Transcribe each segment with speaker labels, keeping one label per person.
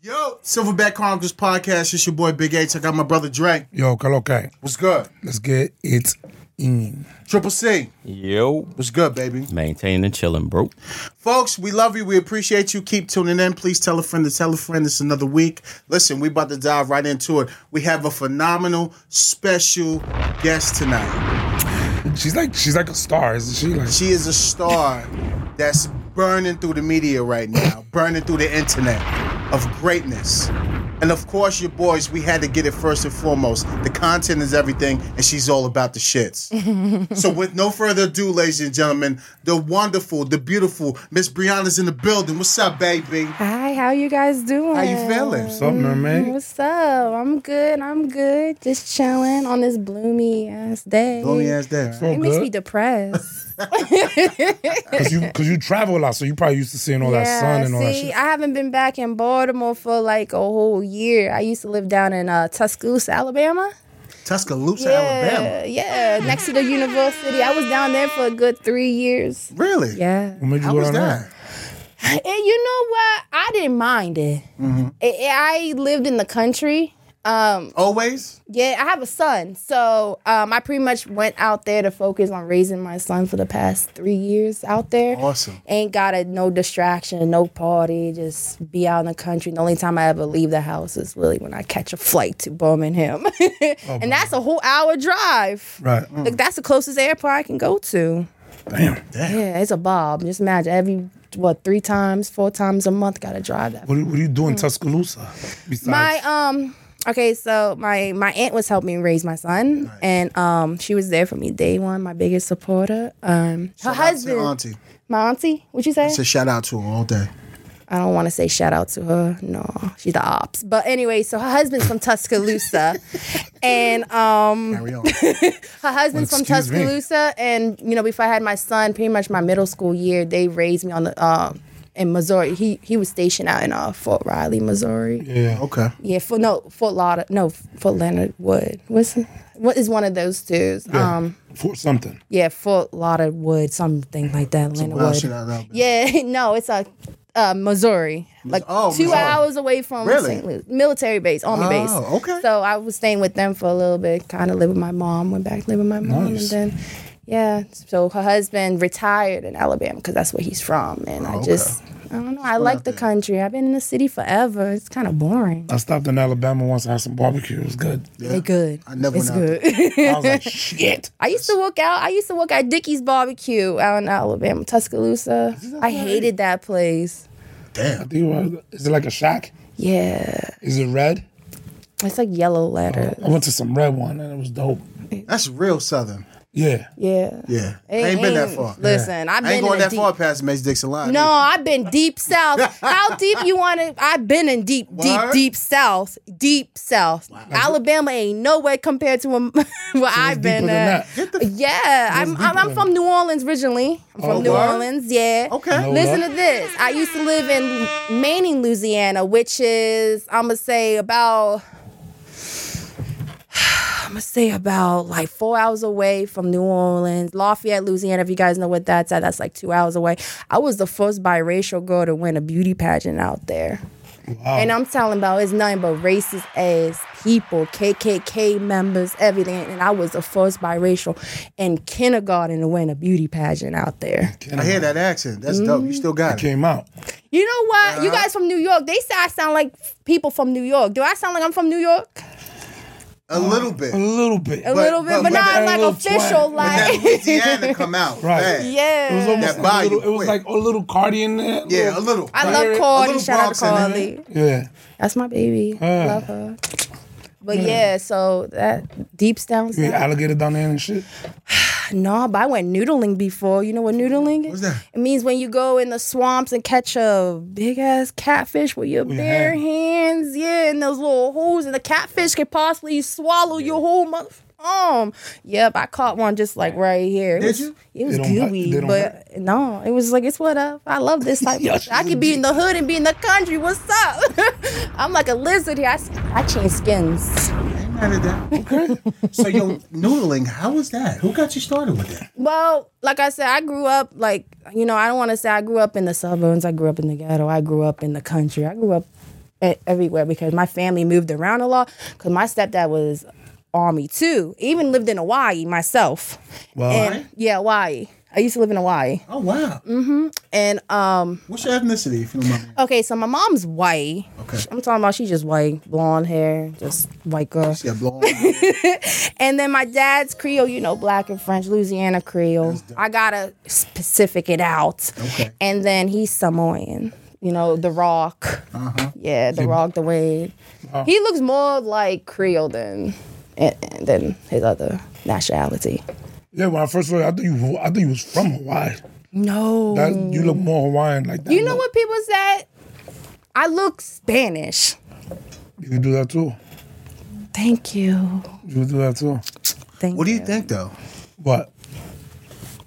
Speaker 1: Yo, Silverback Chronicles podcast. It's your boy Big H. I got my brother Dre.
Speaker 2: Yo, Carl, okay.
Speaker 1: What's good?
Speaker 2: Let's get it in.
Speaker 1: Triple C.
Speaker 3: Yo.
Speaker 1: What's good, baby?
Speaker 3: Maintaining and chilling, bro.
Speaker 1: Folks, we love you. We appreciate you. Keep tuning in. Please tell a friend to tell a friend. It's another week. Listen, we about to dive right into it. We have a phenomenal special guest tonight.
Speaker 2: She's like she's like a star, isn't she? Like
Speaker 1: She is a star that's burning through the media right now, burning through the internet of greatness. And of course, your boys, we had to get it first and foremost. The content is everything, and she's all about the shits. so, with no further ado, ladies and gentlemen, the wonderful, the beautiful Miss Brianna's in the building. What's up, baby?
Speaker 4: Hi, how you guys doing?
Speaker 1: How you feeling?
Speaker 2: what's up, mermaid?
Speaker 4: Mm, What's up? I'm good. I'm good. Just chilling on this bloomy ass day.
Speaker 1: Lonely ass day. right?
Speaker 4: It makes
Speaker 2: Because
Speaker 4: me depressed.
Speaker 2: you because you travel a lot, so you probably used to seeing all that sun and all that
Speaker 4: see,
Speaker 2: shit.
Speaker 4: I haven't been back in Baltimore for like a whole year. I used to live down in uh, Tuscaloosa, Alabama.
Speaker 1: Tuscaloosa, Alabama.
Speaker 4: Yeah, yeah, next to the university. I was down there for a good three years.
Speaker 1: Really?
Speaker 4: Yeah.
Speaker 2: What made you
Speaker 1: How
Speaker 2: go
Speaker 1: was
Speaker 2: down
Speaker 1: that?
Speaker 2: there?
Speaker 4: And you know what? I didn't mind it.
Speaker 1: Mm-hmm.
Speaker 4: I, I lived in the country. Um,
Speaker 1: Always?
Speaker 4: Yeah, I have a son, so um, I pretty much went out there to focus on raising my son for the past three years out there.
Speaker 1: Awesome.
Speaker 4: Ain't got a no distraction, no party, just be out in the country. The only time I ever leave the house is really when I catch a flight to Birmingham, and that's a whole hour drive.
Speaker 2: Right.
Speaker 4: Like that's the closest airport I can go to.
Speaker 2: Damn.
Speaker 4: Yeah, it's a bob. Just imagine every what three times, four times a month, gotta drive that.
Speaker 2: What do you, what do you do in Tuscaloosa? Besides,
Speaker 4: Mm. My um okay, so my my aunt was helping raise my son and um she was there for me day one, my biggest supporter. Um her
Speaker 1: Shout out to
Speaker 4: husband
Speaker 1: Auntie.
Speaker 4: my auntie, what you say?
Speaker 1: It's a shout out to her all day.
Speaker 4: I don't want to say shout out to her. No, she's the ops. But anyway, so her husband's from Tuscaloosa. and um
Speaker 1: Carry on.
Speaker 4: her husband's
Speaker 2: Well,
Speaker 4: from
Speaker 2: excuse me.
Speaker 4: Tuscaloosa, and you know, before I had my son, pretty much my middle school year, they raised me on the um in Missouri. He he was stationed out in uh, Fort Riley, Missouri. Yeah,
Speaker 2: yeah.
Speaker 1: Okay.
Speaker 4: Fort no Fort Lauder, no Fort Leonard Wood. What's what is one of those two?
Speaker 2: Yeah.
Speaker 4: Um,
Speaker 2: for something.
Speaker 4: yeah, Fort Lauder Wood, something like that. Leonard
Speaker 1: Well,
Speaker 4: Wood.
Speaker 1: shout out, man.
Speaker 4: Yeah, no, it's a uh, Missouri, like
Speaker 1: Oh,
Speaker 4: two
Speaker 1: Missouri.
Speaker 4: hours away from
Speaker 1: Really?
Speaker 4: St. Louis, military base, army
Speaker 1: Oh,
Speaker 4: base.
Speaker 1: okay.
Speaker 4: So I was staying with them for a little bit, kind of live with my mom, went back to live with my mom,
Speaker 2: Nice.
Speaker 4: and then yeah. So her husband retired in Alabama because that's where he's from, and I
Speaker 1: Oh, okay.
Speaker 4: just I don't know. I like the country. I've been in the city forever. It's kind of boring.
Speaker 2: I stopped in Alabama once. I had some barbecue. It was good.
Speaker 4: They good.
Speaker 1: I never
Speaker 4: It's
Speaker 1: went out
Speaker 4: good.
Speaker 2: I was like, shit.
Speaker 4: I used to work out. I used to work at Dickie's Barbecue out in Alabama, Tuscaloosa. I hated that place.
Speaker 1: Damn.
Speaker 2: Do you, uh, Is it like a shack?
Speaker 4: Yeah.
Speaker 2: Is it red?
Speaker 4: It's like yellow letters.
Speaker 1: Oh,
Speaker 2: I went to some red one and it was dope.
Speaker 1: That's real Southern.
Speaker 2: Yeah.
Speaker 4: Yeah.
Speaker 1: Yeah. I
Speaker 4: It
Speaker 1: ain't been that far.
Speaker 4: Listen, I've been
Speaker 1: I ain't
Speaker 4: in
Speaker 1: going
Speaker 4: the
Speaker 1: that
Speaker 4: deep,
Speaker 1: far past Mace Dixon line.
Speaker 4: No, I've been deep south. How deep you want to? I've been in deep,
Speaker 1: Word?
Speaker 4: deep, deep south, deep south. Alabama ain't nowhere compared to where, where I've been
Speaker 2: deeper than
Speaker 4: at.
Speaker 2: that.
Speaker 4: Yeah, I'm, I'm, I'm from New Orleans originally. I'm from
Speaker 2: Oh,
Speaker 4: New
Speaker 1: word?
Speaker 4: Orleans. Yeah.
Speaker 1: Okay. No
Speaker 4: Listen
Speaker 2: luck.
Speaker 4: to this. I used to live in Manning, Louisiana, which is I'm gonna say about. I'm gonna say about like four hours away from New Orleans, Lafayette, Louisiana. If you guys know what that's at, that's like two hours away. I was the first biracial girl to win a beauty pageant out there.
Speaker 2: Oh.
Speaker 4: And um, I'm telling about it's nothing but racist ass people, KKK members, everything. And I was the first biracial in kindergarten to win a beauty pageant out there.
Speaker 1: I hear that accent. That's dope. You
Speaker 4: Mm-hmm.
Speaker 1: still got it.
Speaker 2: Came out.
Speaker 4: You know what? You guys from New York, they say I sound like people from New York. Do I sound like I'm from New York?
Speaker 1: A little bit.
Speaker 2: A
Speaker 1: But
Speaker 2: little bit.
Speaker 4: A little
Speaker 1: but-
Speaker 4: bit,
Speaker 1: but
Speaker 4: but, not
Speaker 2: that
Speaker 4: like
Speaker 2: little twang.
Speaker 4: official,
Speaker 2: But
Speaker 4: like.
Speaker 1: that Louisiana come out.
Speaker 2: Right.
Speaker 1: bad.
Speaker 4: yeah.
Speaker 2: It was almost
Speaker 1: That
Speaker 2: like a
Speaker 1: volume
Speaker 2: little, it was
Speaker 1: quick.
Speaker 2: like a little Cardi in there.
Speaker 1: Yeah, a little.
Speaker 4: I
Speaker 1: Right.
Speaker 4: love
Speaker 1: A
Speaker 4: Cardi.
Speaker 1: little
Speaker 4: Shout out to
Speaker 1: Bronx in there.
Speaker 4: Cardi.
Speaker 2: Yeah.
Speaker 4: That's my baby. Love her. But yeah, so that deeps down
Speaker 2: You ate
Speaker 4: south.
Speaker 2: alligator down there and shit.
Speaker 4: No, but I went noodling before. You know what noodling
Speaker 1: What's
Speaker 4: is?
Speaker 1: that?
Speaker 4: It means when you go in the swamps and catch a big ass catfish with your
Speaker 2: your
Speaker 4: bare
Speaker 2: hand.
Speaker 4: hands. Yeah, and those little holes, and the catfish could possibly swallow your whole mother. Um, yep, I caught one just like right here. It
Speaker 1: Did
Speaker 4: was,
Speaker 1: you?
Speaker 4: It was
Speaker 2: They don't hurt- they
Speaker 4: gooey,
Speaker 2: don't
Speaker 4: but no, it was like it's what up. I love this type. of I could be in the hood and be in the country. What's up? I'm like a lizard here. I, s- I change skins.
Speaker 1: Ain't mad at that. Okay. so yo, noodling, how was that? Who got you started with that?
Speaker 4: Well, like I said, I grew up like you know I don't want to say I grew up in the suburbs. I grew up in the ghetto. I grew up in the country. I grew up e- everywhere because my family moved around a lot because my stepdad was army too. Even lived in Hawaii myself.
Speaker 2: Wow.
Speaker 4: And, yeah, Hawaii. I used to live in Hawaii.
Speaker 1: Oh wow.
Speaker 4: Mm. And um
Speaker 1: What's your ethnicity, if you don't mind?
Speaker 4: okay, so my mom's white.
Speaker 1: Okay.
Speaker 4: I'm talking about she's just white, blonde hair, just white girl.
Speaker 1: Yeah, blonde.
Speaker 4: And then my dad's Creole, you know, black and French, Louisiana Creole. I gotta specific it out.
Speaker 1: Okay.
Speaker 4: And then he's Samoan. You know, The Rock.
Speaker 1: Uh-huh.
Speaker 4: Yeah, The Rock, The Wade. He looks more like Creole than eh, eh, than his other nationality.
Speaker 2: Yeah, when I first saw you, I thought you, I thought you was from Hawaii.
Speaker 4: No.
Speaker 2: That you look more Hawaiian like that.
Speaker 4: you know what people said? I look Spanish.
Speaker 2: You could do that too.
Speaker 4: Thank you.
Speaker 2: You could do that too.
Speaker 4: Thank
Speaker 1: What do you think though?
Speaker 2: But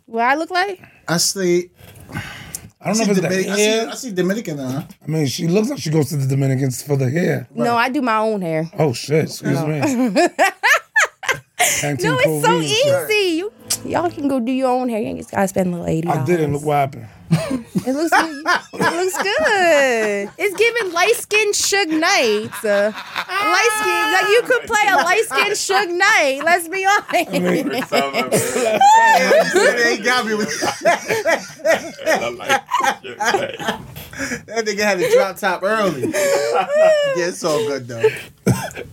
Speaker 4: What I look like?
Speaker 1: I see.
Speaker 2: I don't
Speaker 1: I
Speaker 2: know
Speaker 1: see,
Speaker 2: if it's
Speaker 1: Dominican,
Speaker 2: the
Speaker 1: I, see,
Speaker 2: hair.
Speaker 1: I see Dominican. Uh,
Speaker 2: I mean, she looks like she goes to the Dominicans for the hair.
Speaker 4: No, I do my own hair.
Speaker 2: Oh shit! Excuse me.
Speaker 4: No, it's so easy. You, y'all can go do your own hair. You just gotta spend a little eighty.
Speaker 2: I didn't look what happened.
Speaker 4: It looks, it looks good. It's giving light skinned Suge Knight. Uh, light skin, like you could play a light skinned Suge Knight. Let's be honest.
Speaker 1: they ain't got me with that nigga had a drop top early. yeah, it's all good though.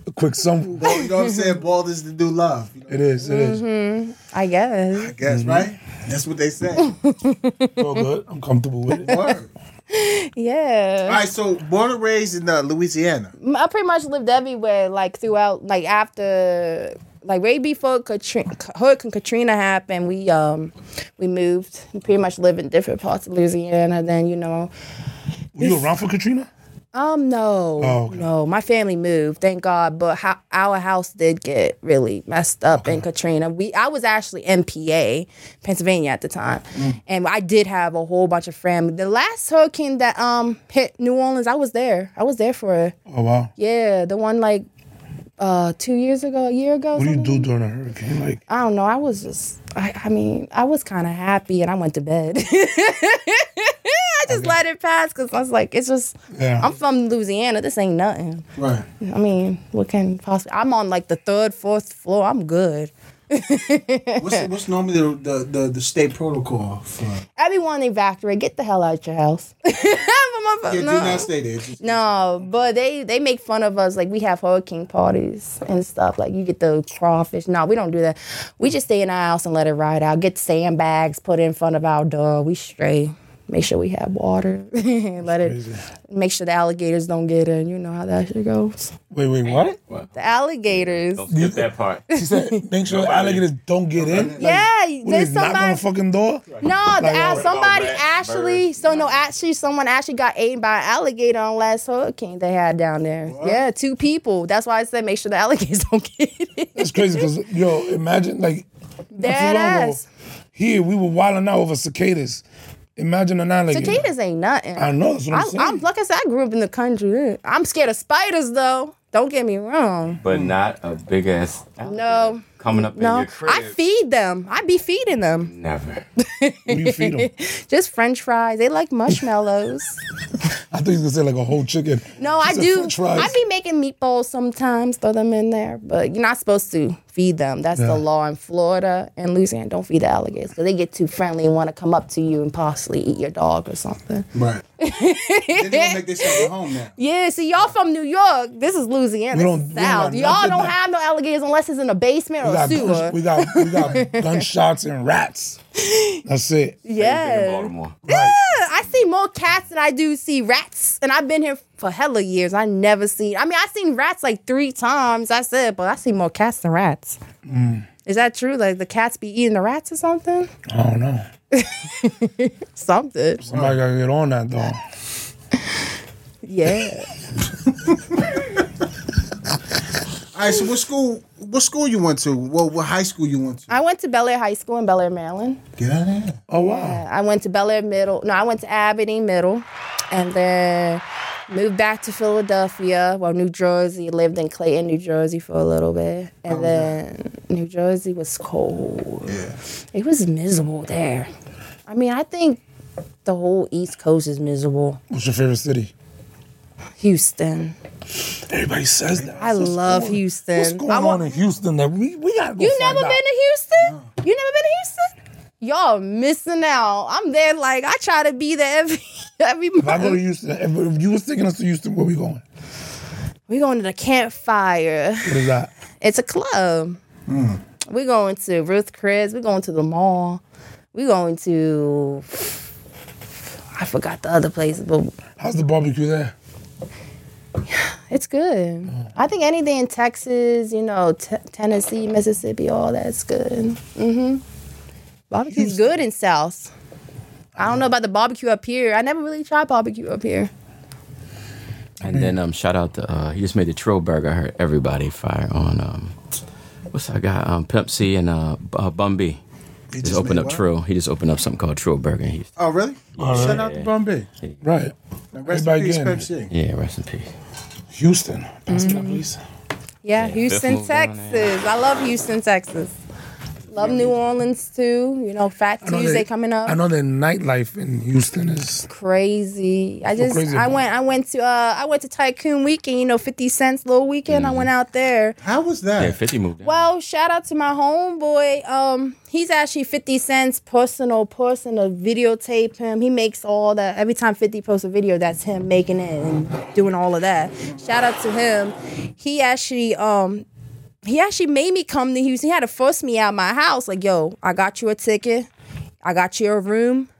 Speaker 2: A quick sum.
Speaker 1: Bald, you know what I'm saying? Bald is the new love. You know,
Speaker 2: It is. It is.
Speaker 4: Mm-hmm. I
Speaker 1: I
Speaker 4: guess.
Speaker 1: guess right. That's what they say.
Speaker 2: It's all good. I'm comfortable with it.
Speaker 1: Word. All
Speaker 4: Yeah.
Speaker 1: right. So born and raised in uh, Louisiana.
Speaker 4: I pretty much lived everywhere, like throughout, like after, like right before Katrina, Hurricane Katrina happened, we um, we moved. We pretty much lived in different parts of Louisiana. Then you know,
Speaker 2: Were you around for Katrina?
Speaker 4: Um, no,
Speaker 2: Oh, okay.
Speaker 4: no. My family moved, thank God. But ho- our house did get really messed up in Katrina. We, I was actually in PA, Pennsylvania at the time,
Speaker 2: Mm.
Speaker 4: and I did have a whole bunch of family. The last hurricane that um hit New Orleans, I was there. I was there for it.
Speaker 2: Oh wow.
Speaker 4: Yeah, the one like uh two years ago, a year ago.
Speaker 2: What do you
Speaker 4: something.
Speaker 2: do during a hurricane? Like,
Speaker 4: I don't know. I was just. I, I mean, I was kind of happy, and I went to bed. I just let it pass because I was like, it's just.
Speaker 2: yeah.
Speaker 4: I'm from Louisiana. This ain't nothing.
Speaker 1: Right.
Speaker 4: I mean, what can possibly? I'm on like the third, fourth floor. I'm good.
Speaker 1: What's what's normally the the, the, the state protocol for?
Speaker 4: Everyone evacuate. Get the hell out your house. But my fa-
Speaker 1: Yeah, do
Speaker 4: no.
Speaker 1: not stay there. Just-
Speaker 4: No, but they they make fun of us. Like we have hurricane parties and stuff. Like you get the crawfish. No, we don't do that. We just stay in our house and let it ride out. Get sandbags put in front of our door. We stray. Make sure we have water. let it.
Speaker 2: Crazy.
Speaker 4: Make sure the alligators don't get in. You know how that shit goes.
Speaker 2: Wait, wait, what?
Speaker 4: The alligators.
Speaker 5: Skip that part.
Speaker 2: She said, make sure alligators don't get in. Like,
Speaker 4: Yeah,
Speaker 2: what,
Speaker 4: there's
Speaker 2: they knock on the
Speaker 4: somebody.
Speaker 2: fucking door.
Speaker 4: No, the, uh,
Speaker 2: what about
Speaker 4: somebody
Speaker 5: rats,
Speaker 4: actually.
Speaker 5: birds?
Speaker 4: So no, actually, someone actually got eaten by an alligator on last hurricane they had down there. Yeah, two people. That's why I said make sure the alligators don't get it.
Speaker 2: It's crazy because yo, imagine like
Speaker 4: Dead ass.
Speaker 2: here we were wilding out over cicadas. Imagine an alligator.
Speaker 4: Cicadas ain't nothing.
Speaker 2: I know that's what I'm
Speaker 4: I,
Speaker 2: saying.
Speaker 4: I'm like I said, I grew up in the country. I'm scared of spiders though. Don't get me wrong.
Speaker 5: But not a big ass.
Speaker 4: No.
Speaker 5: Coming up in
Speaker 4: No,
Speaker 5: your crib.
Speaker 4: I feed them. I be feeding them.
Speaker 5: Never.
Speaker 2: what do you feed them?
Speaker 4: Just French fries. They like marshmallows.
Speaker 2: I think you gonna say like a whole chicken.
Speaker 4: No, I
Speaker 2: She said
Speaker 4: do.
Speaker 2: French fries.
Speaker 4: I be making meatballs sometimes, throw them in there, but you're not supposed to feed them. That's
Speaker 2: Yeah.
Speaker 4: the law in Florida and Louisiana. Don't feed the alligators because they get too friendly and want to come up to you and possibly eat your dog or something.
Speaker 1: Right. then they gonna make themselves at home now.
Speaker 4: Yeah, see, y'all from New York. This is Louisiana.
Speaker 2: We don't-
Speaker 4: this is
Speaker 2: we don't
Speaker 4: South.
Speaker 2: have
Speaker 4: y'all
Speaker 2: nothing
Speaker 4: don't
Speaker 2: like-
Speaker 4: have no alligators unless it's in a basement
Speaker 2: we
Speaker 4: or a
Speaker 2: got,
Speaker 4: sewer.
Speaker 2: guns- we got we got gunshots and rats. That's it.
Speaker 5: In
Speaker 4: yeah.
Speaker 5: Baltimore.
Speaker 4: Yeah, I see more cats than I do see rats, and I've been here for hella years. I never seen. I mean, I seen rats like three times. I said, but I see more cats than rats.
Speaker 2: Mm.
Speaker 4: Is that true? Like the cats be eating the rats or something?
Speaker 2: I don't know.
Speaker 4: Something.
Speaker 2: Somebody gotta get on that though.
Speaker 4: Yeah.
Speaker 1: All right. So what school? What school you went to? What, what high school you went to?
Speaker 4: I went to Bel Air High School in Bel Air, Maryland.
Speaker 1: Get out of here.
Speaker 2: Oh wow.
Speaker 4: I went to Bel Air Middle. No, I went to Aberdeen Middle, and then moved back to Philadelphia, well, New Jersey. Lived in Clayton, New Jersey for a little bit, and then New Jersey was cold.
Speaker 1: Yeah.
Speaker 4: It was miserable there. I mean, I think the whole East Coast is miserable.
Speaker 2: What's your favorite city?
Speaker 4: Houston.
Speaker 2: Everybody says that.
Speaker 4: I love
Speaker 2: going-
Speaker 4: Houston.
Speaker 2: What's going
Speaker 4: I
Speaker 2: on
Speaker 4: want-
Speaker 2: in Houston? That we we gotta go.
Speaker 4: You
Speaker 2: find
Speaker 4: never
Speaker 2: out.
Speaker 4: been to Houston? You never been to Houston? Y'all missing out. I'm there like I try to be there every every
Speaker 2: If I go to
Speaker 4: month.
Speaker 2: Houston, if if you was taking us to Houston, where we going?
Speaker 4: We're going to the campfire.
Speaker 2: What is that?
Speaker 4: It's a club.
Speaker 2: Mm.
Speaker 4: We're going to Ruth Chris. We're going to the mall. We're going to I forgot the other place, but
Speaker 2: How's the barbecue there?
Speaker 4: it's good.
Speaker 2: Mm.
Speaker 4: I think anything in Texas, you know, t- Tennessee, Mississippi, all that's good. Mm-hmm. Barbecue's good in South. I don't know about the barbecue up here. I never really tried barbecue up here.
Speaker 5: And then um, shout out to uh, he just made the Trill Burger. I heard everybody fire on um, what's that guy? Um, Pimp C and uh, B- uh Bum B. He just,
Speaker 1: just
Speaker 5: opened
Speaker 1: made
Speaker 5: up
Speaker 1: what?
Speaker 5: Trill. He just opened up something called Trill Burger. And he's,
Speaker 1: Oh, really?
Speaker 2: All
Speaker 1: Shout
Speaker 2: right.
Speaker 1: out to Bombay.
Speaker 2: Right.
Speaker 1: Rest in
Speaker 2: Everybody
Speaker 1: peace,
Speaker 2: getting
Speaker 1: Pimp
Speaker 2: it.
Speaker 1: C.
Speaker 5: yeah, rest in peace.
Speaker 2: Houston. Pass
Speaker 4: Mm-hmm.
Speaker 2: me that, please.
Speaker 4: Yeah, Houston,
Speaker 5: moved down there.
Speaker 4: Texas. I love Houston, Texas. Love New Orleans too. You know, Fat
Speaker 2: I know
Speaker 4: Tuesday
Speaker 2: that-
Speaker 4: coming up.
Speaker 2: I know that nightlife in Houston is
Speaker 4: crazy. I just
Speaker 2: crazy
Speaker 4: I
Speaker 2: about
Speaker 4: went I went to uh I went to Tycoon Weekend, you know, 50 Cent's little weekend. I went out there.
Speaker 1: How was that?
Speaker 5: Yeah, Fifty moved. down.
Speaker 4: Well, shout out to my homeboy. Um, he's actually 50 Cent's personal person to videotape him. He makes all that. Every time 50 posts a video, that's him making it and doing all of that. Shout out to him. He actually um he actually made me come to Houston. He had to force me out my house. Like, yo, I got you a ticket. I got you a room.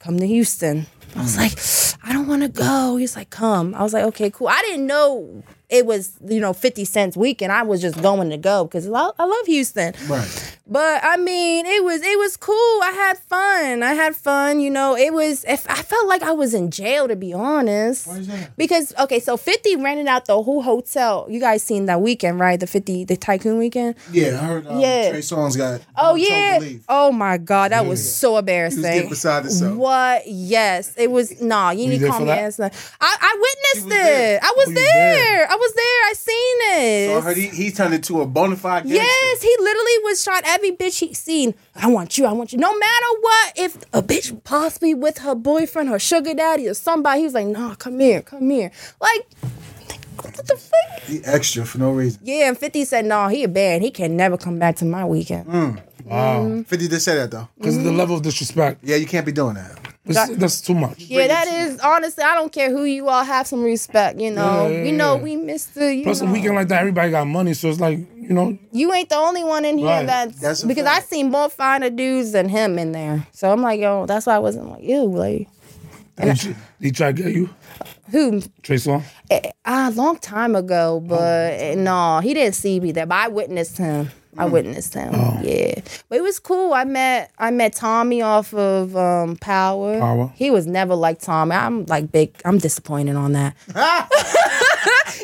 Speaker 4: Come to Houston. I was like, I don't want to go. He's like, come. I was like, okay, cool. I didn't know it was, you know, 50 cents weekend. I was just going to go because I love Houston.
Speaker 1: Right.
Speaker 4: But I mean, it was it was cool. I had fun. I had fun. You know, it was. If I felt like I was in jail, to be honest.
Speaker 1: Why is that?
Speaker 4: Because okay, so Fifty rented out the whole hotel. You guys seen that weekend, right? The Fifty, the Tycoon weekend.
Speaker 1: Yeah, I heard um,
Speaker 4: Yeah.
Speaker 1: Trey Songz got. um,
Speaker 4: Oh
Speaker 1: told to
Speaker 4: yeah.
Speaker 1: leave.
Speaker 4: Oh my God, that was so
Speaker 1: He was getting
Speaker 4: embarrassing.
Speaker 1: beside himself.
Speaker 4: What? Yes, it was. Nah, you need to
Speaker 2: there
Speaker 4: call
Speaker 2: for
Speaker 4: me.
Speaker 2: that?
Speaker 4: ass. I I witnessed
Speaker 1: was there.
Speaker 4: it. I was
Speaker 2: you
Speaker 4: there.
Speaker 2: was there.
Speaker 4: I was there. I seen it.
Speaker 1: So I heard he, he turned into a bona fide gangster.
Speaker 4: Yes, he literally was shot every bitch he seen. I want you, I want you. No matter what, if a bitch possibly with her boyfriend, her sugar daddy, or somebody, he was like, nah, come here, come here. Like, what the fuck?
Speaker 1: He extra for no reason.
Speaker 4: Yeah, and 50 said, nah, he a bad. He can never come back to my weekend.
Speaker 2: wow
Speaker 1: Fifty did say that though.
Speaker 2: because of
Speaker 4: Mm-hmm.
Speaker 2: the level of disrespect.
Speaker 1: Yeah, you can't be doing that.
Speaker 2: That's, that's too much.
Speaker 4: Yeah, that is honestly. I don't care who you all have some respect. You know,
Speaker 2: Yeah, yeah,
Speaker 4: you know,
Speaker 2: yeah.
Speaker 4: we missed the. You
Speaker 2: Plus,
Speaker 4: know.
Speaker 2: a weekend like that, everybody got money, so it's like you know,
Speaker 4: you ain't the only one in here
Speaker 2: Right.
Speaker 4: that's,
Speaker 1: That's a
Speaker 4: because
Speaker 1: fact.
Speaker 4: I seen more finer dudes than him in there. So I'm like, yo, that's why I wasn't like, ew, like
Speaker 2: they, they try to get you.
Speaker 4: who
Speaker 2: Trey Song.
Speaker 4: Ah, a long time
Speaker 1: Oh,
Speaker 4: ago, but eh, no, he didn't see me there. But I witnessed him. I
Speaker 1: Mm.
Speaker 4: witnessed him.
Speaker 1: Oh.
Speaker 4: Yeah, but it was cool. I met I met Tommy off of um, Power.
Speaker 2: Power.
Speaker 4: He was never like Tommy. I'm like big. I'm disappointed on that.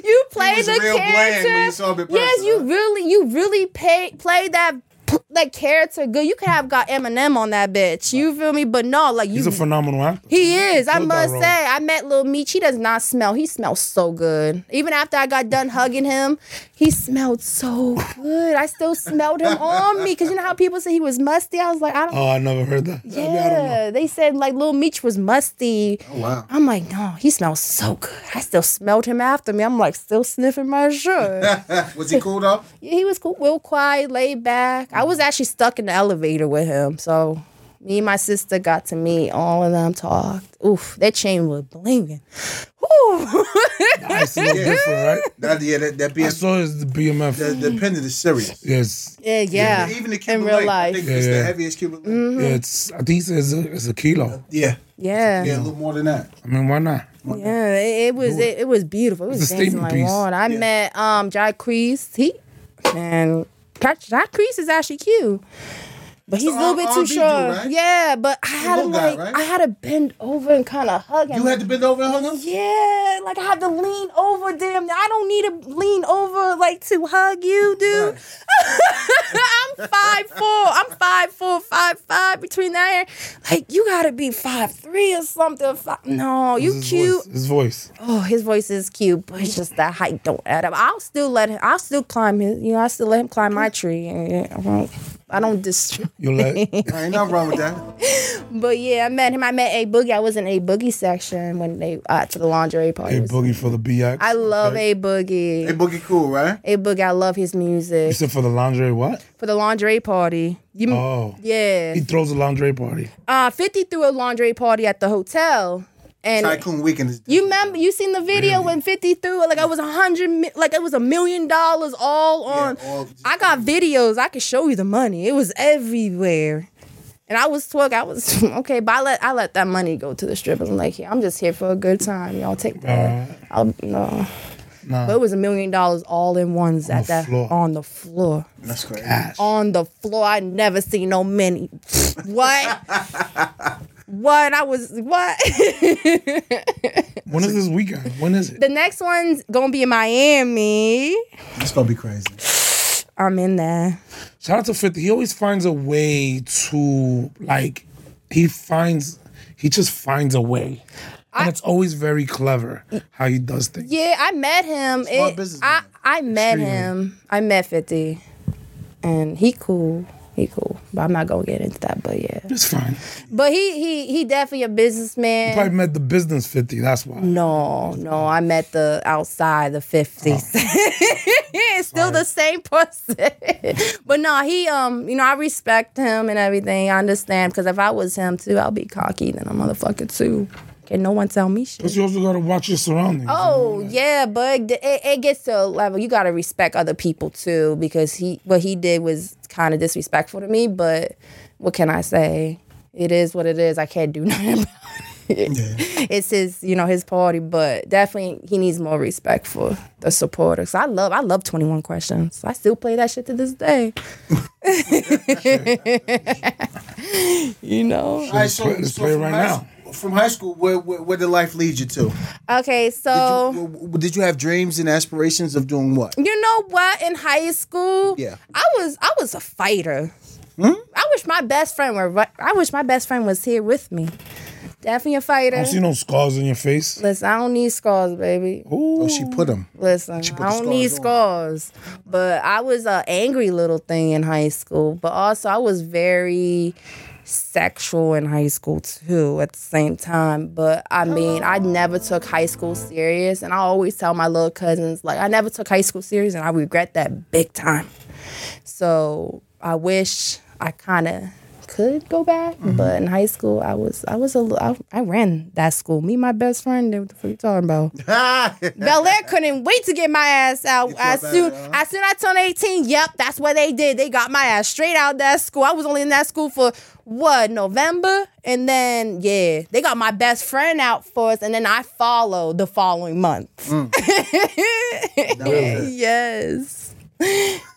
Speaker 4: you played
Speaker 1: was
Speaker 4: the
Speaker 1: real bland
Speaker 4: character.
Speaker 1: when you saw him in
Speaker 4: yes,
Speaker 1: person,
Speaker 4: you
Speaker 1: huh?
Speaker 4: really, you really pay, played that. That character good. You could have got Eminem on that bitch. You feel me? But no, like you
Speaker 2: He's a phenomenal actor.
Speaker 4: he is. I
Speaker 2: Killed that
Speaker 4: must
Speaker 2: role.
Speaker 4: say, I met Lil Meech. He does not smell. He smells so good. Even after I got done hugging him, he smelled so good. I still smelled him on me because you know how people say he was musty. I was like, I don't.
Speaker 2: Oh, I never heard that. I, mean, I don't know.
Speaker 4: yeah, they said like Lil Meech was musty.
Speaker 1: Oh wow.
Speaker 4: I'm like, no, he smells so good. I still smelled him after me. I'm like, still sniffing my shirt.
Speaker 1: Was he cool though?
Speaker 4: Yeah, he was cool, real quiet, laid back. I
Speaker 1: Mm-hmm.
Speaker 4: was actually stuck in the elevator with him, so me and my sister got to meet all of them. Talked. Oof, that chain was blinging. Whew.
Speaker 2: Ice is different, right?
Speaker 1: That, yeah, that, that
Speaker 2: I
Speaker 1: being
Speaker 2: saw his the BMF.
Speaker 1: the, the pendant is serious.
Speaker 2: yes,
Speaker 4: yeah, yeah.
Speaker 1: Even the Cuban
Speaker 4: in real
Speaker 1: link, I
Speaker 4: life,
Speaker 1: think it's the
Speaker 2: Yeah.
Speaker 1: heaviest Cuban. link.
Speaker 2: yeah, it's. I think he said it's a, it's a kilo.
Speaker 1: Yeah. Yeah,
Speaker 4: yeah,
Speaker 1: a
Speaker 4: yeah.
Speaker 1: little more than that.
Speaker 2: I mean, why not?
Speaker 4: It, it was it, it was beautiful. It was
Speaker 2: It's a
Speaker 4: dancing
Speaker 2: statement
Speaker 4: like
Speaker 2: piece.
Speaker 4: water. I met um Jai Crease. He man, Jai Crease is actually cute. But he's a
Speaker 1: the
Speaker 4: little bit too
Speaker 1: R&B dude,
Speaker 4: short.
Speaker 1: right?
Speaker 4: Yeah, but I had to
Speaker 1: little guy,
Speaker 4: like
Speaker 1: right?
Speaker 4: I had to bend over and kind of hug him.
Speaker 1: You had to bend over and hug him?
Speaker 4: Yeah, like I have to lean over them. I don't need to lean over like to hug you, dude. I'm five four. I'm five four, five five between that. and- Like you gotta be five three or something. Five, no, you
Speaker 2: His
Speaker 4: cute.
Speaker 2: Voice, his voice.
Speaker 4: Oh, his voice is cute, but it's just that height don't add up. I'll still let him. I'll still climb his. You know, I still let him climb my tree. And, and- I don't dis.
Speaker 2: You let
Speaker 1: Ain't nothing wrong with that.
Speaker 4: But yeah, I met him. I met A Boogie. I was in A Boogie section when they uh, to the lingerie party.
Speaker 2: a boogie for the BX.
Speaker 4: I love
Speaker 2: okay.
Speaker 4: A Boogie.
Speaker 1: Hey, Boogie Cool, right?
Speaker 4: A Boogie, I love his
Speaker 2: You
Speaker 4: music.
Speaker 2: said for the lingerie what?
Speaker 4: For the lingerie party, you
Speaker 2: Oh.
Speaker 4: yeah,
Speaker 2: He throws a lingerie party.
Speaker 4: uh, Fifty threw a lingerie party at the hotel, and
Speaker 1: Tycoon Weekend is.
Speaker 4: you remember you seen the video when Fifty threw it like I was a hundred, mi- like it was a million dollars all on.
Speaker 1: all-
Speaker 4: I got videos. I could show you the money. It was everywhere. And I was twelve. I was okay, but I let I let that money go to the strippers. I'm like, yeah, I'm just here for a good time. Y'all take that. I'll no. But it was a million dollars all in ones at
Speaker 2: the
Speaker 4: that
Speaker 2: floor.
Speaker 4: on the floor.
Speaker 1: That's crazy.
Speaker 4: On the floor. I never seen no many. what? what? I was what?
Speaker 2: When is this weekend? When is it?
Speaker 4: the next one's gonna be in Miami.
Speaker 1: That's gonna be crazy.
Speaker 4: I'm in there.
Speaker 2: Shout out to 50. He always finds a way to like he finds he just finds a way. And it's always very clever how he does things.
Speaker 4: Yeah, I met him.
Speaker 1: Smart
Speaker 4: It- I
Speaker 1: businessman.
Speaker 4: I met
Speaker 2: Extremely.
Speaker 4: him. I met Fifty, and he cool. He cool. But I'm not gonna get into that. But yeah.
Speaker 2: It's fine.
Speaker 4: But he he he definitely a businessman.
Speaker 2: Probably met the business 50, that's why.
Speaker 4: Mm. no, no, I met the outside the fifties. it's still the same person, but no, he um, you know, I respect him and everything. I understand because if I was him too, I'll be cocky than a motherfucker too. Can no one tell me shit?
Speaker 2: But you also gotta watch your surroundings.
Speaker 4: Oh yeah, but it, it, it gets to a level you gotta respect other people too because he what he did was kind of disrespectful to me. But what can I say? It is what it is. I can't do nothing about it. It's his you know his party, but definitely he needs more respect for the supporters. I love I love Twenty One Questions. I still play that shit to this day. you know.
Speaker 1: All right, so,
Speaker 2: play- let's play it
Speaker 1: from
Speaker 2: right
Speaker 1: high
Speaker 2: now.
Speaker 1: s- From high school, where, where where did life lead you to? Did
Speaker 4: Okay, so.
Speaker 1: you, w- w- did you have dreams and aspirations of doing what?
Speaker 4: You know what? In high school,
Speaker 1: Yeah.
Speaker 4: I was I was a fighter.
Speaker 2: Hmm?
Speaker 4: I wish my best friend were. ri- I wish my best friend was here with me. Definitely a fighter.
Speaker 2: I don't see no scars on your face.
Speaker 4: Listen, I don't need scars, baby.
Speaker 1: Oh, she put him.
Speaker 4: Listen,
Speaker 1: put
Speaker 4: I
Speaker 1: the
Speaker 4: don't need scars. But I was a angry little thing in high school. But also, I was very sexual in high school too at the same time. But I mean, I never took high school serious. And I always tell my little cousins, like, I never took high school serious and I regret that big time. So I wish I kind of could go back,
Speaker 1: Mm-hmm.
Speaker 4: but in high school I was I was a li- I, I ran that school. Me, and my best friend. What the fuck you talking about? Bel Air couldn't wait to get my ass out.
Speaker 1: your
Speaker 4: As
Speaker 1: bad
Speaker 4: soon,
Speaker 1: ass.
Speaker 4: as soon I turned 18, yep, that's what they did. They got my ass straight out that school. I was only in that school for what, November? And then, yeah, they got my best friend out for us. And then I followed the following month. yes.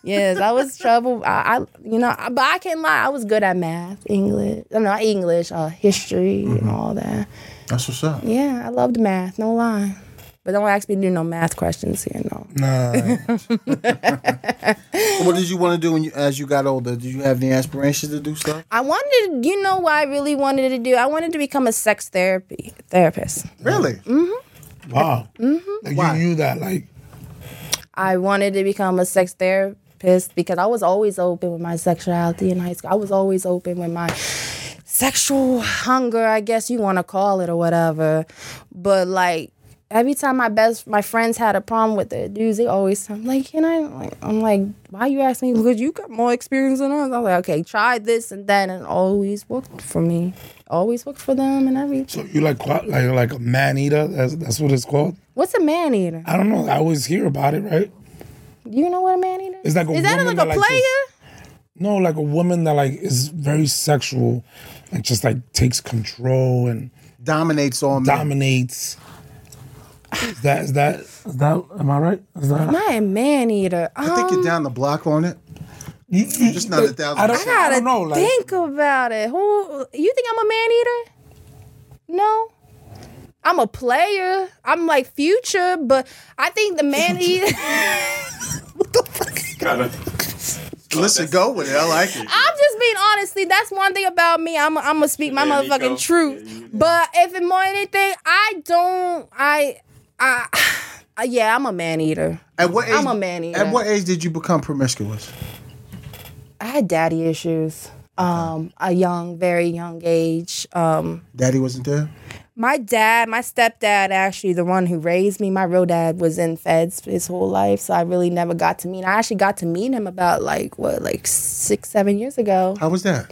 Speaker 4: yes, I was trouble. I, I, you know, I- but I can't lie. I was good at math, English, no, not English, uh, history, and all that.
Speaker 1: That's what's up.
Speaker 4: Yeah, I loved math, no lie. But don't ask me to do no math questions here, no.
Speaker 2: Nah.
Speaker 1: What did you want to do when you, as you got older? Did you have any aspirations to do stuff?
Speaker 4: I wanted to, you know what I really wanted to do? I wanted to become a sex therapy therapist.
Speaker 1: Really?
Speaker 4: Mm-hmm.
Speaker 2: Wow. Like
Speaker 1: Why?
Speaker 2: you knew that, like
Speaker 4: I wanted to become a sex therapist because I was always open with my sexuality in high school. I was always open with my sexual hunger, I guess you want to call it or whatever. But like every time my best my friends had a problem with the dudes, they always I'm like, can I? Like, I'm like, why you ask me? Because you got more experience than us. I'm like, okay, try this and that, and it always worked for me. Always worked for them and everything.
Speaker 2: so you like qua- like like a man eater. That's that's what it's called.
Speaker 4: What's a man eater?
Speaker 2: I don't know. I always hear about it, right?
Speaker 4: Do you know what a man eater
Speaker 2: It's like a
Speaker 4: Is that
Speaker 2: woman
Speaker 4: like a
Speaker 2: that, like,
Speaker 4: player?
Speaker 2: No, like a woman that like is very sexual and just like takes control and
Speaker 1: Dominates all men.
Speaker 2: dominates. Is that is that is that am I right? Is that
Speaker 4: Not a man eater.
Speaker 1: I think you're down the block on it.
Speaker 2: you, you,
Speaker 1: Just not a thousand
Speaker 2: I don't,
Speaker 1: percent.
Speaker 2: I don't know. Like
Speaker 4: think about it. Who you think I'm a man eater? No. I'm a player. I'm like future, but I think the man eater What the fuck?
Speaker 1: Listen, go with it. I like it.
Speaker 4: I'm just being honestly, that's one thing about me. I'm I'm gonna speak my
Speaker 5: Yeah,
Speaker 4: motherfucking
Speaker 5: Nico.
Speaker 4: truth.
Speaker 5: Yeah, you-
Speaker 4: but if it more anything, I don't I I uh, yeah, I'm a man eater.
Speaker 1: At what age?
Speaker 4: I'm a man eater.
Speaker 1: At what age did you become promiscuous?
Speaker 4: I had daddy issues. Um, a young, very young age. Um,
Speaker 1: Daddy wasn't there.
Speaker 4: my dad, my stepdad, actually the one who raised me. My real dad was in feds his whole life, so I really never got to meet. I actually got to meet him about like what, like six, seven years ago.
Speaker 1: How was that?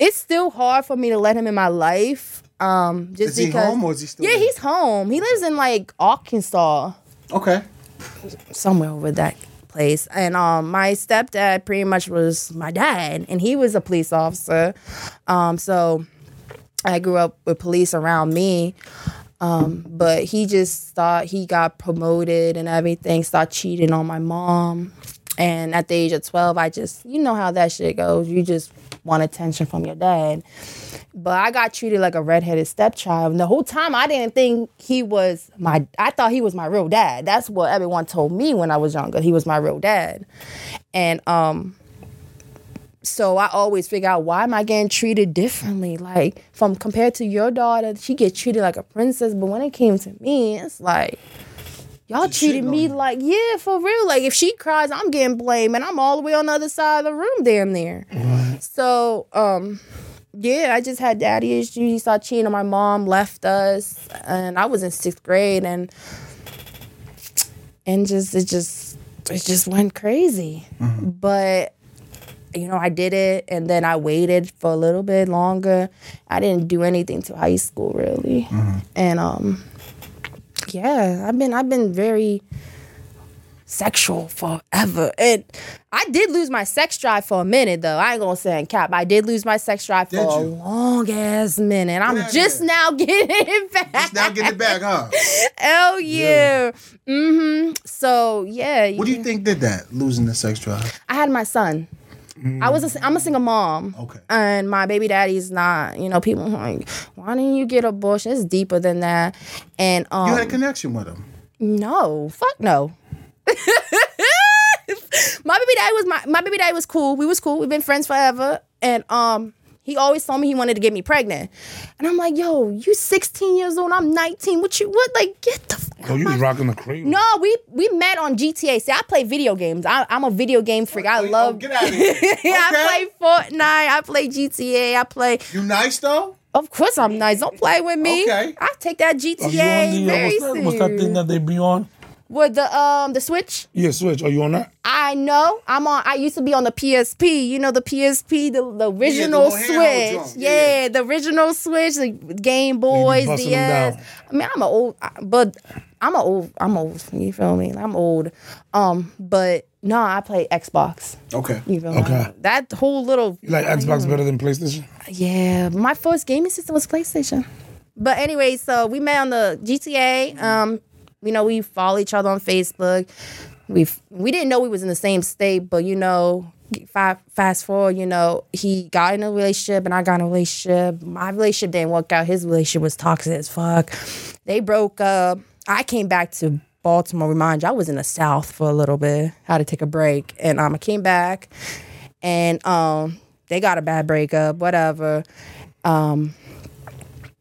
Speaker 4: It's still hard for me to let him in my life. Um, just
Speaker 1: Is he
Speaker 4: because
Speaker 1: home or is he still?
Speaker 4: yeah,
Speaker 1: there?
Speaker 4: he's home. He lives in like Arkansas.
Speaker 1: okay.
Speaker 4: somewhere over that place. And um, my stepdad pretty much was my dad, and he was a police officer. Um, so I grew up with police around me. Um, but he just thought he got promoted and everything, started cheating on my mom. And at the age of 12, I just, you know how that shit goes. You just want attention from your dad. But I got treated like a redheaded stepchild. And the whole time I didn't think he was my I thought he was my real dad. That's what everyone told me when I was younger. He was my real dad. And um so I always figure out why am I getting treated differently? Like from compared to your daughter, she get treated like a princess. But when it came to me, it's like y'all treated
Speaker 1: shitting
Speaker 4: me
Speaker 1: on you.
Speaker 4: like yeah, for real. Like if she cries, I'm getting blamed, and I'm all the way on the other side of the room, damn near. So um, yeah, I just had daddy issues. He started cheating on my mom, left us, and I was in sixth grade, and and just it just it just went crazy.
Speaker 1: Mm-hmm.
Speaker 4: But you know, I did it, and then I waited for a little bit longer. I didn't do anything till high school, really,
Speaker 1: Mm-hmm.
Speaker 4: and um, yeah, I've been I've been very sexual forever, and I did lose my sex drive for a minute though. I ain't gonna say in cap. I did lose my sex drive
Speaker 1: Did
Speaker 4: for a
Speaker 1: you?
Speaker 4: long ass minute. I'm
Speaker 1: outta
Speaker 4: just
Speaker 1: here.
Speaker 4: now getting it back.
Speaker 1: Just now getting it back, huh?
Speaker 4: Hell yeah. Mm-hmm. So yeah.
Speaker 1: What do you think did that? Losing the sex drive.
Speaker 4: I had my son. I was a, I'm a single mom.
Speaker 1: Okay.
Speaker 4: And my baby daddy's not. You know, people are like, why didn't you get abortion? It's deeper than that. And um,
Speaker 1: You had a connection with him.
Speaker 4: no, fuck no. my baby daddy was my my baby daddy was cool. We was cool. We've been friends forever. And um, he always told me he wanted to get me pregnant. And I'm like, yo, you 16 years old. I'm 19. What you what? Like, get the fuck.
Speaker 2: Oh, you was rocking the cradle.
Speaker 4: No, we we met on GTA. See, I play video games. I, I'm a video game freak. I
Speaker 1: Oh,
Speaker 4: love.
Speaker 1: Get out of here.
Speaker 4: Yeah,
Speaker 1: Okay.
Speaker 4: I play Fortnite. I play GTA. I play.
Speaker 1: You nice though?
Speaker 4: Of course, I'm nice. Don't play with me.
Speaker 1: Okay. Oh,
Speaker 4: I take that
Speaker 2: Are you on
Speaker 4: GTA
Speaker 2: the, uh,
Speaker 4: very
Speaker 2: what's, that, what's that thing
Speaker 4: serious.
Speaker 2: that they be on?
Speaker 4: With the um the Switch,
Speaker 2: Yeah, Switch. Are you on that?
Speaker 4: I know I'm on. I used to be on the PSP. You know the PSP, the, the original
Speaker 1: little handheld
Speaker 4: Switch.
Speaker 1: joint.
Speaker 4: Yeah,
Speaker 1: Yeah,
Speaker 4: the original Switch, the Game Boys,
Speaker 2: busting them
Speaker 4: DS.
Speaker 2: down.
Speaker 4: I mean, I'm an old, I- but I'm an old. I'm old. You feel me? I'm old. Um, but no, I play Xbox.
Speaker 1: Okay.
Speaker 4: You feel me?
Speaker 2: Okay.
Speaker 4: That whole little
Speaker 2: You like
Speaker 4: Mm.
Speaker 2: Xbox better than PlayStation?
Speaker 4: yeah, my first gaming system was PlayStation. But anyway, so we met on the GTA. Um, you know, we follow each other on Facebook. We we didn't know we was in the same state, but you know, fa- fast forward, you know, he got in a relationship and I got in a relationship. My relationship didn't work out. His relationship was toxic as fuck. They broke up. I came back to Baltimore. Remind you, I was in the South for a little bit. Had to take a break, and um, I came back and um they got a bad breakup whatever um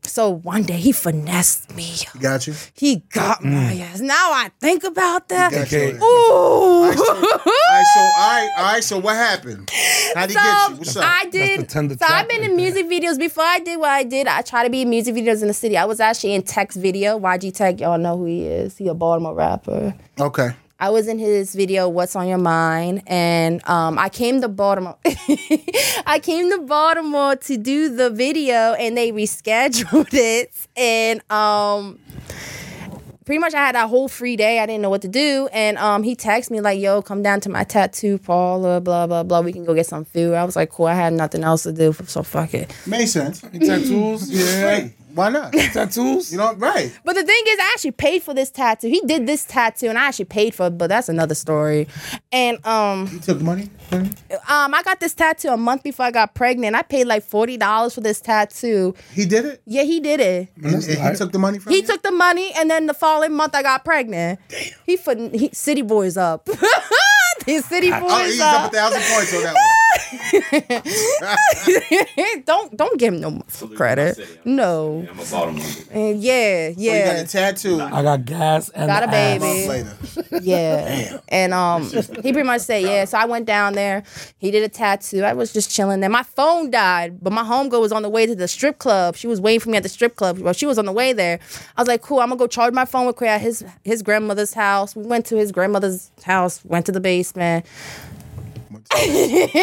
Speaker 4: so one day he finessed me
Speaker 1: Got you.
Speaker 4: he got my ass now i think about that
Speaker 1: Got you.
Speaker 2: Okay.
Speaker 4: Ooh.
Speaker 1: All right, so all right, all right, so what happened? How'd he get you? What's
Speaker 4: So
Speaker 1: up?
Speaker 4: Um, I
Speaker 2: the
Speaker 4: did.
Speaker 2: tender
Speaker 4: So I've
Speaker 2: trap
Speaker 4: been
Speaker 2: right
Speaker 4: in music videos before. I did what I did. I try to be in music videos in the city. I was actually in Tech's video. YG Tech, y'all know who he is. He a Baltimore rapper.
Speaker 1: okay.
Speaker 4: I was in his video "What's on Your Mind," and um, I came to Baltimore. I came to Baltimore to do the video, and they rescheduled it. And um, pretty much, I had that whole free day. I didn't know what to do, and um, he texted me like, "Yo, come down to my tattoo parlor, blah blah blah. We can go get some food." I was like, "Cool." I had nothing else to do, so fuck it.
Speaker 1: Made sense.
Speaker 2: Tattoos? Yeah.
Speaker 1: Hey, why not? You
Speaker 2: Tattoos?
Speaker 1: know, right.
Speaker 4: But the thing is, I actually paid for this tattoo. He did this tattoo, and I actually paid for it. But that's another story. And um.
Speaker 1: You took money?
Speaker 4: um, I got this tattoo a month before I got pregnant. I paid like forty dollars for this tattoo.
Speaker 1: He did it?
Speaker 4: Yeah, he did it.
Speaker 1: And, and he
Speaker 2: right.
Speaker 1: took the money from
Speaker 4: He
Speaker 1: you?
Speaker 4: took the money, and then the following month I got pregnant. Damn. He for he, city boys up. These city boys
Speaker 1: Oh, he's up
Speaker 4: up.
Speaker 1: a thousand points on that one.
Speaker 4: don't don't give him no motherfucking credit. No.
Speaker 5: I'm a Baltimore.
Speaker 4: And yeah,
Speaker 1: You got
Speaker 4: yeah.
Speaker 1: a tattoo.
Speaker 2: I got gas and
Speaker 4: Got a
Speaker 2: the ass.
Speaker 4: baby.
Speaker 1: Months later.
Speaker 4: Yeah. And um he pretty much said, Yeah. So I went down there. He did a tattoo. I was just chilling there. My phone died, but my homegirl was on the way to the strip club. She was waiting for me at the strip club. Well, she was on the way there. I was like, Cool, I'm gonna go charge my phone with Cray at his his grandmother's house. We went to his grandmother's house, went to the basement.
Speaker 1: Went to went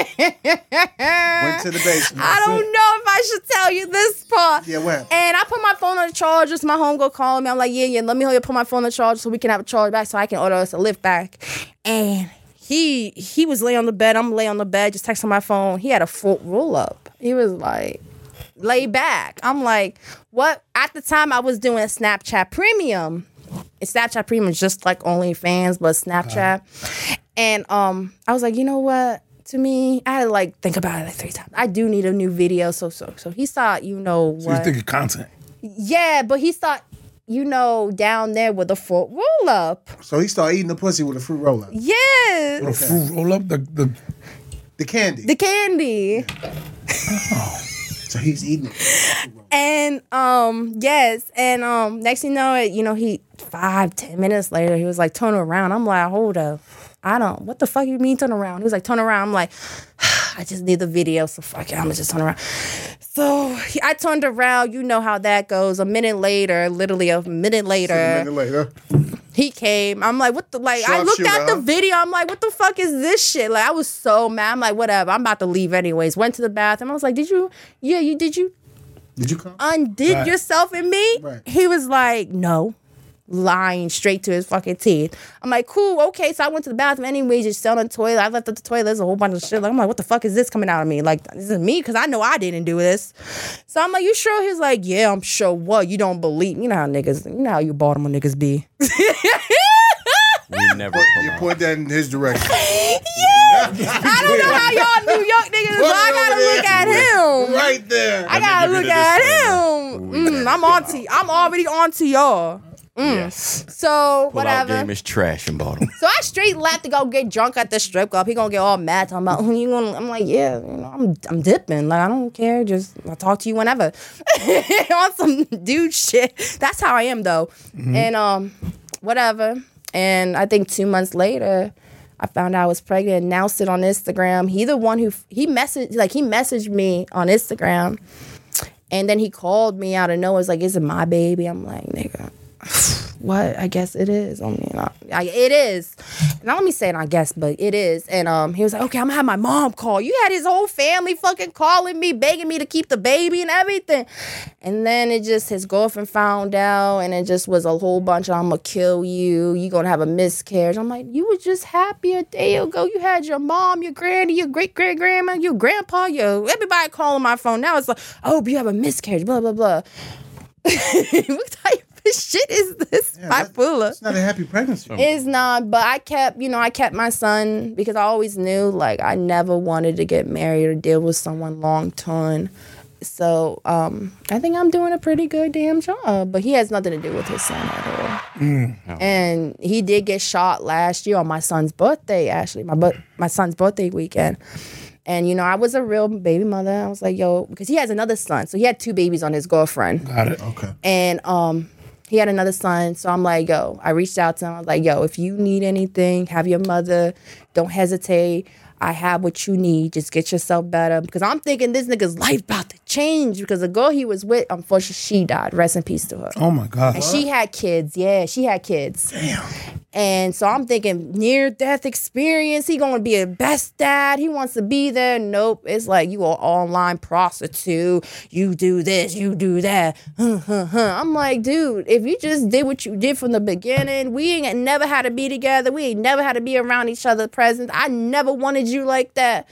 Speaker 1: to the basement.
Speaker 4: I don't know if I should tell you this part.
Speaker 1: Yeah, what happened?
Speaker 4: And I put my phone on the charger. It's my homegirl calling me. I'm like, yeah, yeah, let me hurry up, put my phone on the charger so we can have a charge back so I can order us a lift back. And he he was laying on the bed. I'm laying on the bed, just texting my phone. He had a full roll up. He was like, lay back. I'm like, what? At the time, I was doing Snapchat Premium. And Snapchat Premium is just like OnlyFans, but Snapchat.
Speaker 2: Uh-huh.
Speaker 4: And um, I was like, you know what? To me, I had to like think about it like three times. I do need a new video. So so so he thought, you know
Speaker 2: So you
Speaker 4: what?
Speaker 2: think of content?
Speaker 4: yeah, but he thought, you know, down there with a foot roll up.
Speaker 1: So he started eating the pussy with a fruit roller.
Speaker 4: Yes.
Speaker 2: The fruit roll up. The the
Speaker 1: The candy.
Speaker 4: The candy.
Speaker 1: so he's eating it.
Speaker 4: And um, yes, and um, next thing you know, it, you know, he five ten minutes later, he was like, "Turn around." I'm like, "Hold up, I don't. What the fuck you mean turn around?" He was like, "Turn around." I'm like, "I just need the video, so fuck it, I'm gonna just turn around." So he- I turned around. You know how that goes. A minute later, literally a minute later,
Speaker 1: A minute later.
Speaker 4: he came. I'm like, what the like? I looked
Speaker 1: Sharpshooter,
Speaker 4: at the
Speaker 1: huh?
Speaker 4: video. I'm like, what the fuck is this shit? Like, I was so mad. I'm like, whatever. I'm about to leave anyways. Went to the bathroom. I was like, did you? Yeah, you did you
Speaker 1: Did you come?
Speaker 4: undid
Speaker 2: Right.
Speaker 4: yourself and me?
Speaker 1: Right.
Speaker 4: He was like, no. Lying straight to his fucking teeth. I'm like, cool, okay. So I went to the bathroom anyways, just sat on the toilet. I left at the toilet. There's a whole bunch of shit. Like, I'm like, what the fuck is this coming out of me? Like, this is me because I know I didn't do this. So I'm like, you sure? He was like, yeah, I'm sure. What? You don't believe? You know how niggas, you know how you Baltimore niggas be.
Speaker 5: We never
Speaker 1: You
Speaker 5: come out.
Speaker 1: point that in his direction.
Speaker 4: I don't know how y'all New York niggas is.
Speaker 1: Put it
Speaker 4: I gotta
Speaker 1: over
Speaker 4: look
Speaker 1: there.
Speaker 4: at him.
Speaker 1: Right there.
Speaker 4: I gotta look at him. Mm, I'm on to I'm already on to y'all. Mm.
Speaker 5: Yes.
Speaker 4: So
Speaker 5: Pull out
Speaker 4: whatever.
Speaker 5: game is trash in Baltimore.
Speaker 4: So I straight left to go get drunk at the strip club. He gonna get all mad talking about "Oh, you gonna I'm like, yeah, you know, I'm I'm dipping. Like I don't care. Just I'll talk to you whenever. On some dude shit. That's how I am though. And um, whatever. And I think two months later, I found out I was pregnant, announced it on Instagram. He the one who he messaged like he messaged me on Instagram. And then he called me out of nowhere. It's like, is it my baby? I'm like, nigga, what? I guess it is. I mean, I, I, it is. Now let me say it. I guess, but it is. And um, he was like, okay, I'm gonna have my mom call. You had his whole family fucking calling me, begging me to keep the baby and everything. And then it just his girlfriend found out, and it just was a whole bunch of I'm gonna kill you. You gonna have a miscarriage. I'm like, you were just happy a day ago. You had your mom, your granny, your great great grandma, your grandpa, your everybody calling my phone. Now it's like, I hope you have a miscarriage. Blah blah blah. what type of shit is this
Speaker 1: that-
Speaker 4: bipolar?
Speaker 1: It's not a happy pregnancy.
Speaker 4: It's not, but I kept, you know, I kept my son because I always knew like I never wanted to get married or deal with someone long term. So um, I think I'm doing a pretty good damn job, but he has nothing to do with his son at all.
Speaker 1: Mm.
Speaker 4: And he did get shot last year on my son's birthday, actually, my but my son's birthday weekend. And you know, I was a real baby mother. I was like, yo, because he has another son, so he had two babies on his girlfriend
Speaker 2: Got it.
Speaker 1: Okay.
Speaker 4: and um he had another son so i'm like yo i reached out to him i was like yo if you need anything have your mother don't hesitate i have what you need just get yourself better because i'm thinking this nigga's life about to change because the girl he was with unfortunately she died rest in peace to her
Speaker 2: Oh my god.
Speaker 4: and she had kids yeah she had kids and so i'm thinking near death experience he gonna be a best dad he wants to be there nope it's like you are online prostitute you do this you do that Huh, huh, huh. i'm like dude if you just did what you did from the beginning we ain't never had to be together we ain't never had to be around each other's presence i never wanted you like that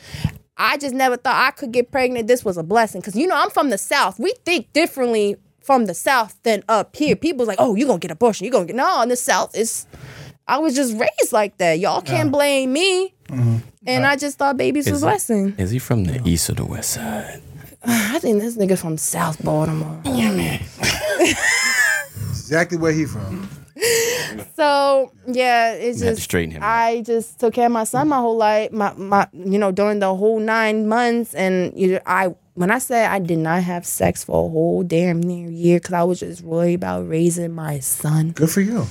Speaker 4: I just never thought I could get pregnant. This was a blessing. Cause you know, I'm from the South. We think differently from the South than up here. People's like, oh, you're gonna get abortion. You're gonna get no in the South. It's I was just raised like that. Y'all can't blame me. And I just thought babies was a blessing.
Speaker 5: Is he from the east or the west side?
Speaker 4: I think this nigga from South Baltimore.
Speaker 1: Exactly where he from.
Speaker 4: so yeah, it's
Speaker 5: You had to
Speaker 4: just
Speaker 5: straighten him out.
Speaker 4: I just took care of my son my whole life, my my you know during the whole nine months, and you know, I when I said I did not have sex for a whole damn near year because I was just worried about raising my son.
Speaker 1: Good for you.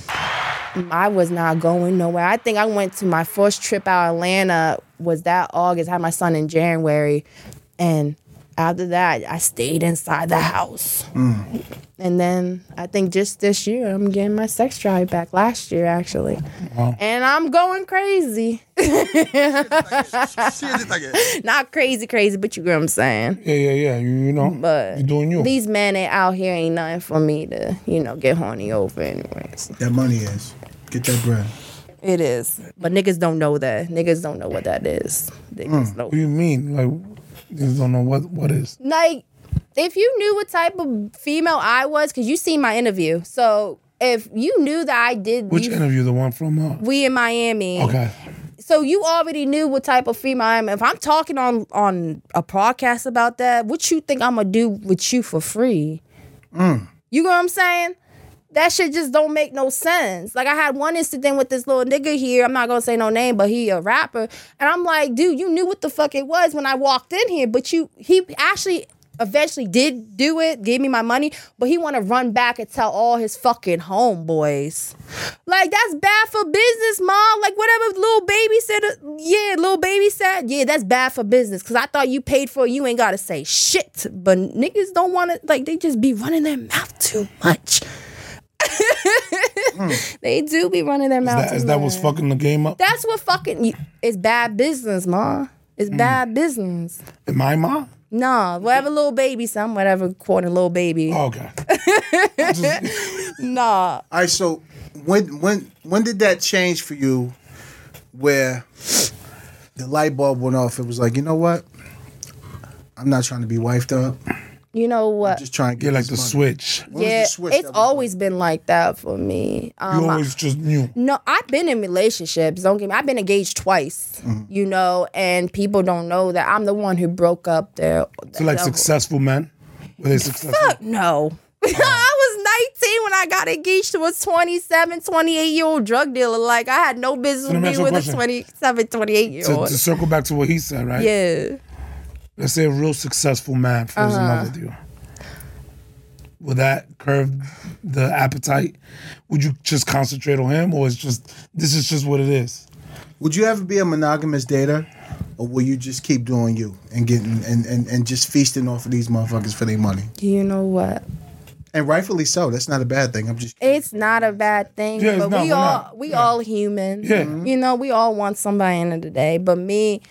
Speaker 4: I was not going nowhere. I think I went to my first trip out of Atlanta was that August. I had my son in January, and after that, I stayed inside the house.
Speaker 2: Mm.
Speaker 4: And then I think just this year, I'm getting my sex drive back. Last year, actually, and I'm going crazy.
Speaker 6: Shit, just like it.
Speaker 4: Not crazy, crazy, but you get what I'm saying.
Speaker 2: Yeah, yeah, yeah. You, you know,
Speaker 4: But
Speaker 2: you're doing you.
Speaker 4: These men that out here ain't nothing for me to, you know, get horny over anyways.
Speaker 1: That money is. Get that bread.
Speaker 4: It is. But niggas don't know that. Niggas don't know what that is. Niggas know.
Speaker 2: what do Mm. you mean? Like, you don't know what what is?
Speaker 4: like if you knew what type of female I was, because you seen my interview, so if you knew that I did
Speaker 2: Which
Speaker 4: these-
Speaker 2: interview? The one from? Uh,
Speaker 4: we in Miami,
Speaker 2: okay.
Speaker 4: so you already knew what type of female I am. If I'm talking on on a podcast about that, what you think I'm gonna do with you for free?
Speaker 2: Mm.
Speaker 4: You know what I'm saying? That shit just don't make no sense. Like I had one incident with this little nigga here. I'm not gonna say no name, but he a rapper, and I'm like, dude, you knew what the fuck it was when I walked in here, but you he actually eventually did do it, gave me my money, but he want to run back and tell all his fucking homeboys. Like that's bad for business, mom. Like whatever little baby said, yeah, little baby said, yeah, that's bad for business. Cause I thought you paid for it, you ain't gotta say shit. But niggas don't want to like they just be running their mouth too much. They do be running their mouth.
Speaker 2: That,
Speaker 4: too
Speaker 2: is that what's
Speaker 4: much.
Speaker 2: fucking the game up?
Speaker 4: That's what fucking it's bad business, ma. It's
Speaker 2: Mm.
Speaker 4: bad business.
Speaker 2: My mom?
Speaker 4: Nah, whatever little baby, some whatever quoting little baby.
Speaker 2: Oh, okay.
Speaker 4: Nah,
Speaker 1: All right, so when when when did that change for you where the light bulb went off? It was like, you know what? I'm not trying to be wifed up.
Speaker 4: you know what?
Speaker 1: Just trying to get
Speaker 2: You're like
Speaker 1: this
Speaker 2: the
Speaker 1: money.
Speaker 2: switch.
Speaker 1: When was the
Speaker 4: yeah,
Speaker 1: switch
Speaker 4: it's
Speaker 1: that was
Speaker 4: always been like that for me. Um,
Speaker 2: you
Speaker 4: I-
Speaker 2: always just knew.
Speaker 4: no, I've been in relationships. Don't get me. I've been engaged twice,
Speaker 2: Mm-hmm.
Speaker 4: you know, and people don't know that I'm the one who broke up their.
Speaker 2: So like
Speaker 4: the-
Speaker 2: successful men. Were they successful?
Speaker 4: Fuck no. I was 19 when I got engaged to a 27, 28 year old drug dealer. Like, I had no business
Speaker 2: So let me ask
Speaker 4: being
Speaker 2: you a
Speaker 4: with a
Speaker 2: question.
Speaker 4: 27, 28 year
Speaker 2: To,
Speaker 4: old.
Speaker 2: to circle back to what he said, right?
Speaker 4: Yeah.
Speaker 2: Let's say a real successful man falls in
Speaker 4: Uh-huh.
Speaker 2: love with you. Would that curb the appetite? Would you just concentrate on him, or it's just this is just what it is?
Speaker 1: Would you ever be a monogamous dater? Or will you just keep doing you and getting and, and, and just feasting off of these motherfuckers for their money?
Speaker 4: You know what?
Speaker 1: And rightfully so. That's not a bad thing. I'm just
Speaker 4: It's not a bad thing,
Speaker 2: Yeah, it's
Speaker 4: but
Speaker 2: not,
Speaker 4: we
Speaker 2: we're
Speaker 4: all
Speaker 2: not.
Speaker 4: we all human. Mm-hmm.
Speaker 2: Yeah.
Speaker 4: You know, we all want somebody in the day. But me,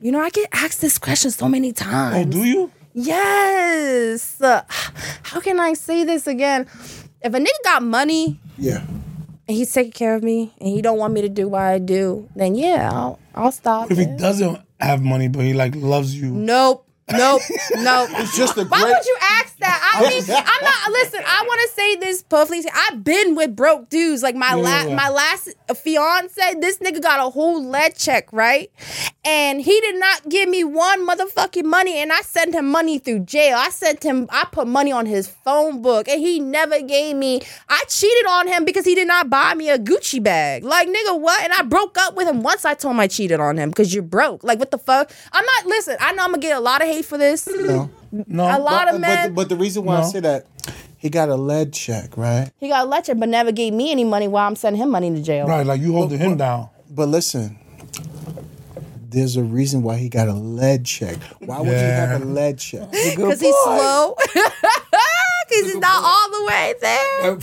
Speaker 4: you know, I get asked this question so many times.
Speaker 2: Oh, do you?
Speaker 4: Yes. Uh, how can I say this again? If a nigga got money,
Speaker 1: yeah.
Speaker 4: and he's taking care of me and he don't want me to do what I do, then yeah, I'll, I'll stop.
Speaker 2: If he
Speaker 4: it.
Speaker 2: doesn't have money, but he like loves you,
Speaker 4: Nope. Nope. Nope.
Speaker 1: It's just a
Speaker 4: Why
Speaker 1: great
Speaker 4: would you ask that? I mean, I'm not. Listen, I want to say this perfectly. I've been with broke dudes. Like my last,
Speaker 2: Yeah.
Speaker 4: my last fiance, this nigga got a whole lead check, right? And he did not give me one motherfucking money. And I sent him money through jail. I sent him. I put money on his phone book, and he never gave me. I cheated on him because he did not buy me a Gucci bag. Like nigga, what? And I broke up with him once. I told him I cheated on him because you're broke. Like what the fuck? I'm not. Listen, I know I'm gonna get a lot of hate for this.
Speaker 2: no,
Speaker 4: A lot
Speaker 1: but,
Speaker 4: of
Speaker 1: but,
Speaker 4: men.
Speaker 1: the, but the reason why I
Speaker 2: No.
Speaker 1: say that, he got a lead check, right?
Speaker 4: He got elected, but never gave me any money while I'm sending him money to jail.
Speaker 2: right? Like you holding him down.
Speaker 1: But listen, there's a reason why he got a lead check. Why would
Speaker 2: Yeah.
Speaker 1: he have a lead check?
Speaker 4: Because he's slow. Because he's not all the way there.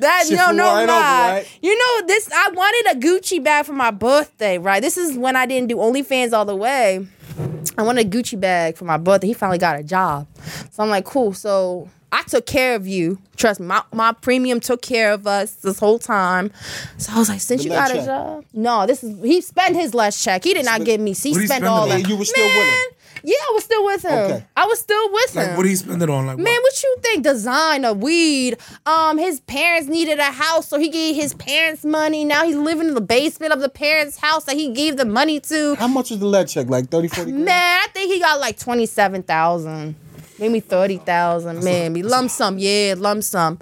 Speaker 4: That,
Speaker 1: She
Speaker 4: no,
Speaker 1: flew
Speaker 4: no,
Speaker 1: right over,
Speaker 4: lie.
Speaker 1: right?
Speaker 4: You know, this, I wanted a Gucci bag for my birthday, right? This is when I didn't do OnlyFans all the way. I wanted a Gucci bag for my birthday. He finally got a job. So I'm like, cool. So I took care of you. Trust me, my, my premium took care of us this whole time. So I was like, since
Speaker 1: The
Speaker 4: you
Speaker 1: last
Speaker 4: got a
Speaker 1: check.
Speaker 4: job. No, this is he spent his last check. He did not give me. He
Speaker 2: What he spend
Speaker 4: spent all
Speaker 2: it on?
Speaker 4: that.
Speaker 1: And you were still with him?
Speaker 4: Yeah, I was still with him.
Speaker 1: Okay.
Speaker 4: I was still with him.
Speaker 2: Like what do you spend it on? Like
Speaker 4: Man,
Speaker 2: what?
Speaker 4: what you think? Designer, weed. Um, his parents needed a house, so he gave his parents money. Now he's living in the basement of the parents' house that he gave the money to.
Speaker 1: How much was the lead check? Like 30, 40 grand?
Speaker 4: Man, I think he got like twenty seven thousand. Maybe thirty thousand, maybe lump sum, yeah, lump sum.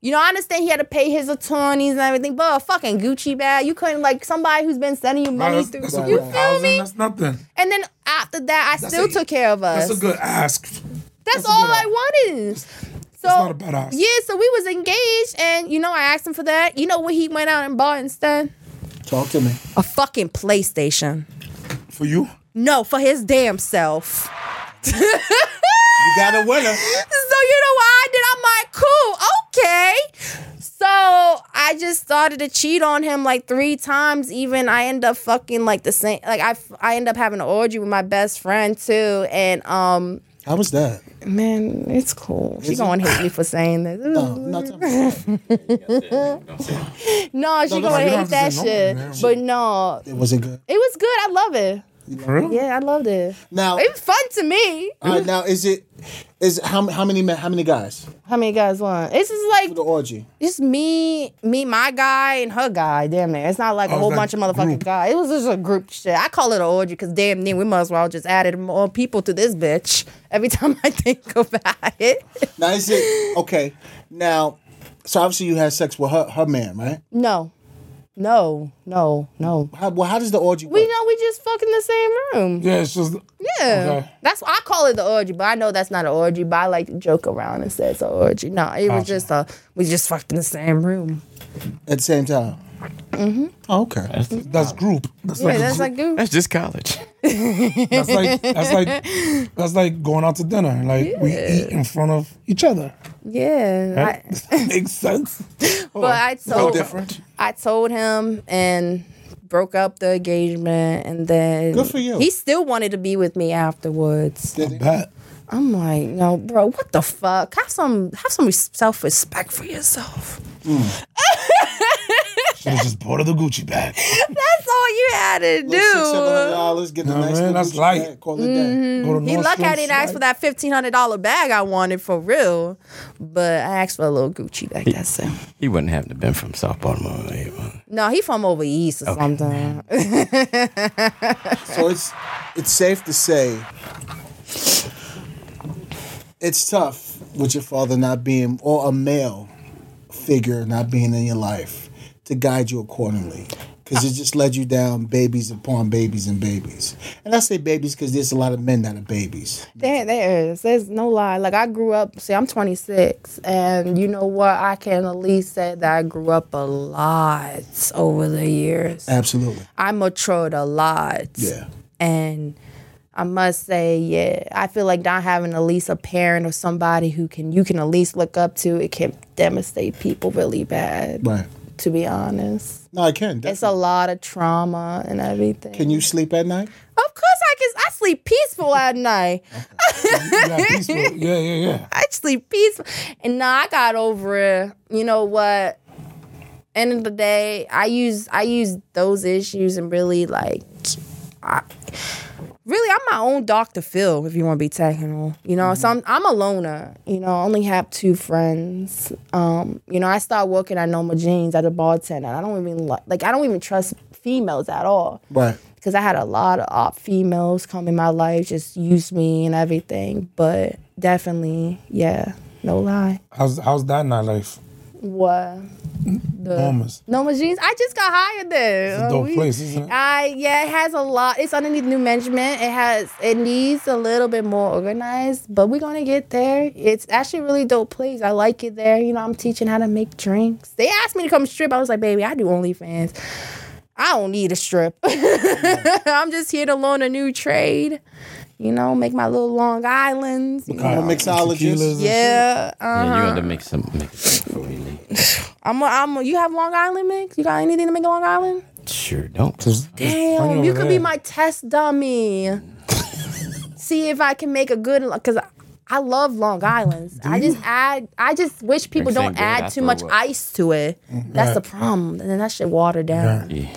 Speaker 4: You know, I understand he had to pay his attorneys and everything, but a fucking Gucci bag, you couldn't like somebody who's been sending you money
Speaker 2: that's,
Speaker 4: through.
Speaker 2: that's
Speaker 4: you
Speaker 2: over a
Speaker 4: feel
Speaker 2: thousand.
Speaker 4: me?
Speaker 2: That's nothing.
Speaker 4: And then after that, I still
Speaker 2: a-
Speaker 4: took care of us.
Speaker 2: That's a good ask.
Speaker 4: That's,
Speaker 2: That's a
Speaker 4: all
Speaker 2: good
Speaker 4: I
Speaker 2: op-
Speaker 4: wanted. So
Speaker 2: not about us.
Speaker 4: Yeah, so we was engaged, and you know I asked him for that. You know what he went out and bought instead?
Speaker 1: Talk to me.
Speaker 4: A fucking PlayStation.
Speaker 2: For you?
Speaker 4: No, for his damn self.
Speaker 1: You got a winner.
Speaker 4: So you know why I did? I'm like, cool, okay. So I just started to cheat on him like three times. Even I end up fucking like the same. Like I, I end up having an orgy with my best friend too, and um,
Speaker 1: How was that?
Speaker 4: man, it's cool. She gonna hate me for saying this.
Speaker 2: Oh.
Speaker 4: No, she
Speaker 2: no,
Speaker 4: gonna
Speaker 2: you don't
Speaker 4: hate that
Speaker 2: have to say
Speaker 4: shit.
Speaker 2: no,
Speaker 4: but no,
Speaker 1: It wasn't good.
Speaker 4: it was good. I love it.
Speaker 2: For real?
Speaker 4: Yeah, I loved it.
Speaker 1: Now,
Speaker 4: It was fun to me.
Speaker 1: uh, now is it is how how many men- how many guys
Speaker 4: How many guys want? It's just like
Speaker 1: for the orgy?
Speaker 4: it's me, me, my guy, and her guy. Damn it, it's not like a
Speaker 2: it's
Speaker 4: whole
Speaker 2: like
Speaker 4: bunch of motherfucking
Speaker 2: group.
Speaker 4: guys. It was just a group shit. I call it an orgy because damn near we might as well just added more people to this bitch. Every time I think about it,
Speaker 1: Now is it okay? Now, so obviously you had sex with her her man, right?
Speaker 4: no, no, no, no.
Speaker 1: How, well, how does the orgy work?
Speaker 4: We know we just fuck in the same room.
Speaker 2: Yeah, it's just.
Speaker 4: Yeah.
Speaker 2: Okay.
Speaker 4: That's I call it the orgy, but I know that's not an orgy, but I like to joke around and say it's an orgy. No, it was just a we just fucked in the same room.
Speaker 1: At the same time. Mm-hmm. Oh, okay.
Speaker 2: That's group. That's
Speaker 4: Yeah,
Speaker 2: like a
Speaker 4: that's
Speaker 2: group.
Speaker 4: like dude.
Speaker 5: That's just college.
Speaker 2: That's like that's like that's like going out to dinner. Like we eat in front of each other.
Speaker 4: Yeah.
Speaker 2: Right?
Speaker 4: I,
Speaker 2: Makes sense.
Speaker 4: but I told
Speaker 2: different.
Speaker 4: I told him and broke up the engagement and then
Speaker 1: Good for you.
Speaker 4: he still wanted to be with me afterwards.
Speaker 2: Bet.
Speaker 4: I'm like, no, bro, what the fuck? Have some have some self respect for yourself.
Speaker 2: Should have just bought her the Gucci bag.
Speaker 4: Mm, That's all you had to do.
Speaker 1: Six, seven hundred dollars. Get a
Speaker 2: Nah,
Speaker 1: nice
Speaker 2: man,
Speaker 1: little
Speaker 2: that's
Speaker 1: Gucci
Speaker 2: light.
Speaker 1: bag, Call it that.
Speaker 2: Go to
Speaker 4: He
Speaker 2: Nordstrom's,
Speaker 4: lucky I didn't ask
Speaker 2: like,
Speaker 4: for that fifteen hundred dollar bag I wanted for real, but I asked for a little Gucci bag. That's it.
Speaker 5: He wouldn't have to been from South Baltimore. eh, man.
Speaker 4: No, he from over east or something.
Speaker 1: So it's it's safe to say it's tough with your father not being or a male figure not being in your life to guide you accordingly. Cause it just led you down babies upon babies and babies. And I say babies because there's a lot of men that are babies.
Speaker 4: There, there is. There's no lie. Like I grew up. See, I'm 26, and you know what? I can at least say that I grew up a lot over the years.
Speaker 1: Absolutely.
Speaker 4: I matured a lot.
Speaker 1: Yeah.
Speaker 4: And I must say, yeah, I feel like not having at least a parent or somebody who can you can at least look up to, it can devastate people really bad.
Speaker 1: Right.
Speaker 4: To be honest,
Speaker 1: No, I can.
Speaker 4: it's a lot of trauma and everything.
Speaker 1: can you sleep at night?
Speaker 4: Of course, I can. I sleep peaceful at night.
Speaker 2: yeah, peaceful. yeah, yeah, yeah.
Speaker 4: I sleep peaceful. And nah, I got over it. You know what? End of the day, I use I use those issues and really like I really I'm my own Dr. Phil, if you wanna be technical. You know, so I'm I'm a loner, you know, I only have two friends. Um, you know, I start working at Noma Jeans at a bartender. I don't even like like I don't even trust females at all
Speaker 1: Right.
Speaker 4: because I had a lot of op females come in my life, just use me and everything. But definitely, yeah, no lie.
Speaker 2: How's how's that nightlife?
Speaker 4: What? The
Speaker 2: Normas.
Speaker 4: Noma Jeans. I just got hired there.
Speaker 2: It's a
Speaker 4: Uh,
Speaker 2: dope
Speaker 4: we-
Speaker 2: place, isn't it?
Speaker 4: I yeah, it has a lot. It's underneath new management. It has it needs a little bit more organized, but we're gonna get there. It's actually a really dope place. I like it there. You know, I'm teaching how to make drinks. They asked me to come strip. I was like, baby, I do OnlyFans. I don't need a strip. I'm just here to learn a new trade. You know, make my little Long Islands. you know.
Speaker 1: Uh, I'm a mixologist.
Speaker 4: Yeah, uh,
Speaker 5: Yeah, you had to make some. Make some before you leave.
Speaker 4: I'm. A, I'm. A, you have Long Island mix? You got anything to make Long Island?
Speaker 5: Sure don't.
Speaker 4: Damn, you
Speaker 2: over
Speaker 4: could be
Speaker 2: there.
Speaker 4: my test dummy. See if I can make a good because I love Long Islands. I just add. I just wish people
Speaker 5: Drinks ain't
Speaker 4: don't
Speaker 5: good
Speaker 4: add
Speaker 5: after
Speaker 4: too much
Speaker 5: what?
Speaker 4: ice to it. That's the problem, and then that shit water down.
Speaker 5: Yeah.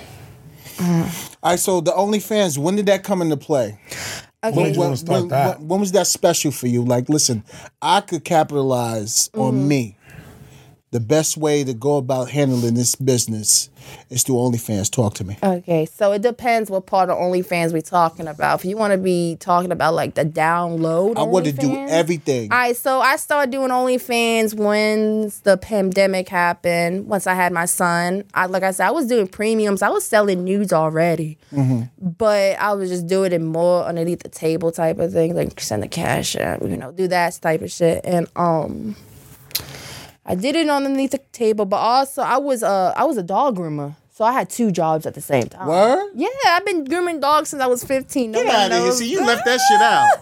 Speaker 1: All right, so the OnlyFans, when did that come into play?
Speaker 4: Okay,
Speaker 2: Did you wanna start that?
Speaker 1: when- Mm-hmm. when was that special for you? Like, listen, I could capitalize on me the best way to go about handling this business is through OnlyFans. Talk to me.
Speaker 4: Okay, so it depends what part of OnlyFans we're talking about. If you want to be talking about like the download,
Speaker 1: I want to do
Speaker 4: OnlyFans.
Speaker 1: everything.
Speaker 4: All right, so I started doing OnlyFans once the pandemic happened. Once I had my son, I like I said, I was doing premiums. I was selling nudes already,
Speaker 1: Mm-hmm.
Speaker 4: but I was just doing it more underneath the table type of thing, like send the cash, app, you know, do that type of shit. And um, I did it underneath the table, but also I was a I was a dog groomer, so I had two jobs at the same time.
Speaker 1: Word?
Speaker 4: Yeah, I've been grooming dogs since I was fifteen.
Speaker 1: Get
Speaker 4: Nobody
Speaker 1: out of here.
Speaker 4: knows.
Speaker 1: See, you left that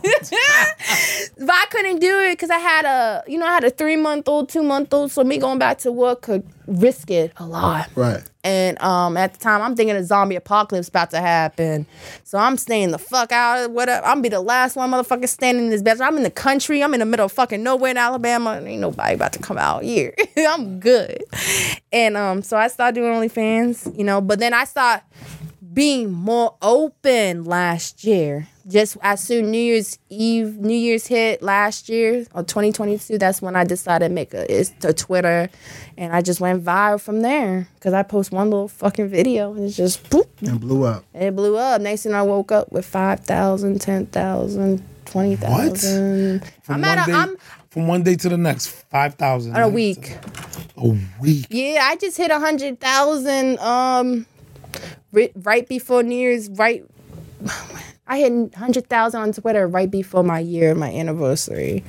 Speaker 1: shit out.
Speaker 4: But I couldn't do it because I had a, you know, I had a three month old, two month old. So me going back to work could risk it a lot.
Speaker 1: Right.
Speaker 4: And um, at the time, I'm thinking a zombie apocalypse about to happen. So I'm staying the fuck out. Whatever. I'm be the last one motherfucker standing in this bathroom. I'm in the country. I'm in the middle of fucking nowhere in Alabama. and Ain't nobody about to come out here. I'm good. And um, so I started doing OnlyFans, you know. But then I start being more open last year. Just as soon New Year's Eve, New Year's hit last year or 2022, that's when I decided to make a, it's to Twitter, and I just went viral from there because I post one little fucking video and it's just boop,
Speaker 1: And blew up.
Speaker 4: and it blew up. Next thing I woke up with 5,000, 10,000, 20,000.
Speaker 2: From
Speaker 4: I'm
Speaker 2: one
Speaker 4: at a,
Speaker 2: day,
Speaker 4: I'm
Speaker 2: from one day to the next, five thousand
Speaker 4: on a week.
Speaker 2: A week.
Speaker 4: Yeah, I just hit a hundred thousand. Um, ri- right before New Year's, right. I hit hundred thousand on Twitter right before my year, my anniversary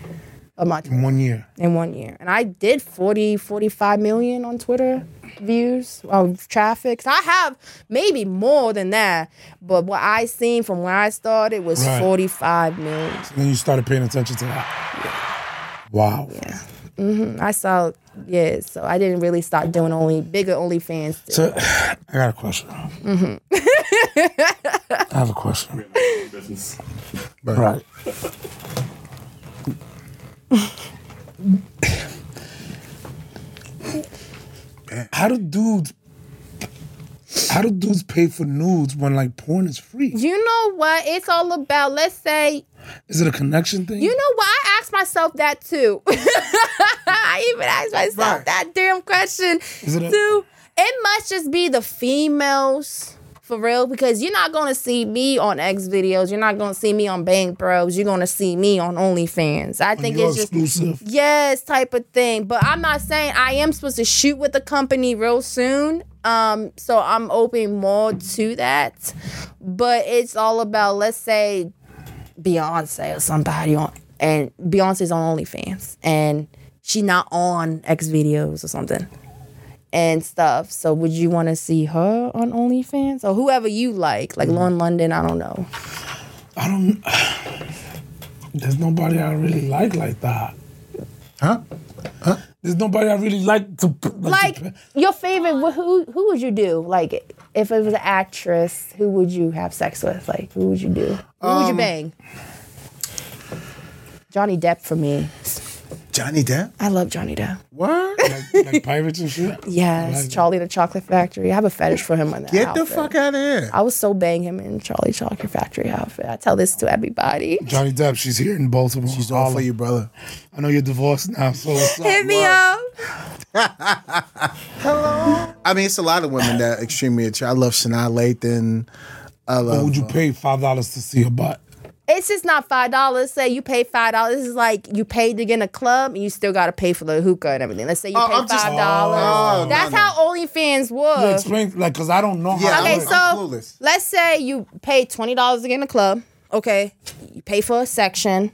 Speaker 4: of my
Speaker 2: In one year.
Speaker 4: in one year, and I did 40, 45 million on Twitter views of traffic. So I have maybe more than that, but what I seen from when I started was
Speaker 2: Right.
Speaker 4: forty five million.
Speaker 2: And then you started paying attention to that. Wow.
Speaker 4: I saw, yeah. So I didn't really start doing only bigger OnlyFans.
Speaker 2: So,
Speaker 4: till-
Speaker 2: I got a question.
Speaker 4: Mm-hmm.
Speaker 2: I have a question. Right. how do dudes? How do dudes pay for nudes when like porn is free?
Speaker 4: You know what? It's all about, let's say,
Speaker 2: Is it a connection thing?
Speaker 4: you know what? I asked myself that too. I even asked myself
Speaker 1: Right.
Speaker 4: that damn question
Speaker 2: Is it a-
Speaker 4: too. It must just be the females. For real, because you're not gonna see me on X videos. You're not gonna see me on Bang Bros. You're gonna see me on OnlyFans. I think
Speaker 2: You're
Speaker 4: it's just
Speaker 2: Oh, exclusive.
Speaker 4: yes type of thing but i'm not saying i am supposed to shoot with the company real soon um so i'm open more to that but it's all about let's say beyonce or somebody on and beyonce's on onlyfans and she not on x videos or something and stuff so would you want to see her on onlyfans or whoever you like like lauren london i don't know
Speaker 2: I don't. There's nobody I really like like that.
Speaker 1: Huh?
Speaker 2: There's nobody I really like to like. to
Speaker 4: like
Speaker 2: pay-
Speaker 4: your favorite wh- who who would you do like if it was an actress who would you have sex with like who would you do who would
Speaker 1: Um,
Speaker 4: you bang johnny depp for me
Speaker 1: Johnny Depp?
Speaker 4: i love johnny depp
Speaker 1: What?
Speaker 2: like, like pirates and shit.
Speaker 4: yes
Speaker 2: Like-
Speaker 4: charlie the chocolate factory i have a fetish for him on that
Speaker 1: Get the
Speaker 4: outfit.
Speaker 1: fuck out of here.
Speaker 4: i was so bang him in charlie chocolate factory outfit i tell this to everybody
Speaker 2: Johnny Depp, she's here in Baltimore.
Speaker 1: She's all for
Speaker 2: Holla.
Speaker 1: you, brother.
Speaker 2: I know you're divorced now, so what's up?
Speaker 4: hit me up
Speaker 1: I mean, it's a lot of women that are extremely attractive. I love Sanaa Lathan. I love.
Speaker 2: would you pay five dollars to see her butt?
Speaker 4: it's just not five dollars say you pay five dollars this is like you paid to get in a club and you still got to pay for the hookah and everything let's say you
Speaker 1: Oh,
Speaker 4: pay
Speaker 1: I'm just-
Speaker 4: five dollars
Speaker 1: Oh, no,
Speaker 4: that's
Speaker 1: no.
Speaker 4: how onlyfans was
Speaker 2: Yeah, explain, like, cause I don't know.
Speaker 1: Yeah,
Speaker 2: how
Speaker 4: Okay,
Speaker 1: I'm-
Speaker 4: so
Speaker 1: clueless.
Speaker 4: let's say you pay twenty dollars to get in the club. Okay, you pay for a section,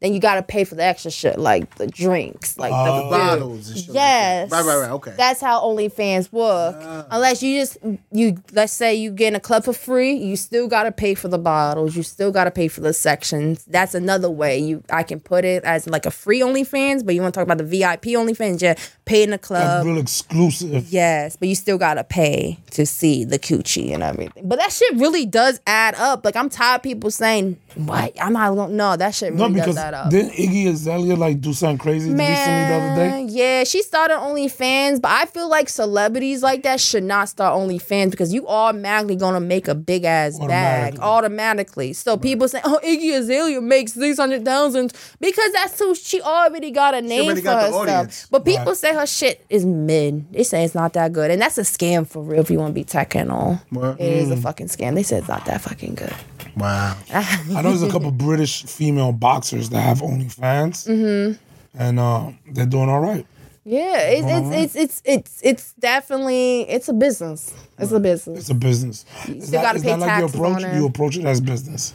Speaker 4: then you gotta pay for the extra shit like the drinks, like the
Speaker 1: bottles and shit like that.
Speaker 4: Yes.
Speaker 1: Oh. Right, right, right. Okay. Ah.
Speaker 4: That's how OnlyFans work. Unless you just you let's say you get in a club for free, you still gotta pay for the bottles. You still gotta pay for the sections. That's another way you I can put it as like a free OnlyFans, but you wanna talk about the VIP OnlyFans? Yeah, pay in the
Speaker 2: like,
Speaker 4: club.
Speaker 2: real exclusive.
Speaker 4: Yes, but you still gotta pay to see the coochie and everything. But that shit really does add up. Like I'm tired of people saying, "What? I'm not going." No, that shit really
Speaker 2: No, because
Speaker 4: does add that up.
Speaker 2: Didn't Iggy Azalea like do something crazy recently the other day?
Speaker 4: Man, yeah, she started OnlyFans, but I feel like celebrities like that should not start OnlyFans because you automatically gonna make a big ass bag
Speaker 2: Automatically.
Speaker 4: automatically. So people say, "Oh, Iggy Azalea makes six hundred thousand because that's who she already got a name
Speaker 1: already
Speaker 4: for
Speaker 1: got the
Speaker 4: herself.
Speaker 1: audience.
Speaker 4: But people say her shit is mid. They say it's not that good, and that's a scam for real. If you want to be tech and all,
Speaker 1: What?
Speaker 4: it is a fucking scam. They say it's not that fucking good.
Speaker 1: Wow.
Speaker 2: I know there's a couple British female boxers that have OnlyFans, mm-hmm. and uh, they're doing all right.
Speaker 4: Yeah, it's it's, it's it's it's it's definitely it's a business. It's a business.
Speaker 2: It's a business. Is
Speaker 4: still gotta
Speaker 2: is
Speaker 4: pay
Speaker 2: you
Speaker 4: taxes
Speaker 2: approach
Speaker 4: on it.
Speaker 2: you approach it as business,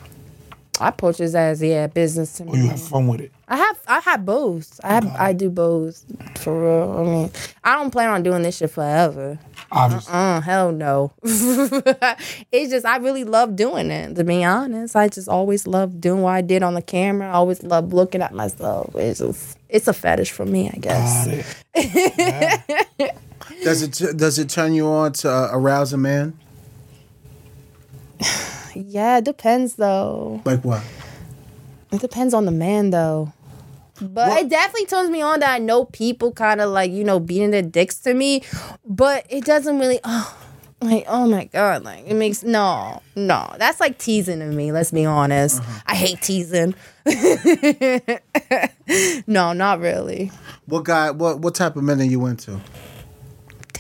Speaker 4: I approach this as yeah, business to
Speaker 2: or Oh, you
Speaker 4: me.
Speaker 2: have fun with it.
Speaker 4: I have I have both. I have, I do both for real. I mean, I don't plan on doing this shit forever.
Speaker 2: Obviously,
Speaker 4: Uh, hell no. it's just I really love doing it. To be honest, I just always loved doing what I did on the camera. I always loved looking at myself. It's just it's a fetish for me, I guess.
Speaker 2: got it.
Speaker 1: Does it does it turn you on to uh, arouse a man?
Speaker 4: Yeah, it depends though.
Speaker 1: Like what?
Speaker 4: It depends on the man though. But it definitely turns me on that I know people kind of like, you know, beating their dicks to me, but it doesn't really oh like oh my god, like it makes no, no. That's like teasing to me, let's be honest. I hate teasing. no, not really.
Speaker 1: What guy? What what type of men are you into?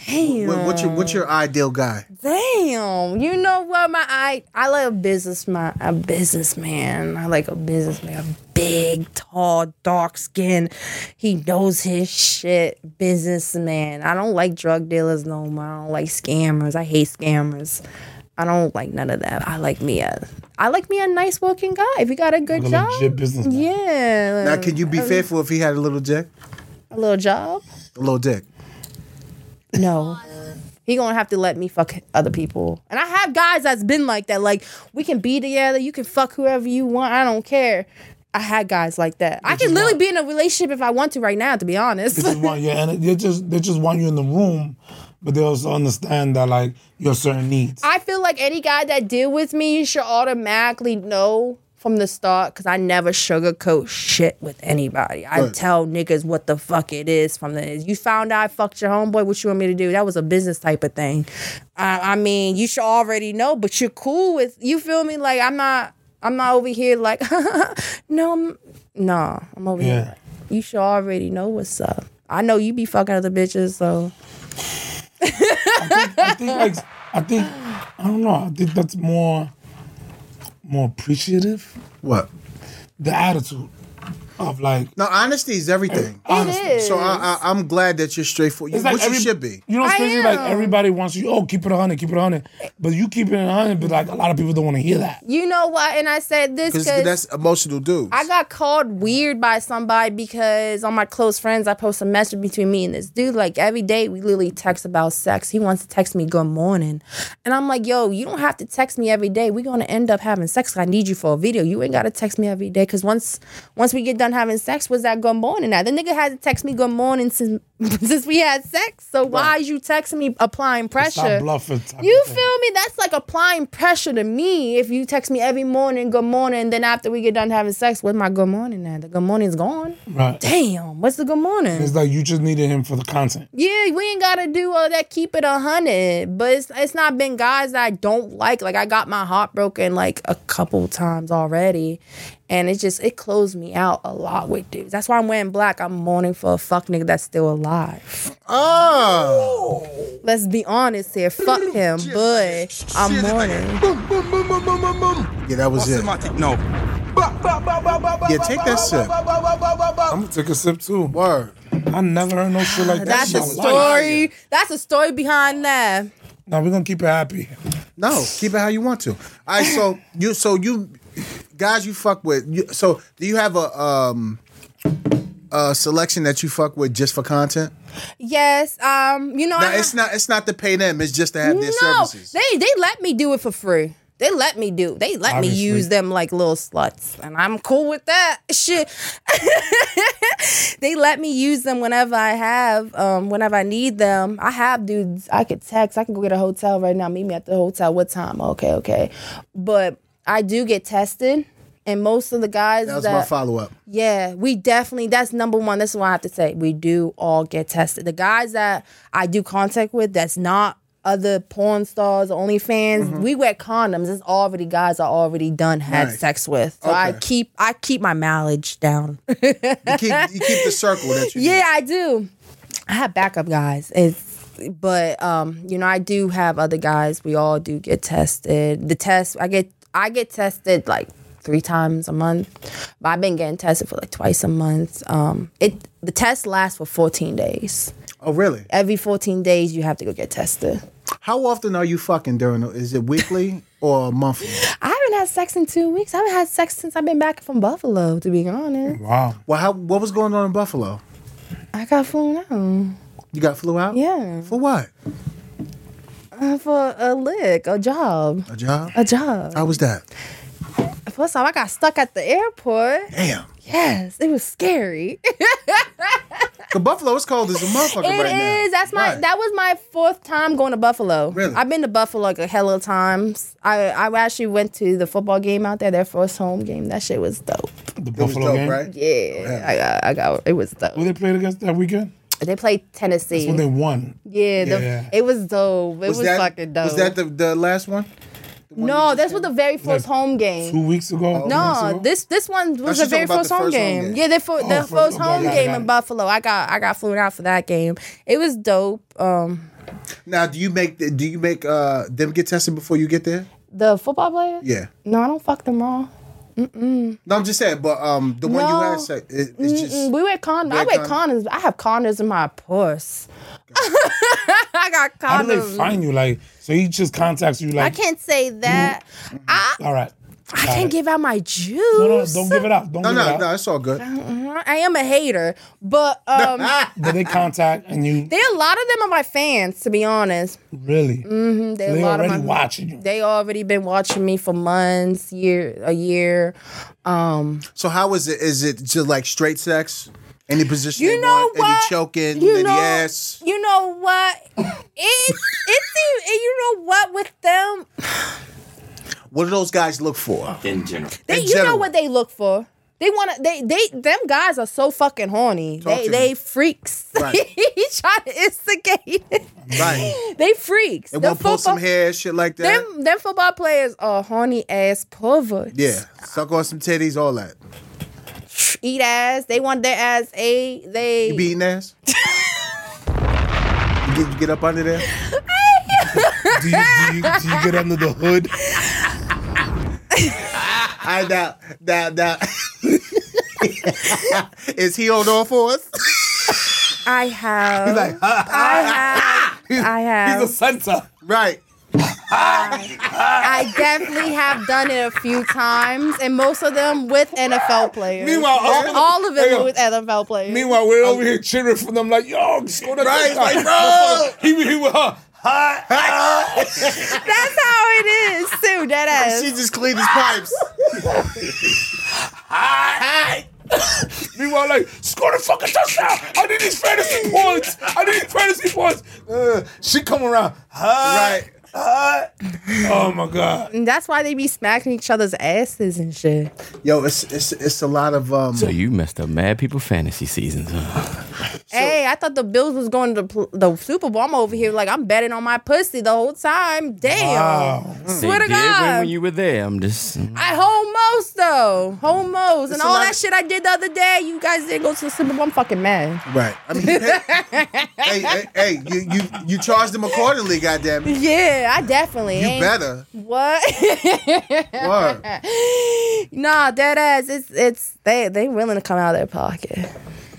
Speaker 4: Damn.
Speaker 1: What, what's your what's your ideal guy?
Speaker 4: Damn, you know what? My I I like a businessman, a businessman. I like a businessman, a big, tall, dark skin. He knows his shit. Businessman. I don't like drug dealers no more. I don't like scammers. I hate scammers. I don't like none of that. I like me a I like me a nice working guy. If you got a good
Speaker 2: Like a
Speaker 4: job,
Speaker 2: legit businessman.
Speaker 4: yeah,
Speaker 1: Now, could you be
Speaker 4: Um,
Speaker 1: faithful if he had a little dick?
Speaker 4: a little job.
Speaker 1: A little dick.
Speaker 4: No. He gonna have to let me fuck other people. And I have guys that's been like that. Like, we can be together, you can fuck whoever you want, I don't care. I had guys like that. I can literally be in a relationship if I want to right now, to be honest.
Speaker 2: They just want you, and they just they just want you in the room, but they also understand that like you have certain needs.
Speaker 4: I feel like any guy that deal with me should automatically know from the start because I never sugarcoat shit with anybody. I
Speaker 1: Right.
Speaker 4: tell niggas what the fuck it is from the you found out I fucked your homeboy, what you want me to do? That was a business type of thing. I, I mean, you should already know, but you're cool with you feel me? Like I'm not I'm not over here like no I'm, nah, I'm over
Speaker 2: yeah,
Speaker 4: here. You should already know what's up. I know you be fucking other bitches, so
Speaker 2: I think like I think I don't know. I think that's more more appreciative.
Speaker 1: What?
Speaker 2: The attitude of like
Speaker 1: No, honesty is everything.
Speaker 4: it is.
Speaker 1: So I, I, I'm glad that you're straightforward,
Speaker 2: It's like
Speaker 1: which
Speaker 2: every-
Speaker 1: you should be.
Speaker 2: You know, it's
Speaker 4: I
Speaker 2: crazy. Like
Speaker 4: am.
Speaker 2: everybody wants you. Oh, keep it hundred, keep it hundred. But you keep it hundred, but like a lot of people don't want to hear that.
Speaker 4: you know what? And I said this
Speaker 1: Because
Speaker 4: because
Speaker 1: that's emotional dudes.
Speaker 4: I got called weird by somebody because on my close friends, I post a message between me and this dude. Like every day, we literally text about sex. He wants to text me good morning, and I'm like, yo, you don't have to text me every day. We're gonna end up having sex. I need you for a video. You ain't gotta text me every day because once once we get done having sex, was that good morning? Now the nigga hasn't texted me good morning since since we had sex. So why is you texting me applying pressure?
Speaker 2: Stop bluffing. type
Speaker 4: You
Speaker 2: of thing.
Speaker 4: feel me? That's like applying pressure to me. If you text me every morning, good morning, then after we get done having sex, what's my good morning now? The good morning's gone.
Speaker 2: right?
Speaker 4: Damn, what's the good morning?
Speaker 2: It's like you just needed him for the content.
Speaker 4: Yeah, we ain't gotta do all that. Keep it a hundred, but it's it's not been guys that I don't like. Like I got my heart broken like a couple times already, and it just it closed me out a lot with dudes. That's why I'm wearing black. I'm mourning for a fuck nigga that's still alive.
Speaker 1: oh.
Speaker 4: Let's be honest here. Fuck him, but I'm mourning.
Speaker 1: Yeah, that was it.
Speaker 6: No.
Speaker 1: Yeah, take that sip.
Speaker 2: I'm gonna take a sip too.
Speaker 1: Word.
Speaker 2: I never heard no shit like that.
Speaker 4: That's
Speaker 2: in
Speaker 4: a
Speaker 2: my life.
Speaker 4: story. That's a story behind that.
Speaker 2: Now we're gonna keep it happy.
Speaker 1: No, keep it how you want to. All right, so you, so you, guys, you fuck with. You, so do you have a um a selection that you fuck with just for content?
Speaker 4: Yes. Um. You know.
Speaker 1: No,
Speaker 4: I-
Speaker 1: it's not. It's not to pay them. It's just to have their
Speaker 4: no.
Speaker 1: services.
Speaker 4: They they let me do it for free. They let me do. They let
Speaker 2: Obviously.
Speaker 4: me use them like little sluts, and I'm cool with that shit. they let me use them whenever I have, um, whenever I need them. I have dudes. I could text. I can go get a hotel right now. Meet me at the hotel. What time? Okay, okay. But I do get tested. And most of the guys
Speaker 1: That
Speaker 4: that,
Speaker 1: was my follow up.
Speaker 4: yeah, we definitely that's number one. That's what I have to say. We do all get tested. The guys that I do contact with, that's not other porn stars, or OnlyFans. We wear condoms. It's already guys I already done had
Speaker 1: Right.
Speaker 4: sex with. So I
Speaker 1: Okay.
Speaker 4: keep I keep my mileage down.
Speaker 1: You keep, you keep the circle that you
Speaker 4: Yeah, I do. I have backup guys. It's but um, you know, I do have other guys. We all do get tested. The test I get I get tested like three times a month. But I've been getting tested for like twice a month. Um it the test lasts for 14 days.
Speaker 1: Oh, really?
Speaker 4: Every 14 days you have to go get tested.
Speaker 1: How often are you fucking during? the- Is it weekly or monthly?
Speaker 4: I haven't had sex in two weeks. I haven't had sex since I've been back from Buffalo, to be honest.
Speaker 2: Wow.
Speaker 1: Well, how, what was going on in Buffalo?
Speaker 4: I got flown out.
Speaker 1: You got flew out?
Speaker 4: Yeah.
Speaker 1: For what?
Speaker 4: Uh, For a lick, a job.
Speaker 1: A job?
Speaker 4: A job.
Speaker 1: How was that?
Speaker 4: First off, I got stuck at the airport.
Speaker 1: Damn.
Speaker 4: Yes, it was scary. It
Speaker 1: Cause Buffalo is cold as a motherfucker
Speaker 4: is.
Speaker 1: right now.
Speaker 4: That's my.
Speaker 1: Right.
Speaker 4: That was my fourth time going to Buffalo.
Speaker 1: Really?
Speaker 4: I've been to Buffalo like a hell of times. I I actually went to the football game out there, their first home game. That shit was dope.
Speaker 2: The
Speaker 1: It was
Speaker 2: Buffalo
Speaker 1: dope,
Speaker 2: game.
Speaker 1: right?
Speaker 4: Yeah, I got. I got. It was
Speaker 2: Who
Speaker 4: dope.
Speaker 2: they played against that weekend?
Speaker 4: They played Tennessee.
Speaker 2: When they won.
Speaker 4: yeah, the,
Speaker 2: Yeah.
Speaker 4: it was dope. It was,
Speaker 1: that,
Speaker 4: fucking dope.
Speaker 1: Was that the, the last one?
Speaker 4: no, that's what the very first
Speaker 2: Like,
Speaker 4: home game.
Speaker 1: Mm.
Speaker 2: Two weeks
Speaker 1: Oh.
Speaker 2: ago. three weeks
Speaker 4: No,
Speaker 2: ago?
Speaker 4: this this one was
Speaker 1: she's
Speaker 4: the very
Speaker 1: talking about
Speaker 4: first
Speaker 1: the
Speaker 4: home,
Speaker 1: first home
Speaker 4: game.
Speaker 1: game. Oh,
Speaker 4: Yeah, their fir- their
Speaker 2: first-
Speaker 4: first
Speaker 2: okay,
Speaker 4: home
Speaker 2: got it,
Speaker 4: game
Speaker 2: got
Speaker 4: in
Speaker 2: it.
Speaker 4: Buffalo. I got I got flown out for that game. It was dope. Um,
Speaker 1: Now, do you make the, do you make uh, them get tested before you get there?
Speaker 4: the football players.
Speaker 1: Yeah.
Speaker 4: No, I don't fuck them all.
Speaker 1: No, I'm just saying. But um, the one you
Speaker 4: No.
Speaker 1: had sex, it, it's just
Speaker 4: Mm, we wear condoms. I
Speaker 1: wear
Speaker 4: wear condoms. I have condoms in my purse. I got
Speaker 2: How do they
Speaker 4: condoms.
Speaker 2: find you? Like, so he just contacts you.
Speaker 4: I
Speaker 2: Like,
Speaker 4: can't say that. I
Speaker 2: all right.
Speaker 4: I can't give out my juice.
Speaker 2: Mm-hmm. No, no, don't give it out. Don't
Speaker 1: no,
Speaker 2: give it
Speaker 1: no,
Speaker 2: out.
Speaker 1: no. It's all good.
Speaker 4: Uh-huh. I am a hater, but um,
Speaker 2: But they contact and you
Speaker 4: they a lot of them are my fans. To be honest,
Speaker 2: really.
Speaker 4: they
Speaker 2: So
Speaker 4: a
Speaker 2: they
Speaker 4: lot of my
Speaker 2: already watching you.
Speaker 4: they already been watching me for months, year a year. Um,
Speaker 1: So how is it? Is it just like straight sex? Any position
Speaker 4: You
Speaker 1: they
Speaker 4: know
Speaker 1: want, Any
Speaker 4: what?
Speaker 1: choking?
Speaker 4: you
Speaker 1: any
Speaker 4: know,
Speaker 1: ass?
Speaker 4: you know what? It it's even- you know what with them.
Speaker 1: What do those guys look for?
Speaker 5: In general.
Speaker 4: They,
Speaker 1: In
Speaker 4: you know
Speaker 1: general.
Speaker 4: what they look for. They want to. They they them guys are so fucking horny.
Speaker 1: Talk
Speaker 4: they
Speaker 1: to
Speaker 4: they
Speaker 1: me.
Speaker 4: freaks.
Speaker 1: Right.
Speaker 4: he tried to instigate. it.
Speaker 1: Right.
Speaker 4: they freaks.
Speaker 1: They
Speaker 4: Them
Speaker 1: want to pull some
Speaker 4: football-
Speaker 1: hair, shit like that.
Speaker 4: Them them football players are horny ass perverts.
Speaker 1: Yeah. Suck on some titties, all that.
Speaker 4: Eat ass. They want their ass ate. They
Speaker 1: You beating ass? you, get, you get up under there?
Speaker 2: do, you, do, you, do you get under the hood?
Speaker 1: I doubt, doubt, doubt. Is he on all fours?
Speaker 4: I have. I have. I
Speaker 2: He's a
Speaker 4: have.
Speaker 2: center.
Speaker 1: right.
Speaker 4: I definitely have done it a few times, and most of them with NFL players.
Speaker 2: Meanwhile,
Speaker 4: all,
Speaker 2: all-
Speaker 4: all of
Speaker 2: hang
Speaker 4: them
Speaker 2: on.
Speaker 4: with NFL players.
Speaker 2: Meanwhile, we're over here cheering for them, like, yo, score that
Speaker 1: Right,
Speaker 2: touchdown.
Speaker 1: like, bro.
Speaker 2: He uh, be here with her. Hi.
Speaker 4: That's how it is, too. That ass.
Speaker 1: She just cleaned his pipes.
Speaker 2: Meanwhile, like, score the fucking touchdown. I need these fantasy points. I need these fantasy points. Uh, she come around. Hi.
Speaker 1: Right.
Speaker 2: Hi. Oh my god.
Speaker 4: And that's why they be smacking each other's asses and shit.
Speaker 1: Yo, it's it's it's a lot of um.
Speaker 5: So you messed up mad people fantasy seasons. Huh?
Speaker 4: hey, I thought the Bills was going to the, pl- the Super Bowl. I'm over here like I'm betting on my pussy the whole time. Damn.
Speaker 2: Wow.
Speaker 4: Swear
Speaker 5: they
Speaker 4: to
Speaker 5: did win
Speaker 4: God.
Speaker 5: when you were there. I'm just.
Speaker 4: I homos though, homos, and
Speaker 1: It's a
Speaker 4: all
Speaker 1: lot
Speaker 4: that
Speaker 1: of-
Speaker 4: shit I did the other day. You guys did go to the Super Bowl. I'm fucking mad.
Speaker 1: Right. I mean, hey, hey, hey, hey, you you you charge them accordingly, goddamn. You
Speaker 4: Yeah, I definitely. ain't-
Speaker 1: better.
Speaker 4: What?
Speaker 1: Word.
Speaker 4: nah, dead ass. It's it's they they willing to come out of their pocket.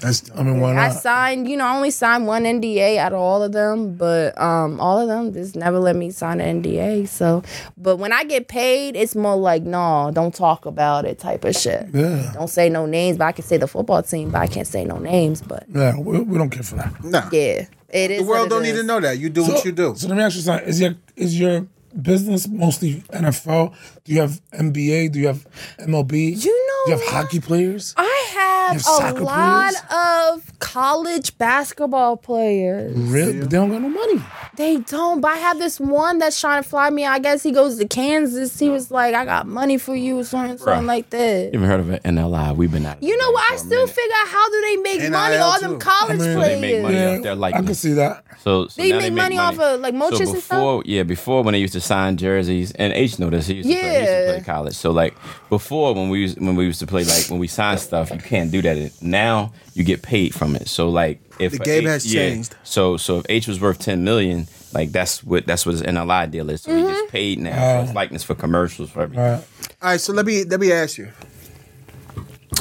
Speaker 1: That's
Speaker 2: I mean, why
Speaker 1: Uh,
Speaker 4: I
Speaker 2: not?
Speaker 4: signed, you know, I only signed one NDA out of all of them, but um, all of them just never let me sign an NDA. So, but when I get paid, it's more like, nah, don't talk about it type of shit.
Speaker 2: Yeah.
Speaker 4: Don't say no names, but I can say the football team, but I can't say no names. But
Speaker 2: Yeah, we, we don't care for that.
Speaker 1: nah.
Speaker 4: yeah, it is.
Speaker 1: The world
Speaker 4: what it
Speaker 1: don't need
Speaker 4: is.
Speaker 1: to know that. You do what you do.
Speaker 2: So let me ask you something. Is your is your business mostly NFL? Do you have NBA? Do you have MLB?
Speaker 4: You know
Speaker 2: Do you have
Speaker 4: what?
Speaker 2: hockey players?
Speaker 4: I have a
Speaker 2: soccer
Speaker 4: lot of college basketball players.
Speaker 2: Really? But they don't got no money.
Speaker 4: They don't, but I have this one that's trying to fly me. I guess he goes to Kansas. He was like, I got money for you or something, something like that.
Speaker 5: You haven't heard of it? NLI. We've been out.
Speaker 4: You know what? I still figure out how do they make
Speaker 1: NIL
Speaker 4: money? All them
Speaker 1: too.
Speaker 4: college
Speaker 2: I mean, they
Speaker 4: players.
Speaker 5: They make money off their
Speaker 2: I can
Speaker 5: likeness.
Speaker 2: see that.
Speaker 5: So, so
Speaker 4: They
Speaker 5: now
Speaker 4: make money off of, like, mochas and
Speaker 5: before,
Speaker 4: stuff?
Speaker 5: Yeah, before when they used to sign jerseys, and H noticed he used, to play, he used
Speaker 4: Yeah.
Speaker 5: to play college. So like before when we used, when we used to play like when we signed stuff, you can't do that. Now you get paid from it. So like if
Speaker 1: The
Speaker 5: a
Speaker 1: game
Speaker 5: H-
Speaker 1: has
Speaker 5: yeah,
Speaker 1: changed.
Speaker 5: So so if H was worth ten million, like that's what that's what his NLI deal is. So he
Speaker 4: Mm-hmm.
Speaker 5: gets paid now. so it's likeness for commercials for everything.
Speaker 2: All right.
Speaker 1: All right, so let me let me ask you,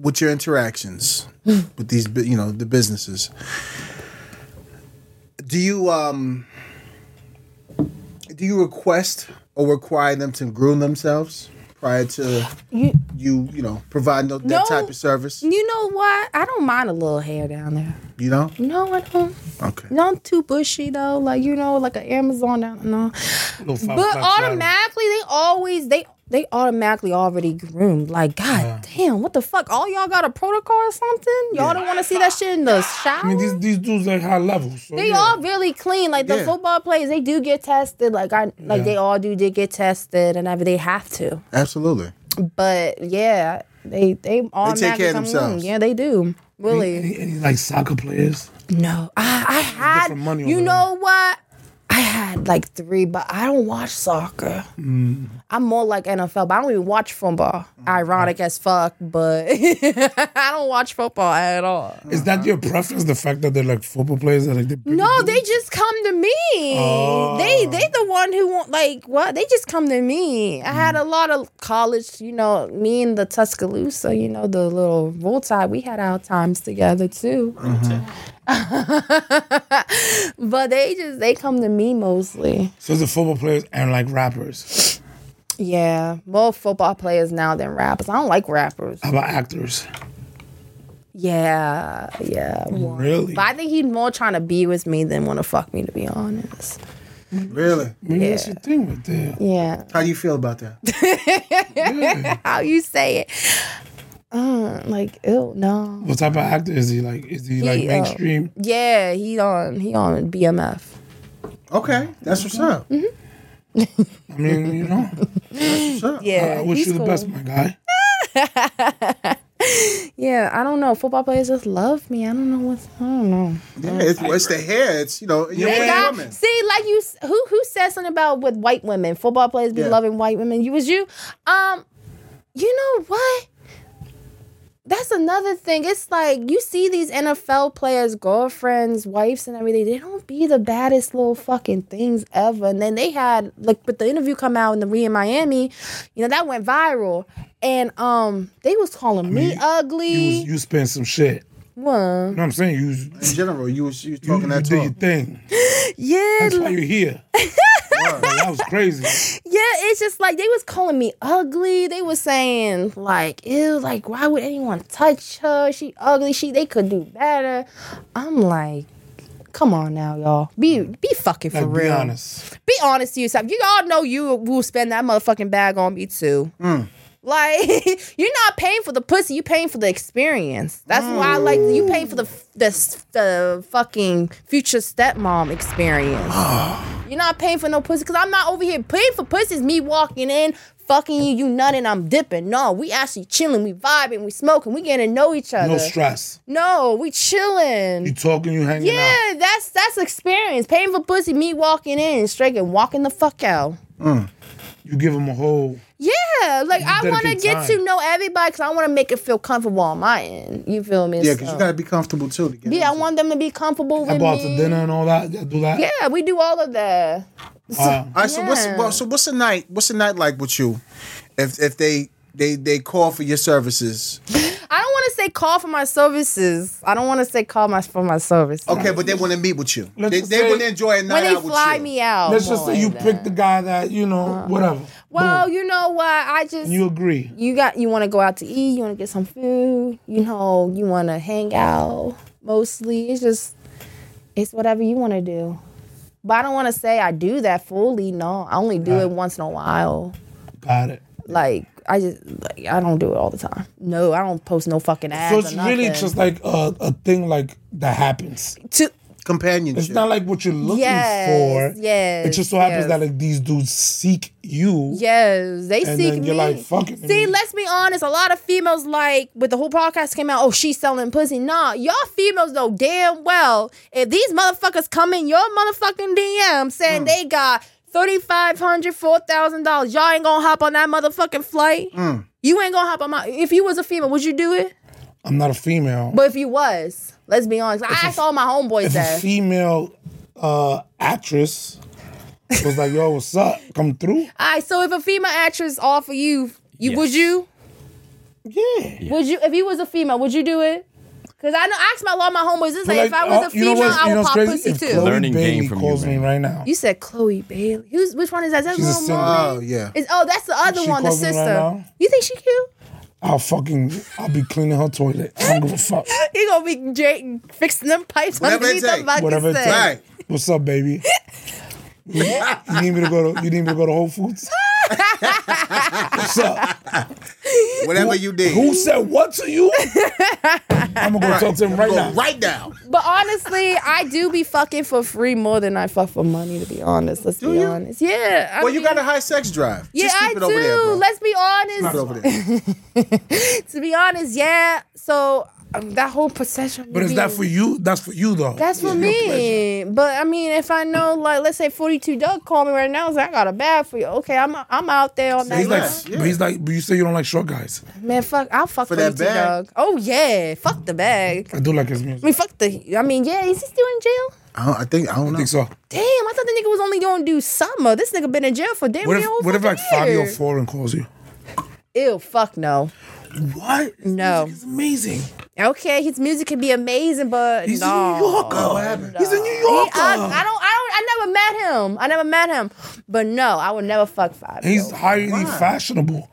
Speaker 1: with your interactions
Speaker 4: Hmm.
Speaker 1: with these, bu- you know, the businesses, do you um do you request or require them to groom themselves prior to you you, know providing tho- that
Speaker 4: No.
Speaker 1: type of service?
Speaker 4: You know what? I don't mind a little hair down there.
Speaker 1: You know,
Speaker 4: No, I don't.
Speaker 1: okay.
Speaker 4: Not too bushy though. Like you know, like an Amazon down. No.
Speaker 2: Little five
Speaker 4: But
Speaker 2: o'clock shadow.
Speaker 4: automatically, they always they they automatically already groomed. Like, god damn, what the fuck? All y'all got a protocol or something? Y'all don't want to see that shit in the shower.
Speaker 2: I mean, these these dudes like high levels. So
Speaker 4: they
Speaker 2: yeah.
Speaker 4: all really clean. Like the
Speaker 1: Yeah.
Speaker 4: football players, they do get tested. Like I, like
Speaker 2: Yeah.
Speaker 4: they all do did get tested, and I, they have to.
Speaker 1: Absolutely.
Speaker 4: But yeah, they they all
Speaker 1: take care of themselves.
Speaker 4: Yeah, they do. Really.
Speaker 2: Any, any, like soccer players.
Speaker 4: No, I, I had.
Speaker 2: different money
Speaker 4: You
Speaker 2: over
Speaker 4: know what? I had like three, but I don't watch soccer.
Speaker 1: Mm.
Speaker 4: I'm more like NFL, but I don't even watch football. Ironic as fuck, but I don't watch football at all.
Speaker 2: Is that your preference? The fact that they're like football players that like they're big
Speaker 4: Uh-huh. No,
Speaker 2: dudes?
Speaker 4: they just come to me. They they the one who want like what? They just come to me. I had a lot of college, you know, me and the Tuscaloosa, you know, the little roll tide. We had our times together too. but they just they come to me mostly.
Speaker 2: So the football players and like rappers.
Speaker 4: Yeah, more football players now than rappers. I don't like rappers.
Speaker 2: How about actors?
Speaker 4: Yeah, yeah. more.
Speaker 2: Really?
Speaker 4: But I think he's more trying to be with me than want to fuck me, to be honest.
Speaker 1: Really?
Speaker 2: Maybe that's your thing right there.
Speaker 4: Yeah.
Speaker 1: How do you feel about that?
Speaker 4: how you say it. Uh, like, ew, no.
Speaker 2: What type of actor is he? Like, is he like
Speaker 4: He, uh,
Speaker 2: mainstream?
Speaker 4: Yeah, he on he on BMF.
Speaker 1: Okay, that's what's up.
Speaker 4: Mm-hmm.
Speaker 2: I mean, you know,
Speaker 1: What's up?
Speaker 4: Yeah,
Speaker 2: I wish
Speaker 4: he's
Speaker 2: you the
Speaker 4: cool.
Speaker 2: best, my guy.
Speaker 4: Yeah, I don't know. Football players just love me. I don't know what's I don't know.
Speaker 1: Yeah, it's, it's the hair. It's you know, you're
Speaker 4: They
Speaker 1: a
Speaker 4: got,
Speaker 1: woman.
Speaker 4: see, like you, s- who who said something about with white women? Football players be
Speaker 1: Yeah.
Speaker 4: loving white women. You was you. Um, you know what? That's another thing. It's like you see these NFL players, girlfriends, wives, and everything. They don't be the baddest little fucking things ever. And then they had like, but the interview come out in the re in Miami, you know that went viral, and um, they was calling me
Speaker 2: mean,
Speaker 4: ugly.
Speaker 2: You was, you spend some shit.
Speaker 4: What?
Speaker 2: You know what I'm saying? You was,
Speaker 1: In general, you was, you was
Speaker 2: you,
Speaker 1: talking
Speaker 2: you
Speaker 1: that
Speaker 2: did your
Speaker 1: talk.
Speaker 2: thing.
Speaker 4: Yeah,
Speaker 2: That's why you're here. that was crazy.
Speaker 4: Yeah, it's just like they was calling me ugly. They was saying like, ew, like why would anyone touch her? She ugly. She they could do better. I'm like, come on now, y'all. Be be fucking for
Speaker 2: Like,
Speaker 4: real.
Speaker 2: be honest.
Speaker 4: Be honest to yourself. You all know you will spend that motherfucking bag on me too.
Speaker 2: Mm.
Speaker 4: Like you're not paying for the pussy, you paying for the experience. That's why I like you paying for the the the fucking future stepmom experience. you're not paying for no pussy because I'm not over here paying for pussy. Is me walking in, fucking you, you nutting, I'm dipping. No, we actually chilling, we vibing, we smoking, we getting to know each other.
Speaker 2: No stress.
Speaker 4: No, we chilling.
Speaker 2: You talking, you hanging out.
Speaker 4: Yeah, that's that's experience. Paying for pussy, me walking in straight and walking the fuck out.
Speaker 2: You give them a whole.
Speaker 4: Yeah, like I want to
Speaker 2: dedicate
Speaker 4: get
Speaker 2: time.
Speaker 4: to know everybody because I want to make it feel comfortable on my end. You feel me?
Speaker 1: Yeah, because
Speaker 4: So-
Speaker 1: you gotta be comfortable too. To get
Speaker 4: yeah, I
Speaker 1: into it.
Speaker 4: want them to uh, be comfortable
Speaker 2: I
Speaker 4: with
Speaker 2: bought to
Speaker 4: me.
Speaker 2: dinner and all that. Do that.
Speaker 4: Yeah, we do all of that.
Speaker 2: Wow.
Speaker 1: All right, so what's
Speaker 4: Yeah.
Speaker 1: well, so what's a night? What's a night like with you? If if they they they call for your services,
Speaker 4: I don't want to say call for my services. I don't want to say call my for my services.
Speaker 1: okay, but they want to meet with you.
Speaker 2: Let's
Speaker 1: They,
Speaker 2: just
Speaker 1: they
Speaker 2: say-
Speaker 1: want to enjoy a night
Speaker 4: when they
Speaker 1: out with
Speaker 4: fly
Speaker 1: you.
Speaker 4: me out.
Speaker 2: Let's just
Speaker 4: more
Speaker 2: say you
Speaker 4: like
Speaker 2: pick the
Speaker 4: that.
Speaker 2: guy
Speaker 4: Uh-huh.
Speaker 2: that you know, whatever.
Speaker 4: Well,
Speaker 2: Boom.
Speaker 4: you know what? I just
Speaker 2: you agree.
Speaker 4: you got you want to go out to eat you want to get some food you know you want to hang out mostly it's just it's whatever you want to do but i don't want to say i do that fully no i only do it once in a while
Speaker 2: Got it.
Speaker 4: like I just like I don't do it all the time. No, I don't post no fucking ads.
Speaker 2: So
Speaker 4: or
Speaker 2: it's really
Speaker 4: nothing.
Speaker 2: just like a, a thing like that happens.
Speaker 4: to
Speaker 1: Companionship.
Speaker 2: It's not like what you're looking
Speaker 4: Yes,
Speaker 2: for.
Speaker 4: yes,
Speaker 2: It just so happens
Speaker 4: yes.
Speaker 2: that like these dudes seek you.
Speaker 4: Yes, they
Speaker 2: And
Speaker 4: seek
Speaker 2: then
Speaker 4: me.
Speaker 2: you're like, "Fuck it,
Speaker 4: See,
Speaker 2: nigga."
Speaker 4: let's be honest. A lot of females like with the whole podcast came out. Oh, she's selling pussy. Nah, y'all females know damn well if these motherfuckers come in your motherfucking DM
Speaker 2: Mm.
Speaker 4: saying they got. $3,500, $4,000. Y'all ain't gonna hop on that motherfucking flight.
Speaker 2: Mm.
Speaker 4: You ain't gonna hop on my. If you was a female, would you do it?
Speaker 2: I'm not a female.
Speaker 4: But if you was, let's be honest. I asked all my homeboys
Speaker 2: if a
Speaker 4: that.
Speaker 2: female uh, actress was like, "Yo, what's up? Come through."
Speaker 4: all right, so if a female actress offer you, you would
Speaker 5: Yes.
Speaker 4: you?
Speaker 2: Yeah.
Speaker 4: Would you, if you was a female, would you do it? Cause I know I asked my lot of my homeboys. This like, if I was
Speaker 2: uh,
Speaker 4: a female,
Speaker 2: what's-
Speaker 4: I would
Speaker 2: what's
Speaker 4: pop pussy
Speaker 2: If
Speaker 4: too.
Speaker 2: Chloe
Speaker 5: Learning game
Speaker 2: Bailey
Speaker 5: from you,
Speaker 2: calls me
Speaker 5: man.
Speaker 2: right now.
Speaker 4: you said Chloe Bailey. Who's which one is that? Is that
Speaker 2: She's a
Speaker 4: Little
Speaker 2: singer.
Speaker 1: Oh
Speaker 4: Mermaid?
Speaker 1: yeah.
Speaker 4: Is oh that's the other
Speaker 2: She
Speaker 4: one, the
Speaker 2: calls me right
Speaker 4: sister.
Speaker 2: now?
Speaker 4: you think she cute?
Speaker 2: I'll fucking, I'll be cleaning her toilet. I don't give a fuck.
Speaker 4: You gonna be Jake fixing them pipes
Speaker 1: Whatever it
Speaker 4: underneath the
Speaker 1: take.
Speaker 4: bucket
Speaker 2: Whatever it
Speaker 4: set.
Speaker 2: take.
Speaker 1: Right.
Speaker 2: What's up, baby? You, you need me to go to, you need me to go to Whole Foods? What's up?
Speaker 1: Whatever you did.
Speaker 2: Who said what to you? I'm gonna go talk to him right now.
Speaker 1: Go right now.
Speaker 4: But honestly, I do be fucking for free more than I fuck for money. To be honest, let's be
Speaker 1: you?
Speaker 4: honest. Yeah. I
Speaker 1: Well, you
Speaker 4: mean-
Speaker 1: got a high sex drive.
Speaker 4: Yeah,
Speaker 1: Just keep
Speaker 4: I
Speaker 1: it
Speaker 4: do.
Speaker 1: over there, bro.
Speaker 4: Let's be honest.
Speaker 1: keep it over there.
Speaker 4: to be honest, yeah. So um, that whole possession.
Speaker 2: But is that for you? That's for you though.
Speaker 4: That's for me. But I mean, if I know, like, let's say forty two Doug called me right now, and said, I got a bag for you. Okay, I'm I'm out there on that.
Speaker 2: He's like,
Speaker 4: line.
Speaker 1: Yeah.
Speaker 2: but he's like, but you say you don't like short guys.
Speaker 4: man, fuck, I'll fuck
Speaker 1: For
Speaker 4: forty
Speaker 1: that
Speaker 4: two
Speaker 1: bag.
Speaker 4: Doug. Oh yeah, fuck the bag. I
Speaker 2: I do like his music.
Speaker 4: mean, fuck the. I mean, yeah, is he still in jail?
Speaker 1: I, don't, I think I don't
Speaker 2: I
Speaker 1: know.
Speaker 2: think so.
Speaker 4: Damn, I thought the nigga was only gonna do summer. This nigga been in jail for damn
Speaker 2: What
Speaker 4: near
Speaker 2: if,
Speaker 4: a whole
Speaker 2: what if like
Speaker 4: fucking year.
Speaker 2: Fabio Foreign calls you?
Speaker 4: Ew, fuck no.
Speaker 2: What?
Speaker 4: No.
Speaker 2: It's amazing.
Speaker 4: Okay, his music can be amazing, but
Speaker 2: He's
Speaker 4: no.
Speaker 2: a New Yorker.
Speaker 1: what happened?
Speaker 2: He's a New
Speaker 4: He-
Speaker 2: Yorker.
Speaker 4: I, I don't. I don't. I never met him. I never met him. But no, I would never fuck Fabio.
Speaker 2: He's highly fashionable.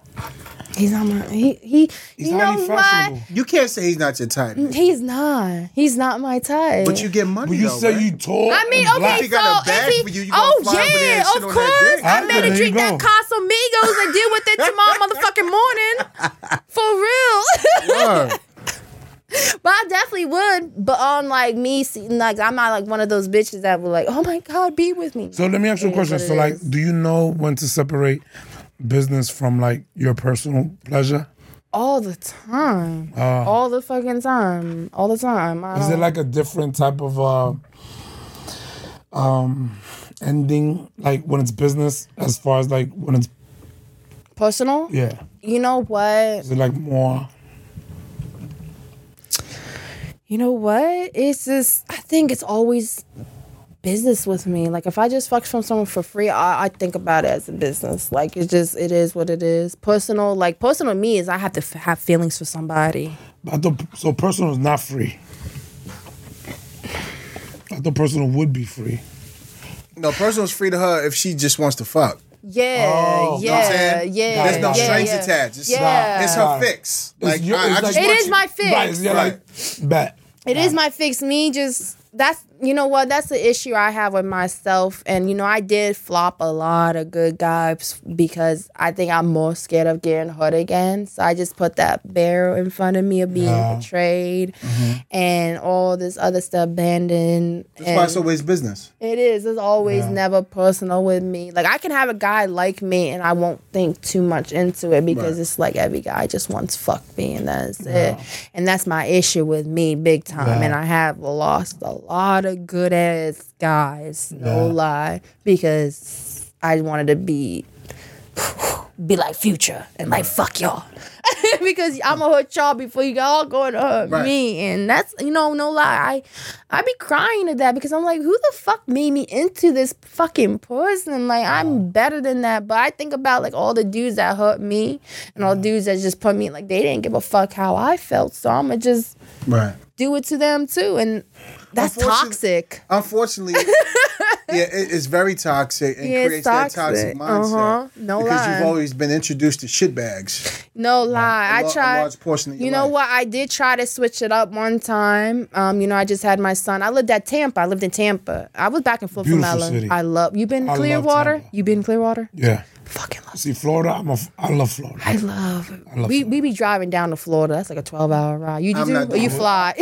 Speaker 4: He's not my. He he.
Speaker 2: He's
Speaker 4: you know
Speaker 2: highly
Speaker 4: what?
Speaker 2: fashionable.
Speaker 1: You can't say he's not your type,
Speaker 4: He's not. He's not my type.
Speaker 1: but you get money.
Speaker 2: But you
Speaker 1: though,
Speaker 2: say
Speaker 1: right?
Speaker 2: you tall.
Speaker 4: I mean,
Speaker 2: and
Speaker 4: okay,
Speaker 2: black.
Speaker 1: He
Speaker 4: so
Speaker 1: got a bag
Speaker 4: if he,
Speaker 1: for you, you gonna
Speaker 4: oh
Speaker 1: fly over there
Speaker 4: yeah,
Speaker 1: and sit
Speaker 4: of
Speaker 1: on that
Speaker 4: course.
Speaker 1: dick.
Speaker 4: I
Speaker 2: Alright,
Speaker 4: made
Speaker 2: there
Speaker 4: her
Speaker 2: you
Speaker 4: drink that
Speaker 2: go.
Speaker 4: Casamigos and deal with it tomorrow motherfucking morning, for real.
Speaker 1: Word.
Speaker 4: but I definitely would. But on like me, see- like I'm not like one of those bitches that would like, oh my god, be with me.
Speaker 2: So let me ask you a
Speaker 4: It is
Speaker 2: question.
Speaker 4: what it
Speaker 2: So like,
Speaker 4: is.
Speaker 2: do you know when to separate business from like your personal pleasure?
Speaker 4: all the time,
Speaker 1: Uh.
Speaker 4: all the fucking time, all the time. I
Speaker 2: Is it
Speaker 4: don't-
Speaker 2: like a different type of uh, um ending? Like when it's business, as far as like when it's
Speaker 4: personal?
Speaker 2: yeah,
Speaker 4: You know what?
Speaker 2: is it like more?
Speaker 4: You know what? It's just I think it's always business with me. Like if I just fuck from someone for free, I, I think about it as a business. Like it's just it is what it is. Personal, like personal to me is I have to f- have feelings for somebody.
Speaker 2: I thought so. Personal is not free. I thought personal would be free.
Speaker 1: No, personal's free to her if she just wants to fuck.
Speaker 4: Yeah,
Speaker 2: Oh,
Speaker 1: You know what I'm
Speaker 4: yeah,
Speaker 1: saying?
Speaker 4: yeah.
Speaker 1: There's no
Speaker 4: yeah,
Speaker 1: strings
Speaker 4: yeah.
Speaker 1: attached. It's,
Speaker 4: Yeah.
Speaker 1: it's her fix. Like,
Speaker 2: your-
Speaker 1: I, I
Speaker 2: it's
Speaker 1: just
Speaker 2: like-
Speaker 1: want
Speaker 4: It is
Speaker 1: you.
Speaker 4: my fix.
Speaker 2: Right? Yeah, like bet.
Speaker 4: It is my fix. Me just that's you know what that's the issue I have with myself, and you know I did flop a lot of good guys because I think I'm more scared of getting hurt again. So I just put that barrel in front of me of being
Speaker 2: Yeah.
Speaker 4: betrayed and all this other stuff, abandoned.
Speaker 1: Mm-hmm. That's why
Speaker 4: and-
Speaker 1: it's always business.
Speaker 4: it is. It's always never personal with me. Like I can have a guy like me, and I won't think too much into it because
Speaker 1: Right.
Speaker 4: it's like every guy just wants fuck me, and that's it. And that's my issue with me, big time. And I have lost a lot of good ass guys, no lie, because I wanted to be be like future and like fuck y'all. because I'm gonna hurt y'all before y'all going to hurt
Speaker 1: Right.
Speaker 4: me, and that's you know no lie, I I be crying at that because I'm like, who the fuck made me into this fucking person? Like I'm better than that, but I think about like all the dudes that hurt me and all the dudes that just put me like they didn't give a fuck how I felt, so I'ma just
Speaker 1: Right.
Speaker 4: do it to them too, and that's
Speaker 1: Unfortunately-
Speaker 4: toxic.
Speaker 1: Unfortunately, yeah, it, it's very toxic and
Speaker 4: Yeah, it's
Speaker 1: creates that toxic
Speaker 4: toxic.
Speaker 1: mindset.
Speaker 4: Uh-huh. No
Speaker 1: because
Speaker 4: lie.
Speaker 1: you've always been introduced to shit bags.
Speaker 4: No
Speaker 1: lo-
Speaker 4: lie, I
Speaker 1: a
Speaker 4: tried.
Speaker 1: large portion of your
Speaker 4: you know
Speaker 1: life.
Speaker 4: what? I did try to switch it up one time. Um, you know, I just had my son. I lived at Tampa. I lived in Tampa. I was back and forth from
Speaker 2: Beautiful
Speaker 4: LA.
Speaker 2: city.
Speaker 4: I love. You been in
Speaker 2: I love
Speaker 4: Clearwater?
Speaker 2: Tampa.
Speaker 4: You been in Clearwater?
Speaker 2: Yeah.
Speaker 4: Fucking
Speaker 2: See, Florida, I'm a, f- I love Florida.
Speaker 4: I love. we we be driving down to Florida. That's like a twelve hour ride. You
Speaker 1: I'm
Speaker 4: do
Speaker 1: not
Speaker 4: or you
Speaker 1: doing it.
Speaker 4: fly.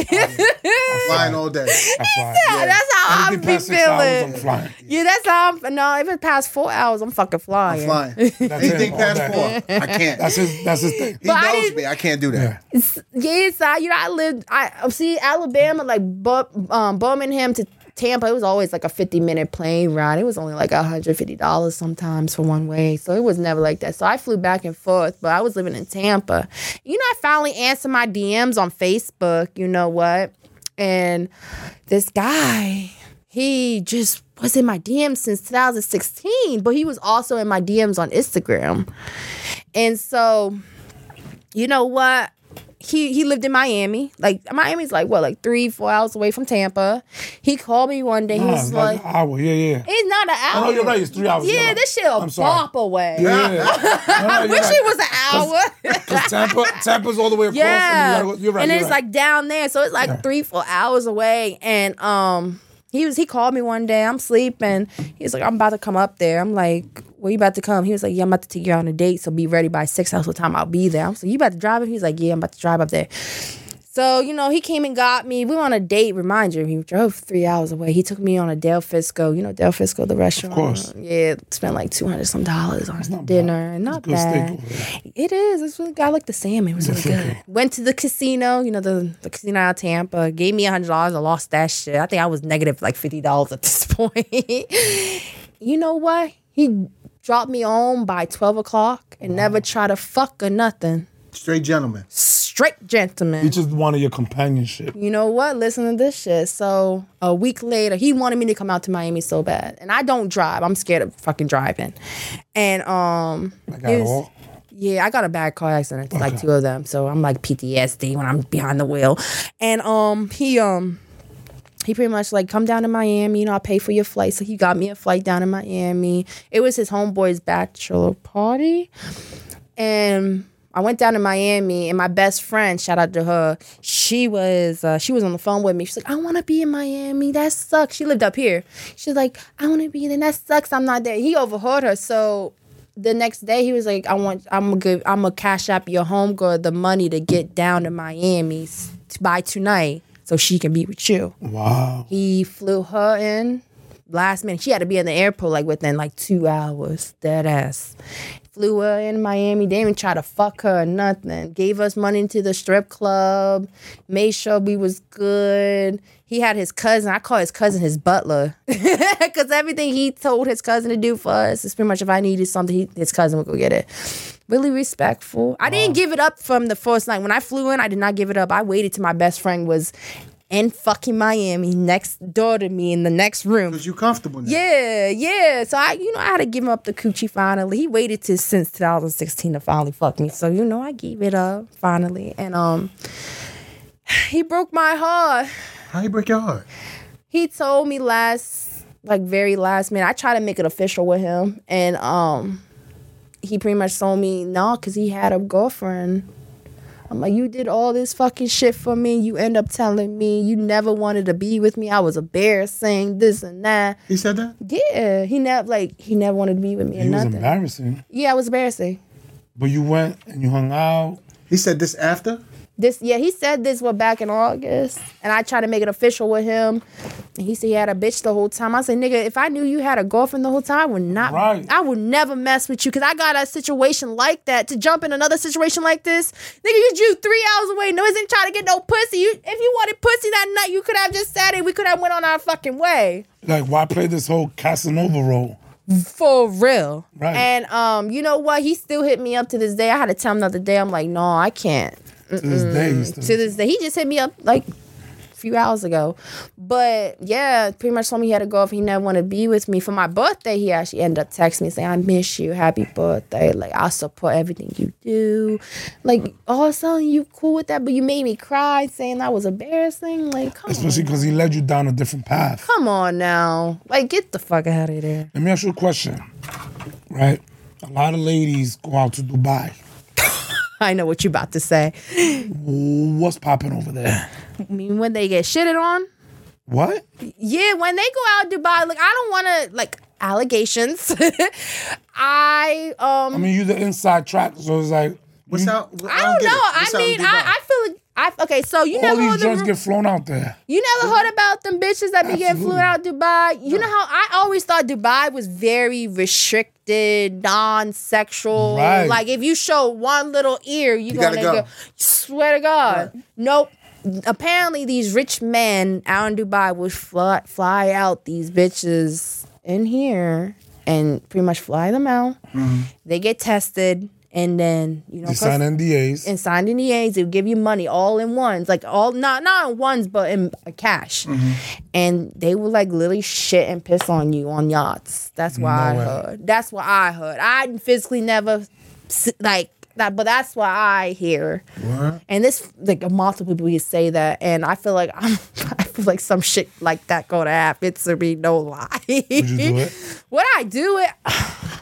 Speaker 1: Flying all day.
Speaker 2: I fly.
Speaker 4: That's how I be
Speaker 2: Anything past six hours, I'm
Speaker 4: feeling.
Speaker 2: flying.
Speaker 4: Yeah, that's how I'm. No, if it past four hours, I'm fucking flying.
Speaker 1: Flying.
Speaker 2: it,
Speaker 1: Anything
Speaker 2: all
Speaker 1: past
Speaker 2: day.
Speaker 1: four, I can't.
Speaker 2: That's his, that's his thing.
Speaker 1: he
Speaker 4: But I
Speaker 1: knows
Speaker 4: didn't-
Speaker 1: me. I can't do
Speaker 2: Yeah.
Speaker 1: that.
Speaker 4: Yes, I you know I lived I oh, see Alabama like Bu- um, Birmingham to Tampa. It was always like a fifty minute plane ride. It was only like hundred fifty dollars sometimes for one way, so it was never like that. So I flew back and forth, but I was living in Tampa. You know, I finally answered my DMs on Facebook. You know what? And this guy, he just was in my DMs since 2016, but he was also in my DMs on Instagram. And so, you know what? He he lived in Miami. Like Miami's like what, like three, four hours away from Tampa. He called me one day. He
Speaker 2: Nah,
Speaker 4: was
Speaker 2: it's like
Speaker 4: like,
Speaker 2: an hour. Yeah, yeah.
Speaker 4: "It's not an
Speaker 2: I
Speaker 4: hour."
Speaker 2: know you're right. It's three hours.
Speaker 4: Yeah,
Speaker 2: You're right.
Speaker 4: this shit a
Speaker 2: I'm sorry.
Speaker 4: bop away.
Speaker 2: Yeah, Oh, yeah. No, no,
Speaker 4: I
Speaker 2: you're
Speaker 4: wish
Speaker 2: right.
Speaker 4: it was an hour.
Speaker 2: 'Cause Tampa, Tampa's all the way across.
Speaker 4: Yeah.
Speaker 2: And you gotta go, you're right.
Speaker 4: And
Speaker 2: you're
Speaker 4: it's
Speaker 2: right.
Speaker 4: like down there. So it's like three, four hours away. And um he was he called me one day. I'm sleeping. He was like, I'm about to come up there. I'm like, Where you about to come? He was like, Yeah, I'm about to take you out on a date. So be ready by six hours of time. I'll be there. I'm like, You about to drive up? He's like, Yeah, I'm about to drive up there. So, you know, he came and got me. We were on a date, remind you, he drove three hours away. He took me on a Del Fisco, you know, Del Fisco, the restaurant.
Speaker 2: course.
Speaker 4: Yeah, spent like 200 some dollars on
Speaker 2: not
Speaker 4: dinner. and Not
Speaker 2: Good
Speaker 4: bad.
Speaker 2: steak over there.
Speaker 4: It is. It's really good. I like the salmon. It was really good. Went to the casino, you know, the, the casino out of Tampa. Gave me $100. I lost that shit. I think I was negative like $50 at this point. you know what? He dropped me home by 12 o'clock and never tried to fuck or nothing.
Speaker 1: Straight gentleman.
Speaker 4: Straight gentleman.
Speaker 2: It's just one of your companionship.
Speaker 4: You know what? Listen to this shit. So a week later, he wanted me to come out to Miami so bad. And I don't drive. I'm scared of fucking driving. And um
Speaker 2: Like at
Speaker 4: it was-
Speaker 2: all.
Speaker 4: yeah, I got a bad car accident, like two of them. So I'm like PTSD when I'm behind the wheel. And um he um he pretty much like come down to Miami, you know, I'll pay for your flight. So he got me a flight down in Miami. It was his homeboy's bachelor party. And I went down to Miami and my best friend, shout out to her, she was uh, she was on the phone with me. She's like, I wanna be in Miami. That sucks. She lived up here. She's like, I wanna be there. That sucks. I'm not there. He overheard her. So the next day he was like, I want I'm gonna give I'm gonna cash up your homegirl the money to get down to Miami s- by tonight so she can be with you.
Speaker 2: Wow.
Speaker 4: He flew her in last minute. She had to be in the airport like within like two hours. Dead ass. Flew her in Miami. They didn't even try to fuck her or nothing. Gave us money to the strip club. Made sure we was good. He had his cousin. I call his cousin his butler because everything he told his cousin to do for us is pretty much if I needed something, he, his cousin would go get it. Really respectful. I didn't give it up from the first night. When I flew in, I did not give it up. I waited till my best friend was in fucking Miami next door to me in the next room.
Speaker 1: Because you comfortable now.
Speaker 4: Yeah, yeah. So I, you know, I had to give him up the coochie finally. He waited till since 2016 to finally fuck me. So you know, I gave it up finally, and um, he broke my heart.
Speaker 1: How you break your heart?
Speaker 4: He told me last, like very last minute. I tried to make it official with him, and um, he pretty much told me no, cause he had a girlfriend. I'm like, you did all this fucking shit for me. You end up telling me you never wanted to be with me. I was embarrassing, this and that.
Speaker 1: He said that?
Speaker 4: Yeah, he never like he never wanted to be with me or
Speaker 2: It was
Speaker 4: nothing.
Speaker 2: embarrassing.
Speaker 4: yeah, it was embarrassing.
Speaker 2: But you went and you hung out.
Speaker 1: He said this after?
Speaker 4: This yeah, he said this was back in August, and I tried to make it official with him. And he said he had a bitch the whole time. I said, nigga, if I knew you had a girlfriend the whole time, I would not.
Speaker 2: Right.
Speaker 4: I would never mess with you because I got a situation like that to jump in another situation like this. Nigga, you drew three hours away. No, isn't trying to get no pussy. You if you wanted pussy that night, you could have just said it. We could have went on our fucking way.
Speaker 2: Like, why play this whole Casanova role?
Speaker 4: for real.
Speaker 2: Right.
Speaker 4: And um, you know what? He still hit me up to this day. I had to tell him the other day. I'm like, no, I can't.
Speaker 2: To this day, you still-
Speaker 4: To this day, he just hit me up like a few hours ago. But yeah, pretty much told me he had to go if he never wanted to be with me for my birthday. He actually ended up texting me saying, "I miss you. Happy birthday. Like I support everything you do. Like all of a sudden you cool with that, but you made me cry saying that was embarrassing. Like come
Speaker 2: especially
Speaker 4: on,
Speaker 2: because he led you down a different path.
Speaker 4: come on now. Like get the fuck out of there.
Speaker 2: Let me ask you a question, right? A lot of ladies go out to Dubai.
Speaker 4: I know what you' about to say."
Speaker 2: What's popping over there?
Speaker 4: mean when they get shitted on
Speaker 2: What?
Speaker 4: Yeah, when they go out Dubai, like I don't want to like allegations. I um
Speaker 2: I mean, you the inside track, so it's like
Speaker 1: What's
Speaker 2: you,
Speaker 1: out?
Speaker 4: Mm-hmm. I don't know. I mean, I, I feel like I okay. So you
Speaker 2: all
Speaker 4: never
Speaker 2: these
Speaker 4: heard
Speaker 2: drugs
Speaker 4: of-
Speaker 2: get flown out there.
Speaker 4: you never heard about them bitches that be getting flew out Dubai. You know how I always thought Dubai was very restricted, non-sexual.
Speaker 2: Right.
Speaker 4: Like if you show one little ear, you, gonna
Speaker 1: gotta go.
Speaker 4: go. Swear to God, nope. Apparently, these rich men out in Dubai would fly, fly out these bitches in here and pretty much fly them out. They get tested, and then you know
Speaker 2: They sign NDAs.
Speaker 4: and signed NDAs. They'll give you money all in ones, like all not not in ones, but in uh, cash.
Speaker 2: Mm-hmm.
Speaker 4: And they will like literally shit and piss on you on yachts. That's what I
Speaker 2: way.
Speaker 4: heard. That's what I heard. I physically never s- like that, but that's what I hear. And this like multiple people say that, and I feel like I'm. I feel like some shit like that gonna happen to me. No lie.
Speaker 2: Would you do it?
Speaker 4: Would I do it?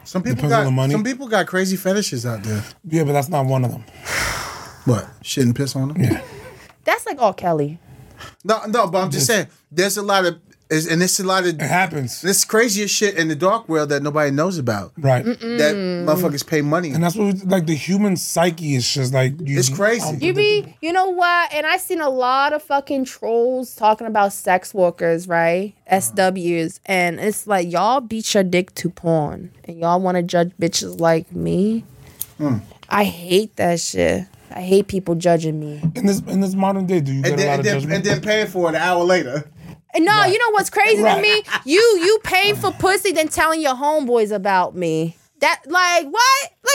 Speaker 1: Some people
Speaker 2: Depends on
Speaker 1: got
Speaker 2: the money.
Speaker 1: some people got crazy fetishes out there.
Speaker 2: Yeah, but that's not one of them.
Speaker 1: What shit and piss on them?
Speaker 2: Yeah.
Speaker 4: That's like all Kelly.
Speaker 1: No, no. But I'm just saying, there's a lot of is- and it's a lot of
Speaker 2: It happens.
Speaker 1: this craziest shit in the dark world that nobody knows about.
Speaker 2: Right.
Speaker 1: That
Speaker 4: Mm.
Speaker 1: motherfuckers pay money.
Speaker 2: And that's what, we- like, the human psyche is just like. You,
Speaker 1: It's crazy.
Speaker 2: I'm-
Speaker 4: You be, you know what? And I seen a lot of fucking trolls talking about sex workers, right? SWs, and it's like y'all beat your dick to porn, and y'all want to judge bitches like me. I hate that shit. I hate people judging me.
Speaker 2: in, this, in this modern day, do you
Speaker 1: and
Speaker 2: get a
Speaker 1: then,
Speaker 2: lot
Speaker 1: and
Speaker 2: of
Speaker 1: then,
Speaker 2: judgment?
Speaker 1: and then paying for it an hour later.
Speaker 4: And no, you know what's crazy to
Speaker 2: Right.
Speaker 4: me? You you paying for pussy than telling your homeboys about me. That like what? Like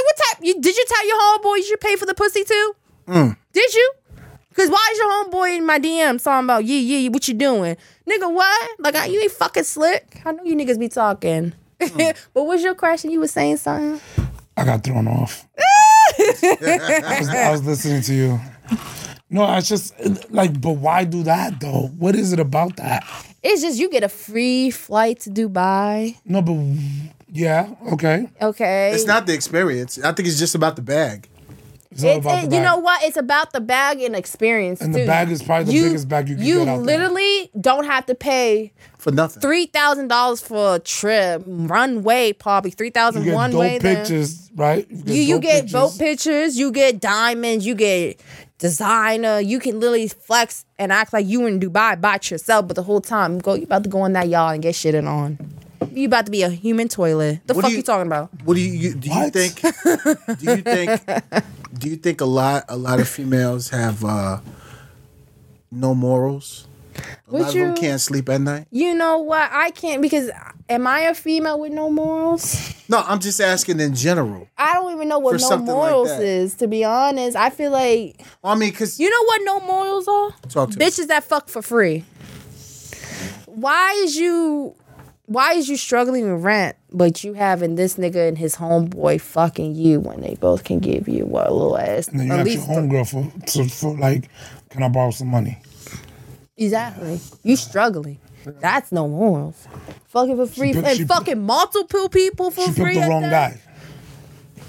Speaker 4: what type? You did you tell your homeboys you paid for the pussy too? Did you? Cause why is your homeboy in my DM talking about yeah yeah yeah, what you doing, nigga? What? Like I, you ain't fucking slick. I know you niggas be talking. but was your question? You was saying something.
Speaker 2: I got thrown off. I, was, I was listening to you. No, I was just like, but why do that though? What is it about that?
Speaker 4: It's just you get a free flight to Dubai.
Speaker 2: No, but yeah, okay.
Speaker 4: Okay.
Speaker 1: It's not the experience. I think it's just about the bag.
Speaker 2: It's all
Speaker 4: It's-
Speaker 2: about
Speaker 4: it-
Speaker 2: the bag.
Speaker 4: You know what? It's about the bag and experience.
Speaker 2: And the
Speaker 4: too.
Speaker 2: bag is probably the biggest bag you can get out there.
Speaker 4: literally don't have to pay
Speaker 1: For nothing.
Speaker 4: three thousand dollars for a trip, runway probably three
Speaker 2: you
Speaker 4: thousand
Speaker 2: get
Speaker 4: one
Speaker 2: dope
Speaker 4: way. there.
Speaker 2: pictures, right?
Speaker 4: You you
Speaker 2: dope
Speaker 4: get boat pictures, you get diamonds, you get designer. You can literally flex and act like you in Dubai by yourself, but the whole time go you about to go on that yacht and get shitted on. You about to be a human toilet. The
Speaker 1: What do
Speaker 4: fuck
Speaker 1: you-
Speaker 4: you talking about?
Speaker 1: What do you, you do? You
Speaker 2: What?
Speaker 1: think? Do you think? Do you think a lot a lot of females have uh, no morals? A
Speaker 4: Would
Speaker 1: lot of them
Speaker 4: you-
Speaker 1: can't sleep at night.
Speaker 4: You know what? I can't because am I a female with no morals?
Speaker 1: No, I'm just asking in general.
Speaker 4: I don't even know
Speaker 1: For
Speaker 4: what no
Speaker 1: something like
Speaker 4: morals
Speaker 1: that.
Speaker 4: is, to be honest. I feel like
Speaker 1: I mean, because
Speaker 4: you know what no morals are?
Speaker 1: Talk to me.
Speaker 4: Bitches that fuck for free. Why is you why is you struggling with rent, but you having this nigga and his homeboy fucking you when they both can give you what a little ass?
Speaker 2: And then you
Speaker 4: at
Speaker 2: ask your
Speaker 4: least
Speaker 2: homegirl for, to, for like, can I borrow some money?
Speaker 4: Exactly. You struggling. That's no morals. Fucking for free
Speaker 2: picked- she
Speaker 4: and
Speaker 2: picked-
Speaker 4: fucking multiple people for
Speaker 2: She
Speaker 4: free.
Speaker 2: picked the
Speaker 4: at
Speaker 2: wrong
Speaker 4: that.
Speaker 2: guy.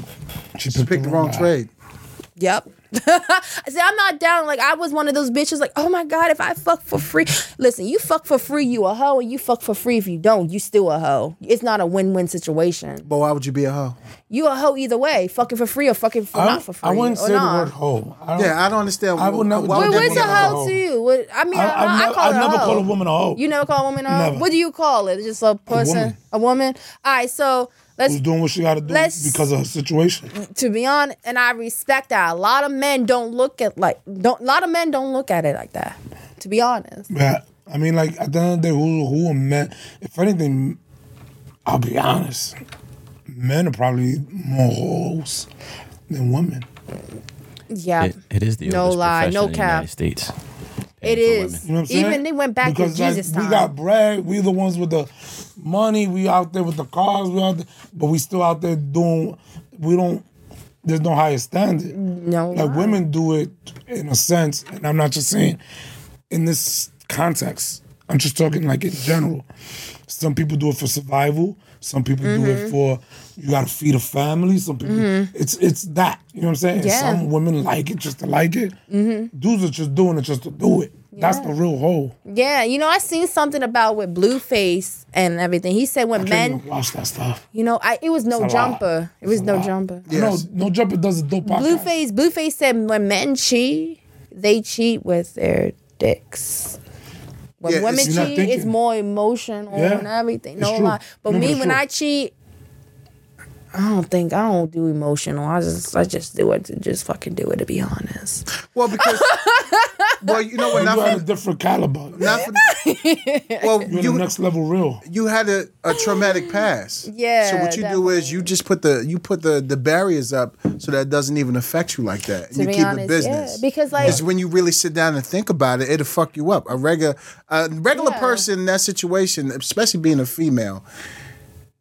Speaker 2: She picked,
Speaker 1: pick the wrong
Speaker 2: guy.
Speaker 1: trade.
Speaker 4: Yep. See, I'm not down. Like I was one of those bitches. Like, oh my god, if I fuck for free, listen, you fuck for free, you a hoe, and you fuck for free if you don't, you still a hoe. It's not a win-win situation.
Speaker 1: But why would you be a hoe?
Speaker 4: You a hoe either way, fucking for free or fucking for
Speaker 2: I,
Speaker 4: not for free.
Speaker 2: I wouldn't
Speaker 4: or
Speaker 2: say
Speaker 4: not.
Speaker 2: the word hoe. I don't,
Speaker 1: Yeah, I don't understand.
Speaker 2: I would never-
Speaker 1: Why
Speaker 4: Wait,
Speaker 1: would that
Speaker 2: Wait,
Speaker 4: what's
Speaker 1: be
Speaker 4: a
Speaker 2: woman
Speaker 1: a
Speaker 2: is a
Speaker 4: hoe
Speaker 2: hoe?
Speaker 4: to you? What, I mean, I,
Speaker 2: I- I've
Speaker 4: I
Speaker 2: never-
Speaker 4: call
Speaker 2: I've
Speaker 4: her
Speaker 2: never
Speaker 4: hoe.
Speaker 2: called a woman a hoe.
Speaker 4: You never call a woman a hoe.
Speaker 2: Never.
Speaker 4: What do you call it? It's just a person,
Speaker 2: woman.
Speaker 4: a woman. All right, so let's
Speaker 2: Who's doing what she got to do
Speaker 4: Let's-
Speaker 2: because of her situation.
Speaker 4: to be honest, and I respect that. A lot of men don't look at like don't. A lot of men don't look at it like that. To be honest,
Speaker 2: Yeah, I mean, like at the end of the day, who who are men? If anything, I'll be honest, men are probably more hoes than women.
Speaker 4: yeah,
Speaker 5: It, it is the
Speaker 4: No
Speaker 5: oldest
Speaker 4: lie,
Speaker 5: profession
Speaker 4: no
Speaker 5: in the
Speaker 4: cap.
Speaker 5: United States.
Speaker 4: it
Speaker 5: for
Speaker 4: is.
Speaker 2: You know what I'm saying?
Speaker 4: Even they went back
Speaker 2: because
Speaker 4: to
Speaker 2: like,
Speaker 4: Jesus
Speaker 2: we
Speaker 4: time.
Speaker 2: got bread. We the ones with the money. We out there with the cars. We out there, but we still out there doing. We don't. There's no higher standard.
Speaker 4: no,
Speaker 2: Like
Speaker 4: lie.
Speaker 2: women do it in a sense, and I'm not just saying in this context. I'm just talking like in general. Some people do it for survival. Some people do it
Speaker 4: Mm-hmm.
Speaker 2: for you got to feed a family. Some people it's it's that you know what I'm saying.
Speaker 4: Yeah. Mm-hmm.
Speaker 2: Some women like it just to like it. Dudes are just doing it just to do it. That's the real hole.
Speaker 4: Yeah, you know, I seen something about with Blueface and everything. He said when
Speaker 2: Can't
Speaker 4: men,
Speaker 2: even watch that stuff.
Speaker 4: you know, I it was no
Speaker 2: It's a lot.
Speaker 4: jumper. It was no jumper.
Speaker 1: Yes.
Speaker 2: No, no jumper does a dope podcast.
Speaker 4: Blueface, Blueface said when men cheat, they cheat with their dicks. When
Speaker 1: Yeah, it's-
Speaker 4: women
Speaker 2: You're not
Speaker 4: cheat,
Speaker 2: thinking.
Speaker 4: it's more emotional
Speaker 2: Yeah,
Speaker 4: and everything.
Speaker 2: it's
Speaker 4: No
Speaker 2: true.
Speaker 4: lie. But
Speaker 2: No, but
Speaker 4: me,
Speaker 2: it's
Speaker 4: when
Speaker 2: true.
Speaker 4: I cheat, I don't think I don't do emotional. I just I just do it to just fucking do it to be honest.
Speaker 1: Well, because well, you know what?
Speaker 2: You
Speaker 1: Not
Speaker 2: are a
Speaker 1: for,
Speaker 2: different caliber.
Speaker 1: not for, well,
Speaker 2: You're the
Speaker 1: you
Speaker 2: next level real.
Speaker 1: you had a, a traumatic past.
Speaker 4: Yeah,
Speaker 1: So what you do is you just put the you put the the barriers up so that it doesn't even affect you like that.
Speaker 4: To
Speaker 1: you
Speaker 4: be
Speaker 1: keep
Speaker 4: honest,
Speaker 1: it
Speaker 4: yeah.
Speaker 1: business.
Speaker 4: Because, like-
Speaker 1: it's when you really sit down and think about it, it'll fuck you up. A regular a regular
Speaker 4: Yeah.
Speaker 1: person in that situation, especially being a female,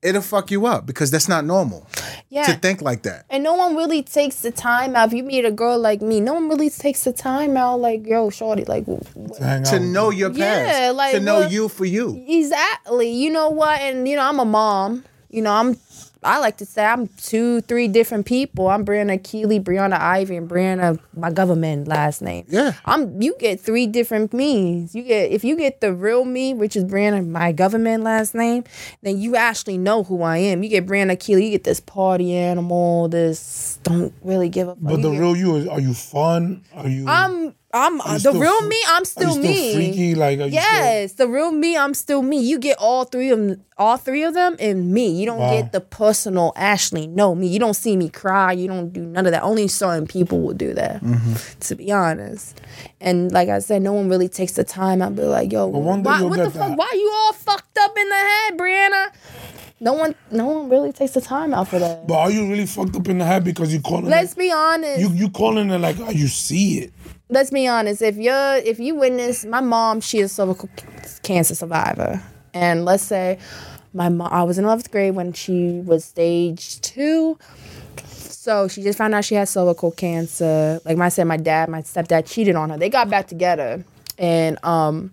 Speaker 1: it'll fuck you up because that's not normal
Speaker 4: Yeah.
Speaker 1: to think like that.
Speaker 4: And no one really takes the time out. If you meet a girl like me, no one really takes the time out. Like, yo, shorty, like, w- w-
Speaker 2: To, hang out
Speaker 1: To
Speaker 2: with
Speaker 1: know your
Speaker 4: Yeah,
Speaker 1: past,
Speaker 4: like,
Speaker 1: to know
Speaker 4: well-
Speaker 1: you for you.
Speaker 4: exactly. You know what? And you know, I'm a mom. You know, I'm. I like to say I'm two, three different people. I'm Brianna Keeley, Brianna Ivy, and Brianna, my government last name.
Speaker 1: Yeah.
Speaker 4: I'm. You get three different me's. You get if you get the real me, which is Brianna, my government last name, then you actually know who I am. You get Brianna Keeley, you get this party animal, this don't really give a. fuck.
Speaker 2: But
Speaker 4: You
Speaker 2: the
Speaker 4: get-
Speaker 2: real you, is- are you fun? Are you?
Speaker 4: I'm I'm
Speaker 2: you
Speaker 4: the
Speaker 2: still
Speaker 4: real
Speaker 2: fre-
Speaker 4: me. I'm
Speaker 2: are you
Speaker 4: still,
Speaker 2: still
Speaker 4: me.
Speaker 2: freaky? Like, are you still-
Speaker 4: yes, the real me. I'm still me. You get all three of them, all three of them, and me. You don't
Speaker 2: Wow.
Speaker 4: get the personal Ashley. No, me. You don't see me cry. You don't do none of that. Only certain people will do that.
Speaker 2: Mm-hmm.
Speaker 4: To be honest, and like I said, no one really takes the time. I'll be like, yo,
Speaker 2: one day
Speaker 4: why,
Speaker 2: you'll
Speaker 4: what the
Speaker 2: get
Speaker 4: fuck?
Speaker 2: that.
Speaker 4: Why you all fucked up in the head, Brianna? No one, no one really takes the time out for that.
Speaker 2: But are you really fucked up in the head because you calling?
Speaker 4: Let's
Speaker 2: it,
Speaker 4: be honest.
Speaker 2: you you calling it like, oh, you see it.
Speaker 4: let's be honest. If you're if you witness my mom, she is cervical c- cancer survivor, and let's say my mom, I was in eleventh grade when she was stage two. So she just found out she had cervical cancer. Like I said, my dad, my stepdad cheated on her. They got back together, and um,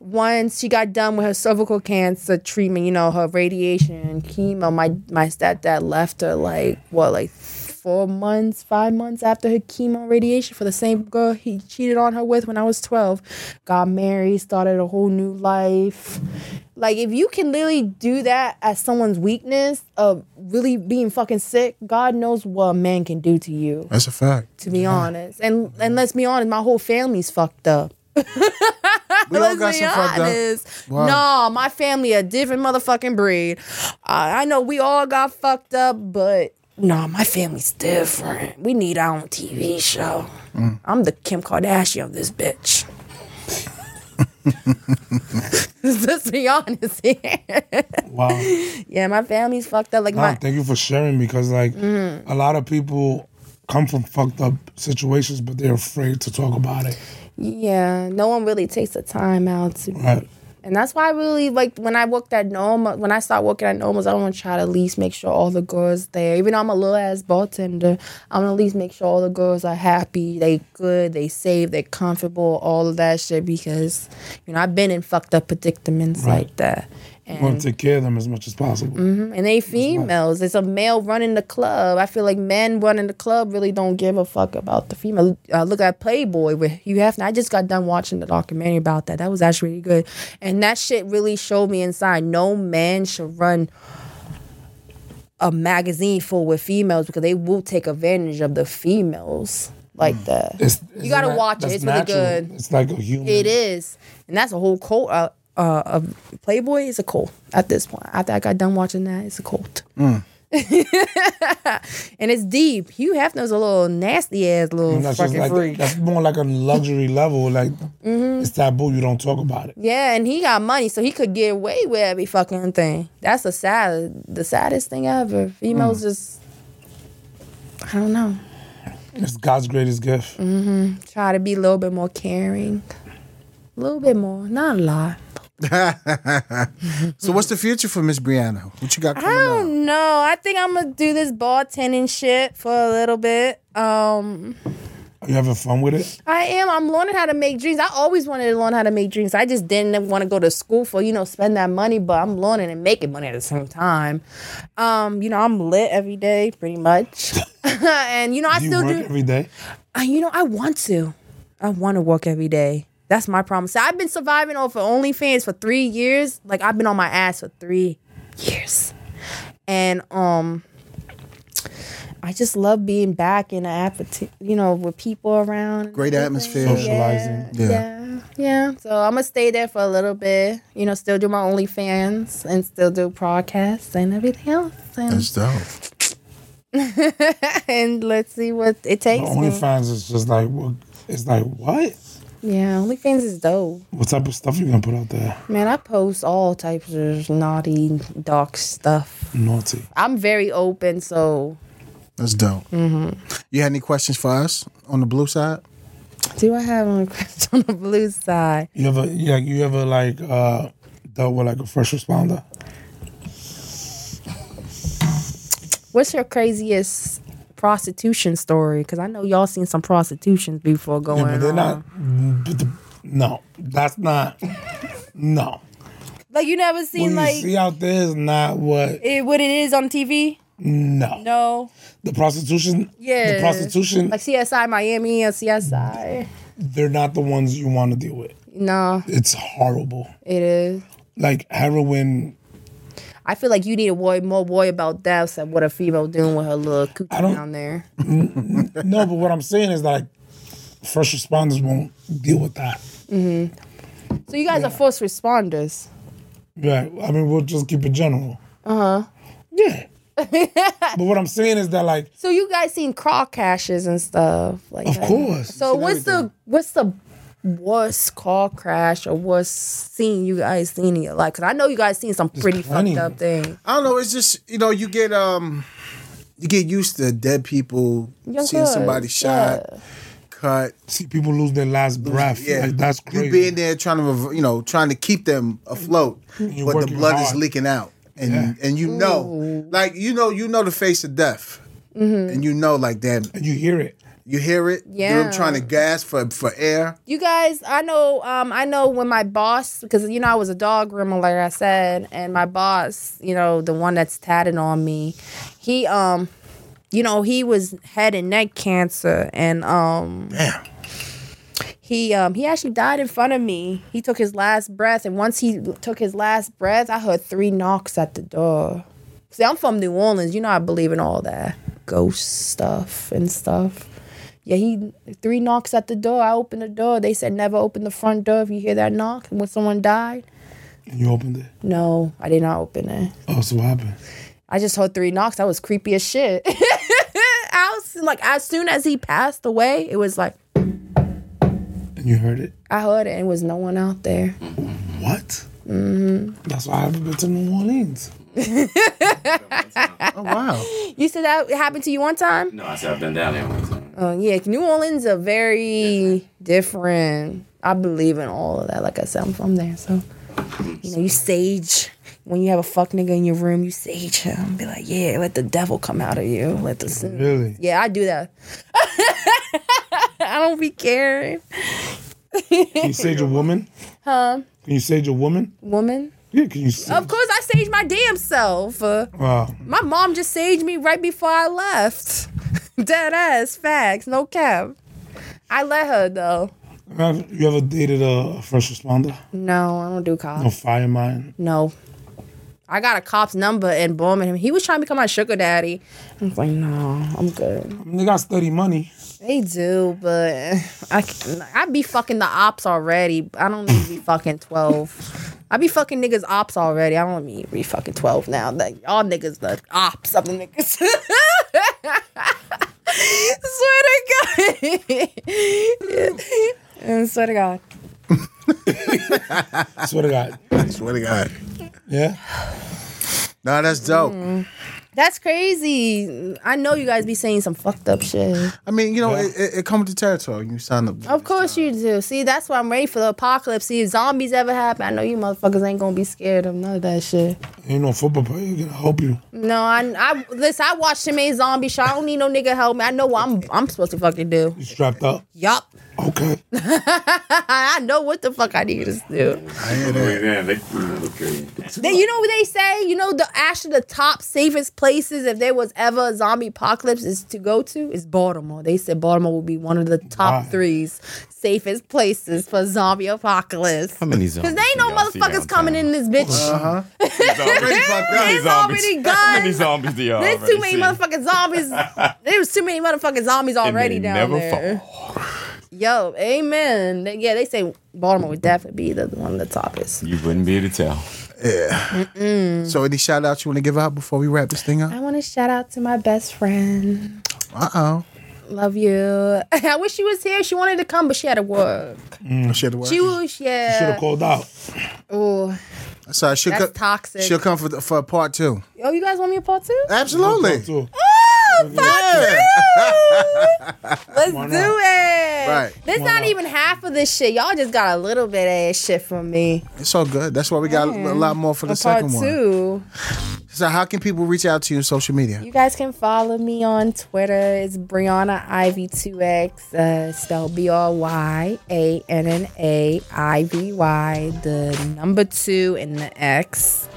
Speaker 4: once she got done with her cervical cancer treatment, you know, her radiation and chemo, my my stepdad left her like what, like four months, five months after her chemo radiation for the same girl he cheated on her with when I was twelve. Got married, started a whole new life. Like if you can literally do that as someone's weakness of really being fucking sick, God knows what a man can do to you
Speaker 1: That's a fact.
Speaker 4: to be honest. And and let's be honest, my whole family's fucked up.
Speaker 1: We all
Speaker 4: let's
Speaker 1: got
Speaker 4: be
Speaker 1: some fucked up.
Speaker 4: honest.
Speaker 1: Wow.
Speaker 4: No, my family a different motherfucking breed. I I know we all got fucked up, but no, my family's different. We need our own TV show.
Speaker 1: Mm.
Speaker 4: I'm the Kim Kardashian of this bitch. Let's be honest here.
Speaker 2: Wow.
Speaker 4: yeah, my family's fucked up. Like
Speaker 2: Nah,
Speaker 4: my
Speaker 2: thank you for sharing because like
Speaker 4: Mm-hmm.
Speaker 2: a lot of people come from fucked up situations, but they're afraid to talk about it.
Speaker 4: yeah, no one really takes the time out to
Speaker 2: Right?
Speaker 4: And that's why I really like when I worked at Norma, when I started working at Norma's, I want to try to at least make sure all the girls there, even though I'm a little ass bartender, I'm gonna at least make sure all the girls are happy, they good, they safe, they're comfortable, all of that shit because, you know, I've been in fucked up predicaments
Speaker 2: Right.
Speaker 4: like that.
Speaker 2: You want
Speaker 4: And,
Speaker 2: to take care of them as much as possible.
Speaker 4: Mm-hmm. and they females. It's a male running the club. I feel like men running the club really don't give a fuck about the female. Uh, look at Playboy with Hugh Hefner. I just got done watching the documentary about that. That was actually really good. And that shit really showed me inside no man should run a magazine full with females because they will take advantage of the females like that.
Speaker 2: It's-
Speaker 4: you gotta
Speaker 2: isn't that-
Speaker 4: watch it.
Speaker 2: that's
Speaker 4: It's really
Speaker 2: natural.
Speaker 4: good.
Speaker 2: It's like a human.
Speaker 4: It is, and that's a whole cult. Uh, uh, of Playboy is a cult at this point. After I got done watching that, it's a cult,
Speaker 2: Mm.
Speaker 4: and it's deep. Hugh Hefner's a little nasty ass little
Speaker 2: And that's just
Speaker 4: fucking
Speaker 2: like
Speaker 4: freak.
Speaker 2: that's more like a luxury level. Like
Speaker 4: Mm-hmm.
Speaker 2: it's taboo. You don't talk about it.
Speaker 4: Yeah, and he got money, so he could get away with every fucking thing. That's the sad, the saddest thing ever. Females
Speaker 2: Mm.
Speaker 4: just, I don't know,
Speaker 2: It's God's greatest gift.
Speaker 4: Mm-hmm. try to be a little bit more caring, a little bit more, not a lot.
Speaker 1: So what's the future for Miss Brianna? What you got
Speaker 4: I
Speaker 1: coming up?
Speaker 4: don't know. I think I'm gonna do this bartending shit for a little bit. Um,
Speaker 2: Are you having fun with it?
Speaker 4: I am. I'm learning how to make drinks. I always wanted to learn how to make drinks. I just didn't want to go to school for you know spend that money, but I'm learning and making money at the same time. Um, you know, I'm lit every day pretty much, and you know I
Speaker 2: Do you
Speaker 4: still
Speaker 2: work
Speaker 4: do.
Speaker 2: every day?
Speaker 4: I, you know, I want to. I want to work every day. That's my problem. So I've been surviving off of OnlyFans for three years. Like I've been on my ass for three years, and um, I just love being back in the appet- you know, with people around.
Speaker 1: Great atmosphere.
Speaker 2: Socializing.
Speaker 1: Yeah.
Speaker 4: Yeah, yeah. So I'm gonna stay there for a little bit. You know, still do my OnlyFans and still do podcasts and everything else. And,
Speaker 1: That's dope.
Speaker 4: and let's see what
Speaker 2: But
Speaker 4: it takes. me.
Speaker 2: OnlyFans is just like, what- it's like, what?
Speaker 4: Yeah, OnlyFans is dope.
Speaker 2: What type of stuff you gonna put out there?
Speaker 4: Man, I post all types of naughty, dark stuff.
Speaker 2: Naughty.
Speaker 4: I'm very open, so
Speaker 1: That's dope. Mm-hmm. You had any questions for us on the blue side?
Speaker 4: do I have on on the blue side?
Speaker 2: You ever, yeah, you ever like uh, dealt with like a first responder?
Speaker 4: What's your craziest prostitution story? Because I know y'all seen some prostitutions before going
Speaker 2: Yeah, but they're
Speaker 4: on.
Speaker 2: not. But the, no, that's not. No,
Speaker 4: Like you never
Speaker 2: what
Speaker 4: seen
Speaker 2: you
Speaker 4: like
Speaker 2: see out there is not what.
Speaker 4: it, what it is on TV.
Speaker 2: No,
Speaker 4: No,
Speaker 2: the prostitution.
Speaker 4: yeah,
Speaker 2: the prostitution.
Speaker 4: like CSI Miami and CSI.
Speaker 2: they're not the ones you want to deal with.
Speaker 4: No,
Speaker 2: It's horrible.
Speaker 4: it is.
Speaker 2: Like heroin.
Speaker 4: I feel like you need to worry more worry about that than what a female doing with her little coochie
Speaker 2: don't-
Speaker 4: down there.
Speaker 2: No, but what I'm saying is like, first responders won't deal with that.
Speaker 4: So you guys are first responders.
Speaker 2: Right. I mean, we'll just keep it general. Uh
Speaker 4: Uh-huh.
Speaker 2: huh. Yeah. but what I'm saying is that like,
Speaker 4: So you guys seen crawl caches and stuff like
Speaker 2: of
Speaker 4: that.
Speaker 2: course.
Speaker 4: So what's the what's the worst car crash or worst scene you guys seen in your life? Because I know you guys seen some pretty
Speaker 2: plenty.
Speaker 4: fucked up things.
Speaker 1: I don't know. It's just you know you get um you get used to dead people
Speaker 4: You're
Speaker 1: seeing
Speaker 4: good.
Speaker 1: somebody shot, cut.
Speaker 2: See people lose their last breath.
Speaker 1: Yeah,
Speaker 2: Like, that's crazy.
Speaker 1: You being there trying to rev- you know trying to keep them afloat, but the
Speaker 2: working
Speaker 1: blood is
Speaker 2: hard.
Speaker 1: leaking out, and
Speaker 2: Yeah.
Speaker 1: and you know like you know you know the face of death, and you know like damn
Speaker 2: and you hear it.
Speaker 1: you hear it.
Speaker 4: Yeah.
Speaker 1: you're trying to gasp for for air.
Speaker 4: You guys, I know, um, I know when my boss, because you know I was a dog groomer, like I said, and my boss, you know, the one that's tatted on me, he, um, you know, he was head and neck cancer, and um,
Speaker 1: Damn.
Speaker 4: he um he actually died in front of me. He took his last breath, and once he took his last breath, I heard three knocks at the door. See, I'm from New Orleans. You know I believe in all that ghost stuff and stuff. Yeah, he three knocks at the door. I opened the door. They said never open the front door if you hear that knock. And when someone died,
Speaker 2: And you opened it.
Speaker 4: no, I did not open it.
Speaker 2: Oh, so what happened?
Speaker 4: I just heard three knocks. That was creepy as shit. I was like, as soon as he passed away, it was like
Speaker 2: And you heard it.
Speaker 4: I heard it and it was no one out there.
Speaker 2: What? Mm-hmm. That's why I haven't been to New Orleans.
Speaker 1: Oh wow.
Speaker 4: You said that happened to you one time?
Speaker 5: No, I said I've been down there one time.
Speaker 4: Uh, yeah, New Orleans are very different. I believe in all of that. Like I said, I'm from there, so you know, you sage when you have a fuck nigga in your room, you sage him. and Be like, yeah, let the devil come out of you. Let the sin.
Speaker 2: Really?
Speaker 4: Yeah, I do that. I don't be caring,
Speaker 2: Can you sage a woman?
Speaker 4: huh?
Speaker 2: Can you sage a woman?
Speaker 4: Woman.
Speaker 2: Yeah, can you sage?
Speaker 4: Of course, I sage my damn self. Uh,
Speaker 2: Wow.
Speaker 4: my mom just saged me right before I left. Dead ass facts, no cap. I let her though.
Speaker 2: Have you ever dated a first responder?
Speaker 4: No, I don't do cops.
Speaker 2: No fireman?
Speaker 4: No. I got a cop's number and boom, and he was trying to become my sugar daddy. I was like, no, I'm good.
Speaker 2: I mean, they got steady money.
Speaker 4: They do, but I c- I be fucking the ops already. I don't need to be fucking twelve. I be fucking niggas ops already. I don't need to be fucking twelve now. Like y'all niggas the ops of the niggas. swear to God. and swear to God.
Speaker 2: I swear to God.
Speaker 1: Swear to God.
Speaker 2: Yeah.
Speaker 1: Nah, that's dope.
Speaker 4: That's crazy. I know you guys be saying some fucked up shit.
Speaker 1: I mean, you know,
Speaker 2: Yeah.
Speaker 1: it, it, it comes with the territory. You sign up.
Speaker 4: Of course you do. See, that's why I'm ready for the apocalypse. See, if zombies ever happen, I know you motherfuckers ain't gonna be scared of none of that shit.
Speaker 2: Ain't no football player gonna help you.
Speaker 4: No, I, I listen. I watched him in zombie show. I don't need no nigga help me. I know what I'm I'm supposed to fucking do.
Speaker 2: You strapped up.
Speaker 4: Yup.
Speaker 2: Okay.
Speaker 4: I, I know what the fuck I need to do.
Speaker 1: I hear that.
Speaker 5: Yeah, they, okay.
Speaker 6: mm,
Speaker 4: They, you know what they say? You know the actually the top safest places, if there was ever a zombie apocalypse, is to go to is Baltimore. They said Baltimore will be one of the top
Speaker 2: Why?
Speaker 4: threes safest places for zombie apocalypse.
Speaker 3: How many
Speaker 4: Cause
Speaker 3: zombies?
Speaker 4: they ain't no
Speaker 6: do y'all see
Speaker 4: motherfuckers coming in
Speaker 6: downtown?
Speaker 4: this bitch.
Speaker 6: There's
Speaker 4: There's already
Speaker 6: How many
Speaker 4: guns.
Speaker 6: zombies do y'all
Speaker 4: There's
Speaker 6: already
Speaker 4: too many
Speaker 6: see?
Speaker 4: motherfucking zombies. there was too many motherfucking zombies
Speaker 6: And they
Speaker 4: already down
Speaker 6: never
Speaker 4: there.
Speaker 6: Fall.
Speaker 4: Yo, amen. They- Yeah, they say Baltimore would definitely be the one of the toppest.
Speaker 6: You wouldn't be able to tell.
Speaker 1: So any shout outs you want to give out before we wrap this thing
Speaker 4: I
Speaker 1: up?
Speaker 4: want to shout out to my best friend.
Speaker 1: Uh oh.
Speaker 4: Love you. I wish she was here. She wanted to come, but she had to work. She was,
Speaker 2: Should have
Speaker 4: yeah.
Speaker 2: called out.
Speaker 4: Oh,
Speaker 1: Sorry, she'll
Speaker 4: that's
Speaker 1: co-
Speaker 4: toxic.
Speaker 1: She'll come for for part two.
Speaker 4: oh, you guys want me a part two?
Speaker 1: Absolutely.
Speaker 2: Too.
Speaker 4: Oh,
Speaker 1: Yeah.
Speaker 4: part two. Let's do it.
Speaker 1: Right.
Speaker 4: There's not even half of this shit. Y'all just got a little bit of ass shit from me.
Speaker 1: It's all good. That's why we got a lot more for the
Speaker 4: A part
Speaker 1: second one.
Speaker 4: two.
Speaker 1: So how can people reach out to you on social media?
Speaker 4: You guys can follow me on Twitter. It's Brianna Ivy 2X, uh, spelled B R Y A N N A I V Y, the number two and the X.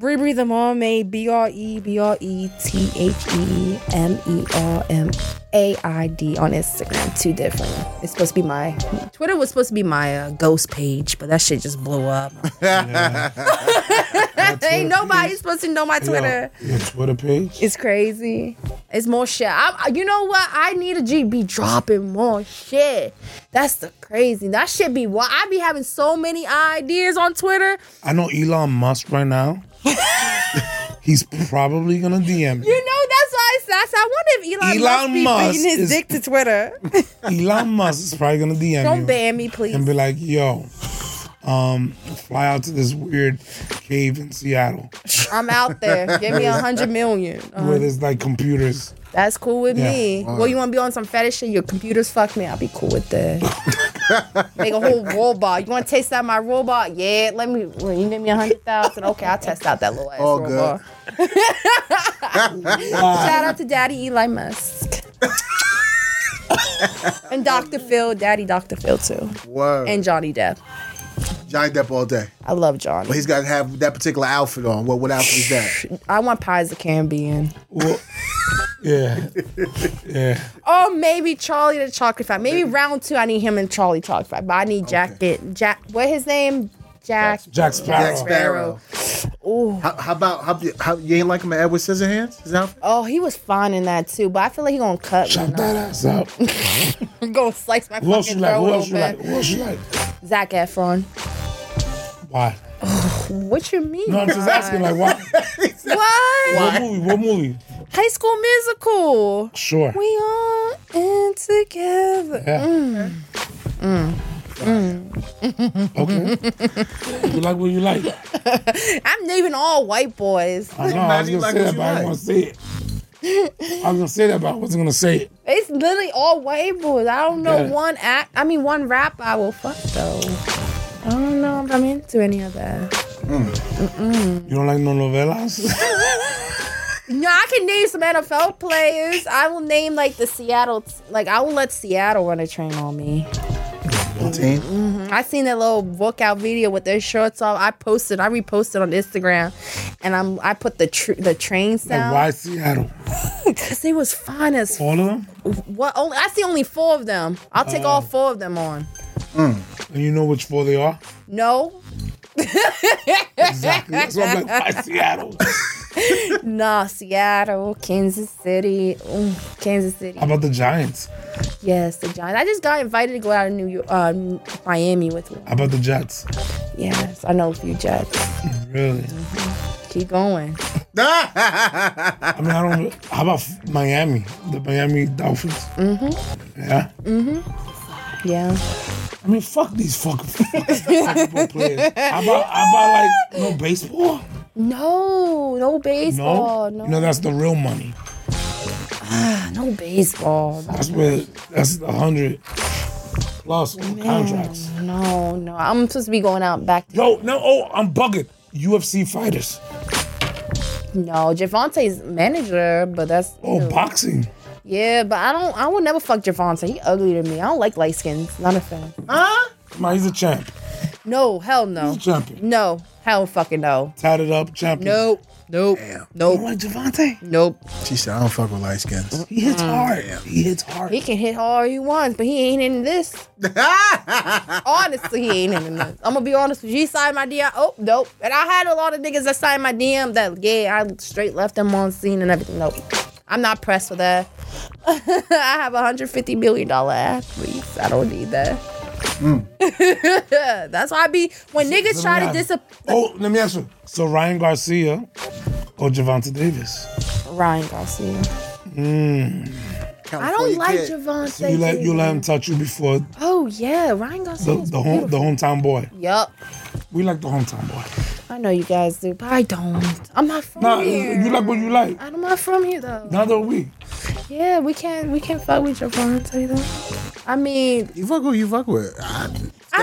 Speaker 4: Bree Bree the Mermaid, B R E B R E T H E M E R M A I D on Instagram. Two different. It's supposed to be my Twitter was supposed to be my uh, ghost page, but that shit just blew up. Ain't nobody supposed to know my Twitter.
Speaker 2: Yo, uh, your Twitter page.
Speaker 4: It's crazy. It's more shit. I, I- you know what? I need a G be dropping more shit. That's the crazy. That shit be wild. I be having so many ideas on Twitter.
Speaker 2: I know Elon Musk right now. He's probably gonna DM me.
Speaker 4: You know, that's why I, that's, I wonder if Elon,
Speaker 2: Elon
Speaker 4: Musk
Speaker 2: Musk
Speaker 4: be feeding his
Speaker 2: is-
Speaker 4: dick to Twitter.
Speaker 2: Elon Musk is probably gonna DM
Speaker 4: Don't
Speaker 2: you
Speaker 4: ban me,
Speaker 2: and
Speaker 4: please.
Speaker 2: be like, "Yo, um, fly out to this weird cave in Seattle
Speaker 4: I'm out there. Give me a hundred million. Uh,
Speaker 2: where there's like computers."
Speaker 4: that's cool with
Speaker 2: Yeah.
Speaker 4: me. Well, you want to be on some fetish shit? Your computers fuck me. I'll be cool with that. Make a whole robot. You want to taste out my robot? Yeah. Let me. well, you give me a hundred thousand. Okay, I'll test out that little ass
Speaker 1: All
Speaker 4: robot.
Speaker 1: good.
Speaker 4: Shout out to Daddy Eli Musk. and Dr. Phil, Daddy Dr. Phil too.
Speaker 1: Word.
Speaker 4: And Johnny Depp.
Speaker 1: Johnny Depp all day.
Speaker 4: I love Johnny.
Speaker 1: But he's got to have that particular outfit on. What what outfit is that?
Speaker 4: I want Pies of Caribbean.
Speaker 2: Well, yeah, yeah.
Speaker 4: Or Oh, maybe Charlie the Chocolate Factory. Maybe round two, I need him and Charlie Chocolate Factory. But I need Jack. Jack. What his name? Jack.
Speaker 2: Jack Sparrow.
Speaker 1: Jack Sparrow. How, how about how, how you ain't like him at Edward Scissorhands? His outfit?
Speaker 4: Oh, he was fine in that too. But I feel like he gonna cut.
Speaker 2: Shut
Speaker 4: Me.
Speaker 2: that ass up.
Speaker 4: He gonna slice my
Speaker 2: Who else you
Speaker 4: fucking
Speaker 2: like?
Speaker 4: throat
Speaker 2: Who else you
Speaker 4: open.
Speaker 2: like? Who else you like?
Speaker 4: Zac Efron.
Speaker 2: Why?
Speaker 4: What you mean?
Speaker 2: No, I'm just asking. Like, why?
Speaker 4: What?
Speaker 2: What movie? What movie?
Speaker 4: High School Musical.
Speaker 2: Sure.
Speaker 4: We are in together.
Speaker 2: Yeah. Mm. Okay. you like what you like.
Speaker 4: I'm naming all white boys.
Speaker 2: I know. I was
Speaker 1: Maddie,
Speaker 2: gonna
Speaker 1: like what
Speaker 2: say that,
Speaker 1: you
Speaker 2: but I
Speaker 1: like.
Speaker 2: didn't want to say it. I was gonna say that, but I wasn't gonna say it.
Speaker 4: It's literally all white boys. I don't know
Speaker 2: Yeah.
Speaker 4: one act. I mean, one rap I will fuck though. I don't know if I'm into any of that.
Speaker 2: You don't like no novelas?
Speaker 4: No, I can name some NFL players. I will name like the Seattle. Like I will let Seattle run a train on me.
Speaker 1: Team?
Speaker 4: I seen that little workout video with their shorts off. I posted. I reposted on Instagram, and I'm. I put the tr- the train
Speaker 2: like,
Speaker 4: sound
Speaker 2: why Seattle?
Speaker 4: because they was fine as
Speaker 2: All of them?
Speaker 4: What? Only, I see only four of them. I'll take
Speaker 2: Oh.
Speaker 4: all four of them on.
Speaker 2: And you know which four they are?
Speaker 4: No,
Speaker 2: Exactly. That's why I'm like, why Seattle?
Speaker 4: nah, Seattle, Kansas City, Ooh, Kansas City.
Speaker 2: How about the Giants?
Speaker 4: Yes, the Giants. I just got invited to go out to New York, uh, Miami with one.
Speaker 2: How about the Jets?
Speaker 4: Yes, I know a few Jets.
Speaker 2: Really?
Speaker 4: Keep going.
Speaker 2: I mean, I don't. How about Miami? The Miami Dolphins? Mm-hmm. Yeah.
Speaker 4: Yeah.
Speaker 2: I mean, fuck these fucking football players. How about, how about like no baseball?
Speaker 4: No, no
Speaker 2: No,
Speaker 4: baseball. No,
Speaker 2: you know that's the real money.
Speaker 4: no baseball.
Speaker 2: That's where that's a hundred plus on contracts.
Speaker 4: No, no. I'm supposed to be going out back. To,
Speaker 2: Yo, no, oh, I'm bugging. UFC fighters.
Speaker 4: no, Javante's manager, but that's
Speaker 2: Oh,
Speaker 4: ew.
Speaker 2: boxing.
Speaker 4: yeah. But I don't. I will never fuck Javante. He ugly to me. I don't like light skins. Not a fan.
Speaker 2: Come on, he's a champ.
Speaker 4: No, hell no.
Speaker 2: Champion.
Speaker 4: No, hell fucking no.
Speaker 2: Tatted up champion.
Speaker 4: Nope. Nope.
Speaker 1: Damn.
Speaker 2: You don't
Speaker 4: Nope.
Speaker 2: like Javante?
Speaker 4: Nope.
Speaker 1: She said, I don't fuck with light skins.
Speaker 2: He hits hard. He hits hard.
Speaker 4: Uh-huh. He can hit all he wants, but he ain't in this. Honestly, he ain't in this. I'm gonna be honest with you. He signed my DM. Oh, nope. And I had a lot of niggas that signed my DM that yeah, I straight left them on scene and everything. Nope. I'm not pressed for that. I have 150 million dollar athletes. I don't need that.
Speaker 2: Mm.
Speaker 4: That's why I be when niggas try to disappoint
Speaker 2: Oh, let me ask you. So Ryan Garcia or Javante Davis?
Speaker 4: Ryan Garcia. I don't like Javante.
Speaker 2: You let you let him
Speaker 4: Davis.
Speaker 2: touch you before
Speaker 4: Oh yeah, Ryan Garcia.
Speaker 2: the,
Speaker 4: is
Speaker 2: the home the
Speaker 4: Oh, beautiful.
Speaker 2: hometown boy.
Speaker 4: Yup.
Speaker 2: We like the hometown boy.
Speaker 4: I know you guys do, but I don't. I'm not from
Speaker 2: Nah,
Speaker 4: here.
Speaker 2: you like what you like.
Speaker 4: I'm not from here though.
Speaker 2: Neither are we.
Speaker 4: Yeah, we can't we can't fuck with Javante though. I mean,
Speaker 1: You fuck with you fuck with. I,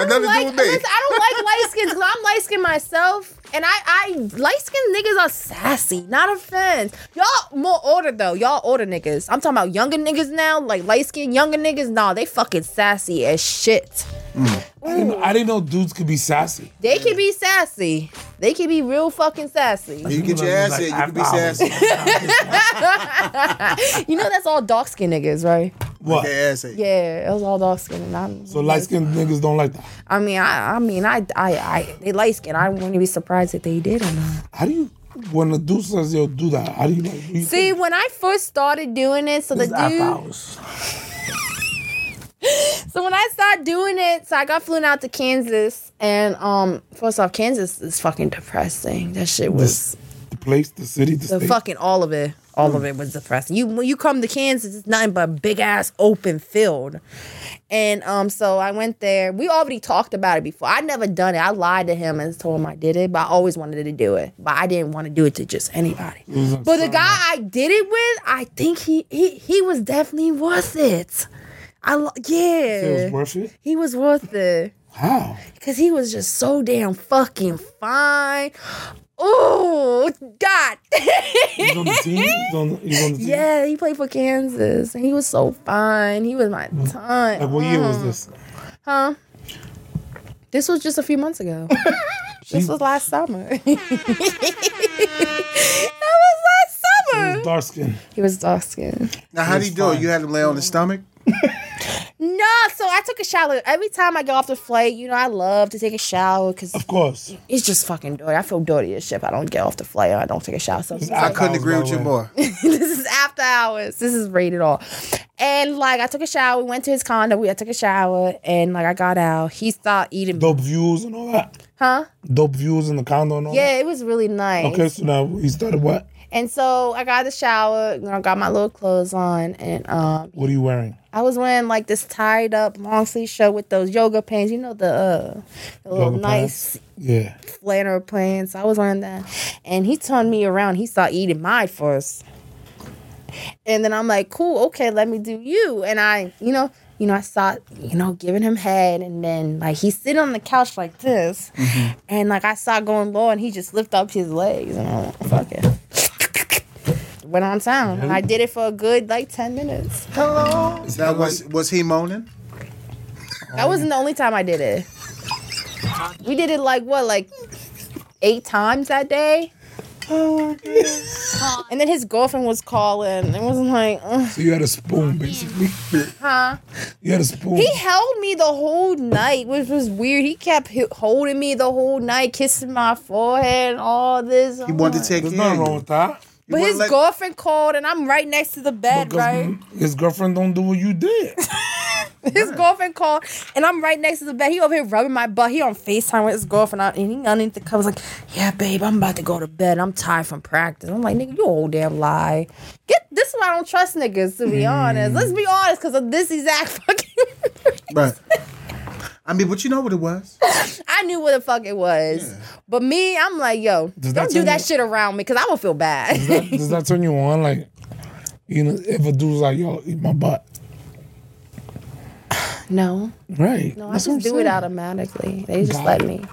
Speaker 4: I
Speaker 1: got
Speaker 4: don't
Speaker 1: nothing
Speaker 4: like
Speaker 1: to do with me.
Speaker 4: listen, I don't like light skins. 'cause I'm light skinned myself, and I I light skinned niggas are sassy. Not offense, y'all more older though. Y'all older niggas. I'm talking about younger niggas now, like light skinned younger niggas. Nah, they fucking sassy as shit.
Speaker 2: I didn't, I didn't know dudes could be sassy.
Speaker 4: They can be sassy. They can be real fucking sassy.
Speaker 1: You get your ass hit, you can be sassy. Get
Speaker 4: You know that's all dark skinned niggas, right?
Speaker 2: What?
Speaker 1: your ass hit.
Speaker 4: Yeah, it was all dark skinned and I'm
Speaker 2: So light skinned niggas don't like that.
Speaker 4: I mean, I, I mean, I, I, I, they light skin. I wouldn't be surprised if they did or not.
Speaker 2: How do you when a dude says yo do that? How do you like? what do you
Speaker 4: See,
Speaker 2: think?
Speaker 4: when I first started doing it, so
Speaker 2: This
Speaker 4: the
Speaker 2: is after
Speaker 4: dude,
Speaker 2: hours.
Speaker 4: so when I started doing it, so I got flown out to Kansas, and um, first off, Kansas is fucking depressing. That shit was
Speaker 2: The place, the city, the,
Speaker 4: the
Speaker 2: state.
Speaker 4: fucking all of it. All of it was depressing. You when you come to Kansas, it's nothing but big ass open field. And um, so I went there. We already talked about it before. I never done it. I lied to him and told him I did it, but I always wanted to do it. But I didn't want to do it to just anybody.
Speaker 2: Losing
Speaker 4: But the
Speaker 2: some-
Speaker 4: guy I did it with, I think he he he was definitely worth it. I lo- yeah,
Speaker 2: It was worth it.
Speaker 4: he was worth it.
Speaker 2: How?
Speaker 4: Cause he was just so damn fucking fine. Oh God.
Speaker 2: He's on the team. He's on the, he's on the team?
Speaker 4: yeah, he played for Kansas. And he was so fine. He was my time.
Speaker 2: Like what year was this?
Speaker 4: Mm-hmm. Huh? This was just a few months ago. this was last summer. that was last summer.
Speaker 2: Dark skin.
Speaker 4: He was dark skinned.
Speaker 1: Now how do you do it? You had him lay on his stomach?
Speaker 4: No, so I took a shower. Every time I get off the flight, you know, I love to take a shower because
Speaker 2: Of course.
Speaker 4: it's just fucking dirty. I feel dirty as shit. if I don't get off the flight or I don't take a shower. So
Speaker 1: I couldn't agree with you more.
Speaker 4: this is after hours. This is rated all. And like I took a shower, we went to his condo, we I took a shower, and like I got out. He started eating
Speaker 2: Dope views and all that.
Speaker 4: Huh?
Speaker 2: Dope views in the condo and all
Speaker 4: Yeah, it was really
Speaker 2: that.
Speaker 4: nice.
Speaker 2: Okay, so now he started what?
Speaker 4: And so I got out of the shower, you know, got my little clothes on, and um
Speaker 2: What are you wearing?
Speaker 4: I was wearing like this tied up long sleeve shirt with those yoga pants, you know the uh the little
Speaker 2: Yoga
Speaker 4: nice
Speaker 2: Yeah.
Speaker 4: flannel pants. I was wearing that. And he turned me around. He started eating mine first. And then I'm like, cool, okay, let me do you. And I, you know, you know, I start, you know, giving him head. And then like he's sitting on the couch like this. And like I start going low and he just lift up his legs. And I'm like, fuck it. Went on town. And I did it for a good like 10 minutes. Hello.
Speaker 1: Now was was he moaning?
Speaker 4: That wasn't the only time I did it. We did it like what, like eight times that day? and then his girlfriend was calling and was like, "Ugh,
Speaker 2: So you had a spoon basically.
Speaker 4: huh?
Speaker 2: You had a spoon.
Speaker 4: He held me the whole night, which was weird. He kept hi- holding me the whole night, kissing my forehead and all this.
Speaker 1: He wanted to take
Speaker 2: There's
Speaker 1: care of
Speaker 2: nothing
Speaker 1: you.
Speaker 2: wrong with that.
Speaker 4: But
Speaker 1: You
Speaker 4: his
Speaker 1: wanna let-
Speaker 4: girlfriend called and I'm right next to the bed,
Speaker 2: Because
Speaker 4: right?
Speaker 2: His girlfriend don't do what you did.
Speaker 4: His girlfriend called, and I'm right next to the bed. He over here rubbing my butt. He on Facetime with his girlfriend, out, and he underneath the covers like, "Yeah, babe, I'm about to go to bed. I'm tired from practice." I'm like, "Nigga, you old damn lie." Get this is why I don't trust niggas. To
Speaker 2: Mm.
Speaker 4: be honest, let's be honest, because of this exact fucking.
Speaker 1: Right. I mean, but you know what it was.
Speaker 4: I knew what the fuck it was, but me, I'm like, "Yo,
Speaker 2: Does that
Speaker 4: don't do
Speaker 2: turn
Speaker 4: that
Speaker 2: you-
Speaker 4: shit around me, because I'm gonna feel bad."
Speaker 2: That- Does that turn you on? Like, you know, if a dude's like, yo, eat my butt.
Speaker 4: no,
Speaker 2: Right.
Speaker 4: no, I just do it automatically. They just let me.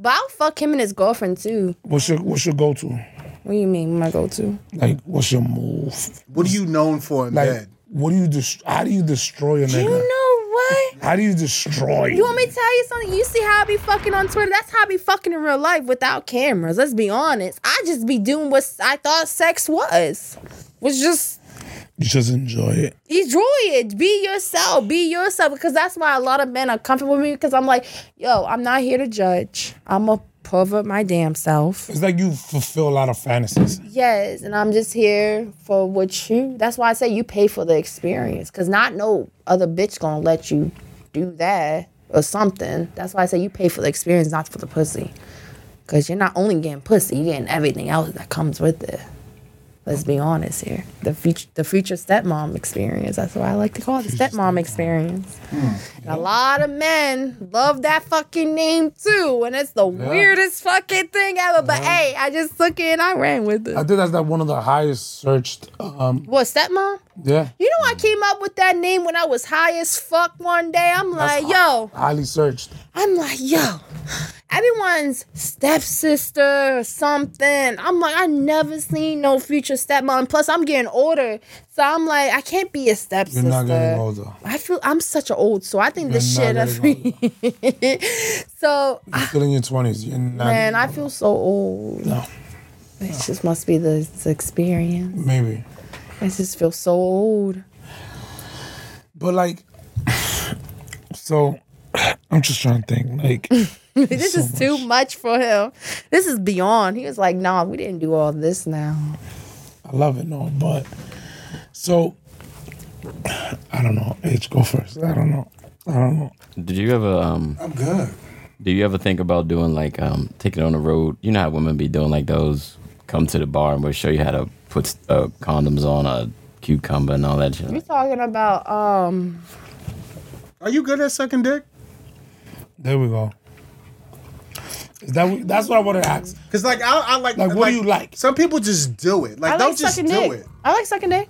Speaker 4: But I'll fuck him and his girlfriend too.
Speaker 2: What's your What's your go to?
Speaker 4: What do you mean? My go-to.
Speaker 2: Like, what's your move?
Speaker 1: What are you known for in
Speaker 2: Like,
Speaker 1: bed?
Speaker 2: what do you dest- How do you destroy a
Speaker 4: You
Speaker 2: nigga?
Speaker 4: know what? What?
Speaker 2: How do you destroy?
Speaker 4: You want me to tell you something? You see how I be fucking on Twitter? That's how I be fucking in real life without cameras. Let's be honest. I just be doing what I thought sex was. Was just
Speaker 2: You just enjoy it.
Speaker 4: enjoy it. Be yourself. Be yourself. Because that's why a lot of men are comfortable with me. Because I'm like, yo, I'm not here to judge. I'm a pervert my damn self.
Speaker 2: It's like you fulfill a lot of fantasies.
Speaker 4: Yes, and I'm just here for what you. That's why I say you pay for the experience. Because not no other bitch gonna let you do that or something. That's why I say you pay for the experience, not for the pussy. Because you're not only getting pussy, you're getting everything else that comes with it. Let's be honest here. The future, the future stepmom experience. That's what I like to call it, the stepmom experience. And a lot of men love that fucking name too, and it's the weirdest fucking thing ever. But hey, I just took it and I ran with it.
Speaker 2: I think that's like one of the highest searched. Um,
Speaker 4: what stepmom?
Speaker 2: yeah,
Speaker 4: You know, I came up with that name when I was high as fuck one day. I'm like, yo,
Speaker 2: highly searched.
Speaker 4: I'm like, yo, everyone's stepsister or something. I'm like, I never seen no future stepmom. Plus, I'm getting older. So I'm like, I can't be a stepsister.
Speaker 2: You're not getting older.
Speaker 4: I feel I'm such an old, so I think this
Speaker 2: You're
Speaker 4: shit
Speaker 2: not
Speaker 4: of
Speaker 2: getting
Speaker 4: me. so,
Speaker 2: You're still in your twenties. You're not.
Speaker 4: man, I feel so old.
Speaker 2: No,
Speaker 4: It just must be the, the experience.
Speaker 2: maybe.
Speaker 4: I just feel so old.
Speaker 2: But like, so I'm just trying to think. Like,
Speaker 4: this is too much for him. This is beyond. He was like, nah, we didn't do all this now.
Speaker 2: I love it, no, but so I don't know. H, go first. I don't know. I don't know.
Speaker 5: Did you ever um
Speaker 1: I'm good.
Speaker 5: do you ever think about doing like um taking it on the road? You know how women be doing like those come to the bar and we'll show you how to put uh, condoms on a cucumber and all that shit.
Speaker 4: We're talking about um
Speaker 1: Are you good at sucking dick?
Speaker 2: There we go. Is that what- that's what I want to ask?
Speaker 1: Cause like I, I like
Speaker 2: Like, what do you like?
Speaker 1: Some people just do it. Like
Speaker 4: I
Speaker 1: don't
Speaker 4: like
Speaker 1: just do
Speaker 4: sucking dick.
Speaker 1: it.
Speaker 4: I like sucking dick.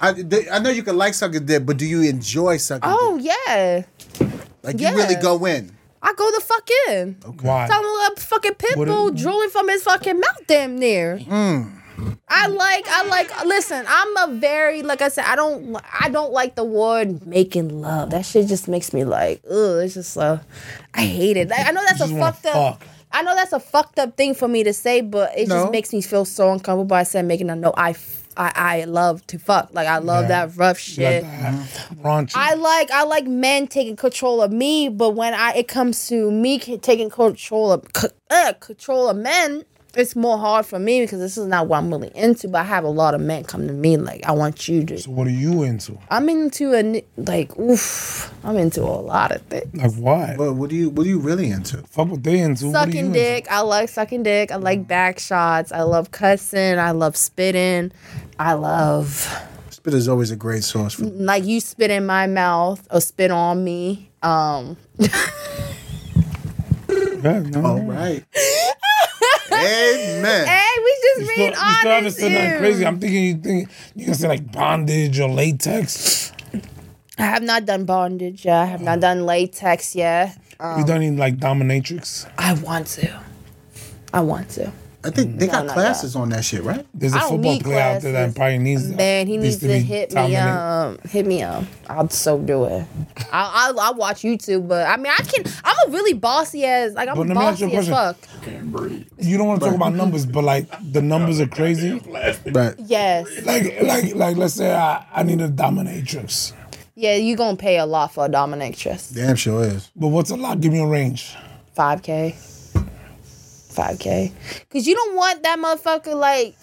Speaker 1: I, they, I know you can like sucking dick, but do you enjoy sucking
Speaker 4: Oh
Speaker 1: dick?
Speaker 4: yeah.
Speaker 1: Like
Speaker 4: yeah.
Speaker 1: you really go in.
Speaker 4: I go the fuck in.
Speaker 2: Why?
Speaker 4: Talking about a fucking pit
Speaker 2: What Mm.
Speaker 4: bull
Speaker 2: it-
Speaker 4: drooling from his fucking mouth damn near. I like, I like. Listen, I'm a very like I said. I don't, I don't like the word making love. That shit just makes me like, ugh. It's just uh, I hate it. Like, I know that's a
Speaker 2: just wanna
Speaker 4: fucked up.
Speaker 2: fuck.
Speaker 4: I know that's a fucked up thing for me to say, but it
Speaker 1: No.
Speaker 4: just makes me feel so uncomfortable. I said making a no. I, f- I, I love to fuck. Like I love
Speaker 2: Yeah.
Speaker 4: that rough
Speaker 2: You like
Speaker 4: shit.
Speaker 2: that raunchy.
Speaker 4: I like I like men taking control of me, but when I it comes to me c- taking control of c- uh, control of men, it's more hard for me because this is not what I'm really into. But I have a lot of men come to me like, I want you to.
Speaker 2: so what are you into?
Speaker 4: I'm into a n- like, oof. I'm into a lot of things.
Speaker 2: Like why?
Speaker 1: But what do you what are you really into?
Speaker 2: Fuck what they into. what are you
Speaker 4: Sucking
Speaker 2: into?
Speaker 4: dick. I like sucking dick. I like back shots. I love cussing. I love spitting. I love
Speaker 1: Spit is always a great source for
Speaker 4: like you spit in my mouth or spit on me. Um,
Speaker 2: Yeah, no.
Speaker 1: All right. Amen.
Speaker 4: hey, we
Speaker 2: You
Speaker 4: just
Speaker 2: still,
Speaker 4: being
Speaker 2: you still haven't
Speaker 4: honest
Speaker 2: said nothing
Speaker 4: here.
Speaker 2: crazy. I'm thinking you think you can say like bondage or latex.
Speaker 4: I have not done bondage yet. I have not done latex yet.
Speaker 2: you don't need like dominatrix.
Speaker 4: I want to. I want to.
Speaker 1: I think they got
Speaker 4: not
Speaker 1: classes on that shit, right?
Speaker 2: There's a
Speaker 4: I don't
Speaker 2: football
Speaker 4: need
Speaker 2: player out there that
Speaker 4: classes.
Speaker 2: probably needs that.
Speaker 4: Man, he needs to,
Speaker 2: be
Speaker 4: hit me
Speaker 2: dominant.
Speaker 4: um hit me up. I'll so do it. I I I watch YouTube, but I mean I can I'm a really bossy as like I'm
Speaker 2: But let me ask you a
Speaker 4: bossy as fuck.
Speaker 2: question. You don't want to talk about numbers, but like the numbers are crazy.
Speaker 1: Right.
Speaker 4: Yes.
Speaker 2: Like like like let's say I, I need a dominatrix.
Speaker 4: Yeah, you gonna pay a lot for a dominatrix.
Speaker 1: Damn sure is.
Speaker 2: But what's a lot? Give me a range.
Speaker 4: Five K. Five K. Cause you don't want that motherfucker like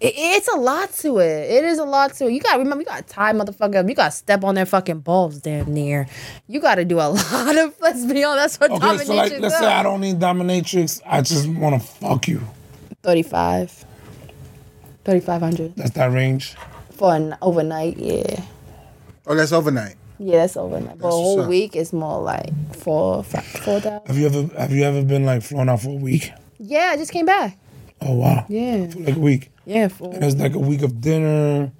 Speaker 4: it, it's a lot to it. It is a lot to it. You gotta remember, you gotta tie motherfucker up. You gotta step on their fucking balls damn near. You gotta do a lot of, let's be honest, that's what
Speaker 2: Okay,
Speaker 4: domination
Speaker 2: so like let's
Speaker 4: is.
Speaker 2: say I don't need dominatrix. I just want to fuck you.
Speaker 4: 35. 3500
Speaker 2: That's that range.
Speaker 4: for an overnight, yeah.
Speaker 1: Oh, that's overnight.
Speaker 4: Yeah, that's overnight. But a
Speaker 1: That's what's
Speaker 4: whole
Speaker 1: up.
Speaker 4: week is more like four, five, four thousand.
Speaker 2: Have you ever have you ever been like flown out for a week?
Speaker 4: Yeah, I just came back.
Speaker 2: Oh wow.
Speaker 4: Yeah,
Speaker 2: For like a week.
Speaker 4: yeah, four.
Speaker 2: And it's like a week of dinner.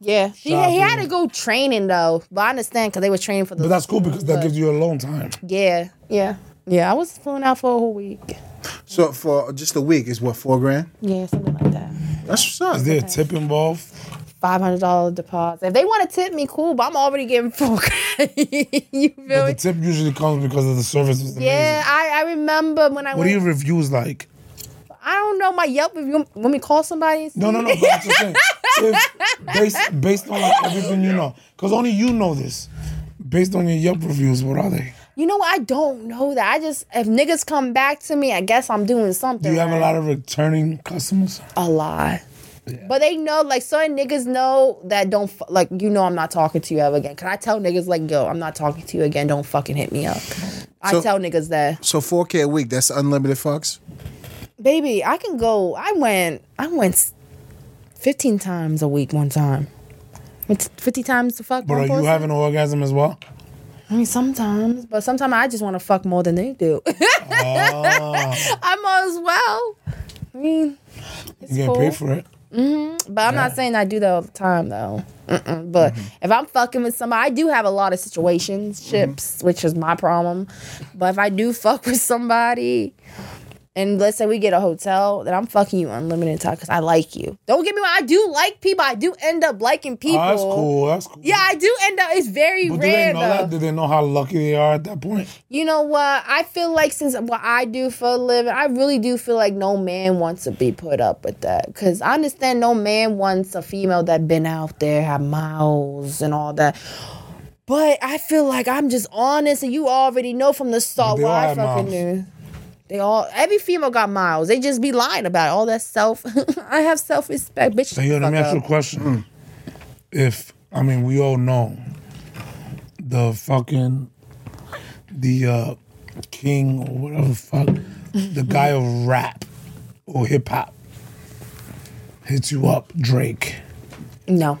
Speaker 4: yeah. He, he had
Speaker 2: Shopping.
Speaker 4: to go training though, but I understand because they were training for the.
Speaker 2: But that's cool because that gives you alone time.
Speaker 4: Yeah, yeah, yeah. I was flown out for a whole week.
Speaker 1: So for just a week is what four grand.
Speaker 4: Yeah, something like that.
Speaker 1: That's what's up.
Speaker 2: Is there a tip involved?
Speaker 4: five hundred dollar deposit. If they want to tip me, cool, but I'm already getting full. you
Speaker 2: But
Speaker 4: feel
Speaker 2: the
Speaker 4: me?
Speaker 2: tip usually comes because of the service was amazing.
Speaker 4: Yeah, I, I remember when I
Speaker 2: What
Speaker 4: went.
Speaker 2: are your reviews like?
Speaker 4: I don't know my Yelp. If you want me to call somebody, and
Speaker 2: No,
Speaker 4: see?
Speaker 2: no, no. But I'm just saying, if, based based on like everything you know, because only you know this. Based on your Yelp reviews, what are they?
Speaker 4: You know what? I don't know that. I just if niggas come back to me, I guess I'm doing something.
Speaker 2: Do you have a
Speaker 4: right.
Speaker 2: lot of returning customers?
Speaker 4: a lot. But they know, like, certain niggas know that don't, fu- like, you know, I'm not talking to you ever again. Can I tell niggas, like, yo, I'm not talking to you again. Don't fucking hit me up. I
Speaker 1: So-
Speaker 4: tell niggas that,
Speaker 1: So 4K a week, that's unlimited fucks?
Speaker 4: baby, I can go. I went, I went s- 15 times a week one time. It's 50 times to fuck.
Speaker 2: But
Speaker 4: one
Speaker 2: are you
Speaker 4: person?
Speaker 2: having an orgasm as well?
Speaker 4: I mean, sometimes, but sometimes I just want to fuck more than they do.
Speaker 2: Oh.
Speaker 4: I might as well. I mean, it's
Speaker 2: You
Speaker 4: cool.
Speaker 2: get paid for it.
Speaker 4: But I'm not saying I do that all the time though. Mm-mm. But
Speaker 2: Mm-hmm.
Speaker 4: if I'm fucking with somebody, I do have a lot of situations, ships,
Speaker 2: Mm-hmm.
Speaker 4: which is my problem. But if I do fuck with somebody, and let's say we get a hotel, then I'm fucking you unlimited time because I like you. Don't get me wrong, I do like people. I do end up liking people.
Speaker 2: Oh, that's cool. That's cool.
Speaker 4: Yeah, I do end up. It's very
Speaker 2: But do
Speaker 4: rare
Speaker 2: they know that?
Speaker 4: though.
Speaker 2: Do they know how lucky they are at that point?
Speaker 4: You know what? I feel like since what I do for a living, I really do feel like no man wants to be put up with that. Cause I understand no man wants a female that been out there, have miles and all that. But I feel like I'm just honest, and you already know from the start
Speaker 2: They
Speaker 4: what
Speaker 2: all
Speaker 4: I
Speaker 2: have
Speaker 4: fucking
Speaker 2: miles.
Speaker 4: knew. They all, every female got miles. They just be lying about it. all that self. I have self respect, bitch.
Speaker 2: So here, let
Speaker 4: fuck
Speaker 2: me ask you a
Speaker 4: up.
Speaker 2: question.
Speaker 1: Mm.
Speaker 2: If I mean, we all know the fucking the uh, king or whatever the fuck, the guy of rap or hip hop hits you up, Drake.
Speaker 4: No,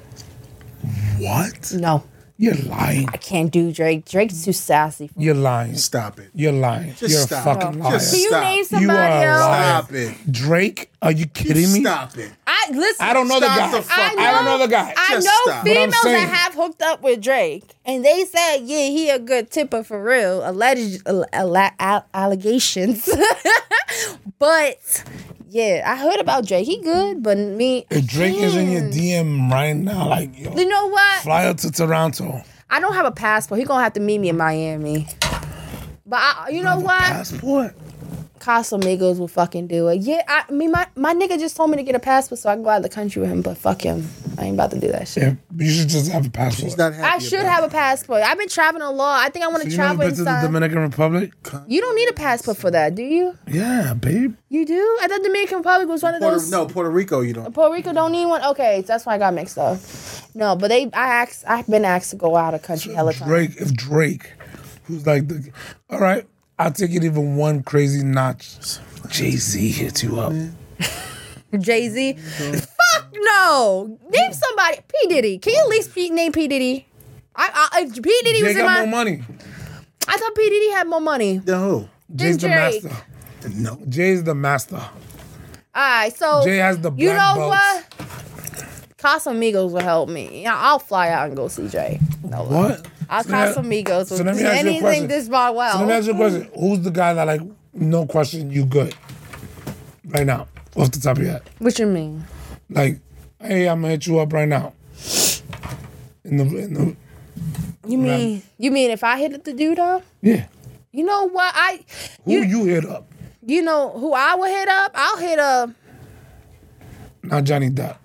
Speaker 2: What?
Speaker 4: no,
Speaker 2: You're lying.
Speaker 4: I can't do Drake. Drake's too sassy. For me.
Speaker 2: You're lying.
Speaker 1: Stop it.
Speaker 2: You're lying.
Speaker 1: Just
Speaker 2: You're
Speaker 1: stop.
Speaker 2: a fucking liar.
Speaker 1: Just
Speaker 4: Can you
Speaker 1: Stop.
Speaker 4: name
Speaker 1: You
Speaker 4: somebody
Speaker 2: are a
Speaker 4: else?
Speaker 2: liar.
Speaker 1: Stop it.
Speaker 2: Drake? Are you kidding me?
Speaker 1: Stop it.
Speaker 4: I listen.
Speaker 2: I don't know the
Speaker 1: Stop
Speaker 2: guy.
Speaker 1: the fuck
Speaker 2: I, don't know the guy.
Speaker 4: I
Speaker 1: Just
Speaker 4: know
Speaker 1: stop. But I'm
Speaker 4: females
Speaker 2: saying-
Speaker 4: that have hooked up with Drake, and they said, "Yeah, he a good tipper for real." Alleged al- al- al- allegations, but yeah, I heard about Drake. He good, but me.
Speaker 2: if Drake is in your
Speaker 4: Mm.
Speaker 2: DM right now, like yo,
Speaker 4: You know what?
Speaker 2: fly out to Toronto.
Speaker 4: I don't have a passport. He gonna have to meet me in Miami. But I, you know what?
Speaker 2: Passport.
Speaker 4: Casamigos will fucking do it. Yeah, I, I mean, my, my nigga just told me to get a passport so I can go out of the country with him. But fuck him, I ain't about to do that shit.
Speaker 2: Yeah, you should just have a passport.
Speaker 1: He's not happy
Speaker 4: I should have a passport. I've been traveling a lot. I think I want
Speaker 2: So
Speaker 4: to
Speaker 2: you never
Speaker 4: travel
Speaker 2: been to the
Speaker 4: inside.
Speaker 2: Dominican Republic?
Speaker 4: you don't need a passport for that, do you?
Speaker 2: Yeah, babe.
Speaker 4: You do? I thought Dominican Republic was one of
Speaker 1: Puerto,
Speaker 4: those.
Speaker 1: no, Puerto Rico, you don't.
Speaker 4: Puerto Rico don't need one. Okay, that's why I got mixed up. No, but they, I asked, I've been asked to go out of country hella time.
Speaker 2: Drake, if Drake, who's like, the, all right, I'll take it even one crazy notch. Jay Z hits you up.
Speaker 4: Jay Z. Fuck no. Name somebody. P Diddy. Can you at least P, name P Diddy? I, I, if P Diddy
Speaker 2: Jay
Speaker 4: was in
Speaker 2: got
Speaker 4: my,
Speaker 2: more money.
Speaker 4: I thought P Diddy had more money.
Speaker 1: Then who?
Speaker 2: Jay's the
Speaker 4: Drake.
Speaker 2: master.
Speaker 1: No.
Speaker 2: Jay's the master.
Speaker 4: All right, so
Speaker 2: Jay has the
Speaker 4: You
Speaker 2: black
Speaker 4: know
Speaker 2: belts.
Speaker 4: what? Casamigos will help me. Yeah, I'll fly out and go see Jay. No lie.
Speaker 2: What?
Speaker 4: I'll
Speaker 2: So now-
Speaker 4: Casamigos
Speaker 2: so
Speaker 4: will
Speaker 2: let me ask you
Speaker 4: do
Speaker 2: a
Speaker 4: anything
Speaker 2: question.
Speaker 4: this by well.
Speaker 2: So let me ask you a question. Who's the guy that, like, no question, you good? Right now, off the top of your head.
Speaker 4: what you mean?
Speaker 2: Like, hey, I'm gonna hit you up right now. In the, in the
Speaker 4: You mean you mean if I hit it the dude up?
Speaker 2: yeah.
Speaker 4: You know what? I
Speaker 2: Who
Speaker 4: you,
Speaker 2: you hit up?
Speaker 4: you know who I would hit up? I'll hit up
Speaker 2: Not Johnny Depp.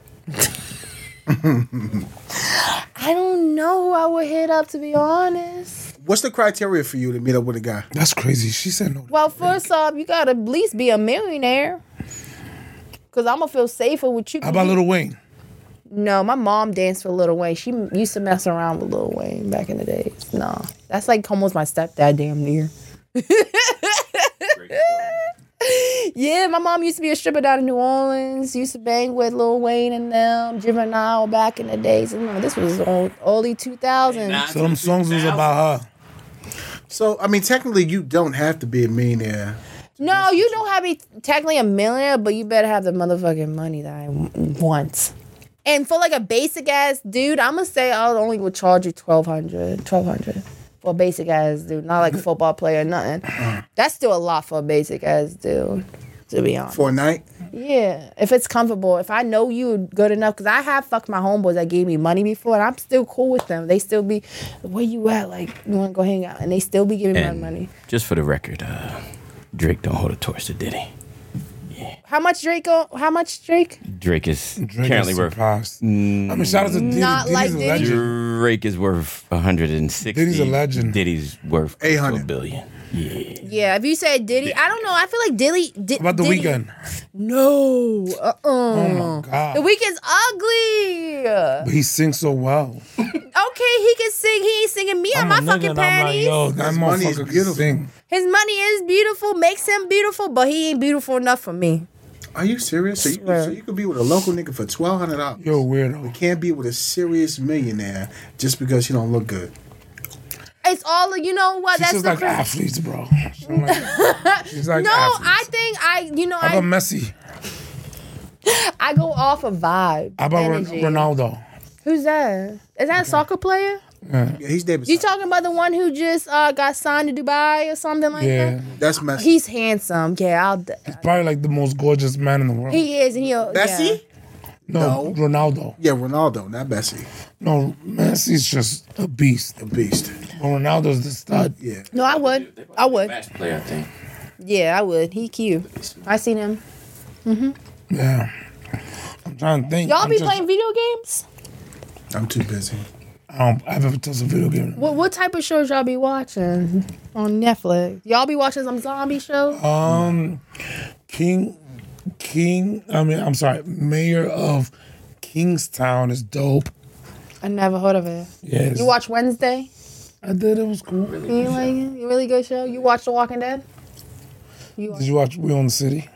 Speaker 4: I don't know who I would hit up to be honest.
Speaker 1: What's the criteria for you to meet up with a guy?
Speaker 2: That's crazy. She said no.
Speaker 4: Well, first off, you gotta at least be a millionaire. Cause I'm gonna feel safer with you.
Speaker 2: How about Little Wayne?
Speaker 4: No, my mom danced for Lil Wayne. She m- used to mess around with Lil Wayne back in the days. No, that's like almost my stepdad, damn near. yeah, my mom used to be a stripper down in New Orleans. Used to bang with Lil Wayne and them, Juvenile back in the days. Remember, this was old, early 2000s.
Speaker 2: So them songs was about her.
Speaker 1: So, I mean, technically, you don't have to be a millionaire.
Speaker 4: No, you don't have to be technically a millionaire, but you better have the motherfucking money that I w- want. And for like a basic ass dude, I'm gonna say I'll only would charge you 1200 1200 for a basic ass dude, not like a football player or nothing. That's still a lot for a basic ass dude, to be honest.
Speaker 1: For a night?
Speaker 4: Yeah, if it's comfortable, if I know you good enough, because I have fucked my homeboys that gave me money before, and I'm still cool with them. They still be, where you at? Like, you want to go hang out? And they still be giving me
Speaker 5: And
Speaker 4: my money.
Speaker 5: Just for the record, uh, Drake don't hold a torch to Diddy.
Speaker 4: How much Drake? Go, how much Drake?
Speaker 5: Drake is
Speaker 2: Drake
Speaker 5: currently
Speaker 2: is
Speaker 5: worth.
Speaker 2: surprised. I mean, shout out to Diddy.
Speaker 4: Not
Speaker 2: Diddy's
Speaker 4: like
Speaker 2: a
Speaker 4: Diddy.
Speaker 2: legend.
Speaker 5: Drake is worth 160.
Speaker 2: Diddy's a legend.
Speaker 5: Diddy's worth
Speaker 1: 800.
Speaker 5: 800 billion. Yeah.
Speaker 4: Yeah, if you said Diddy, I don't know. I feel like Diddy. Did,
Speaker 2: About the
Speaker 4: Diddy-
Speaker 2: weekend.
Speaker 4: No. Uh. uh
Speaker 2: Oh my god.
Speaker 4: The weekend's ugly.
Speaker 2: But he sings so well.
Speaker 4: Okay, he can sing. He ain't singing me on my fucking panties.
Speaker 2: that
Speaker 1: His Oh, money is
Speaker 2: motherfucker can
Speaker 1: beautiful.
Speaker 2: sing.
Speaker 4: His money is beautiful, makes him beautiful, but he ain't beautiful enough for me.
Speaker 1: Are you serious? So you, so you could be with a local nigga for twelve hundred dollars.
Speaker 2: You're a weirdo.
Speaker 1: Can't be with a serious millionaire just because you don't look good.
Speaker 4: It's all you know. What
Speaker 2: She's just
Speaker 4: that's the
Speaker 2: like ah,
Speaker 4: cra-
Speaker 2: athletes, bro. She's like, she's like
Speaker 4: No, I
Speaker 2: athletes.
Speaker 4: think I, you know,
Speaker 2: How about
Speaker 4: I,
Speaker 2: Messi?
Speaker 4: I go off of vibe.
Speaker 2: How about Ron-
Speaker 4: energy.
Speaker 2: Ronaldo?
Speaker 4: Who's that? Is that a soccer player?
Speaker 1: Yeah, he's David.
Speaker 4: You talking about the one who just uh, got signed to Dubai or something like
Speaker 2: Yeah.
Speaker 4: that?
Speaker 1: That's Messi.
Speaker 4: He's handsome. Yeah, I'll. d-
Speaker 2: Probably like the most gorgeous man in the world.
Speaker 4: He is, and he'll. yeah.
Speaker 1: Messi.
Speaker 2: no,
Speaker 1: no.
Speaker 2: Ronaldo.
Speaker 1: Yeah, Ronaldo, not Messi.
Speaker 2: No, Messi's just a beast.
Speaker 1: A beast.
Speaker 2: But Ronaldo's the stud.
Speaker 1: Yeah.
Speaker 4: No, I would. I would.
Speaker 5: Match player, I think.
Speaker 4: Yeah, I would. He cute. I seen him.
Speaker 2: Yeah. I'm trying to think.
Speaker 4: Y'all
Speaker 2: I'm
Speaker 4: be
Speaker 2: just-
Speaker 4: playing video games?
Speaker 1: I'm too busy.
Speaker 2: I don't, I've ever touched a video game.
Speaker 4: What what type of shows y'all be watching on Netflix? Y'all be watching some zombie show?
Speaker 2: Um, King, King. I mean, I'm sorry. Mayor of Kingstown is dope.
Speaker 4: I never heard of it.
Speaker 2: Yes.
Speaker 4: You watch Wednesday?
Speaker 2: I did. It was cool.
Speaker 4: You like it? You really good show? You watch The Walking Dead?
Speaker 2: Did you watch We Own the City?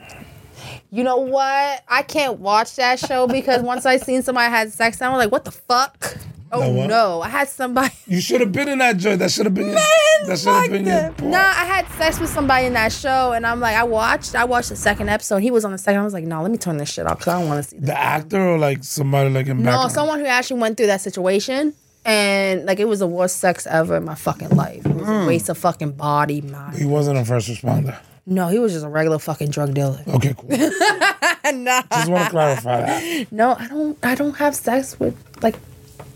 Speaker 4: You know what? I can't watch that show because once I seen somebody had sex, I was like, what the fuck? Oh
Speaker 2: No,
Speaker 4: no,
Speaker 2: what?
Speaker 4: I had somebody.
Speaker 2: You should have been in that joint. That should have been. your- that should have
Speaker 4: Fuck
Speaker 2: been
Speaker 4: them.
Speaker 2: your. part.
Speaker 4: Nah, I had sex with somebody in that show, and I'm like, I watched, I watched the second episode. He was on the second. I was like, no, let me turn this shit off because I don't want to see
Speaker 2: The actor or like somebody like in
Speaker 4: No,
Speaker 2: background.
Speaker 4: someone who actually went through that situation. And like it was the worst sex ever in my fucking life. It was a waste of fucking body,
Speaker 2: He
Speaker 4: mind.
Speaker 2: wasn't a first responder.
Speaker 4: No, he was just a regular fucking drug dealer.
Speaker 2: Okay, cool. Just
Speaker 4: nah.
Speaker 2: want to clarify that.
Speaker 4: No, I don't I don't have sex with like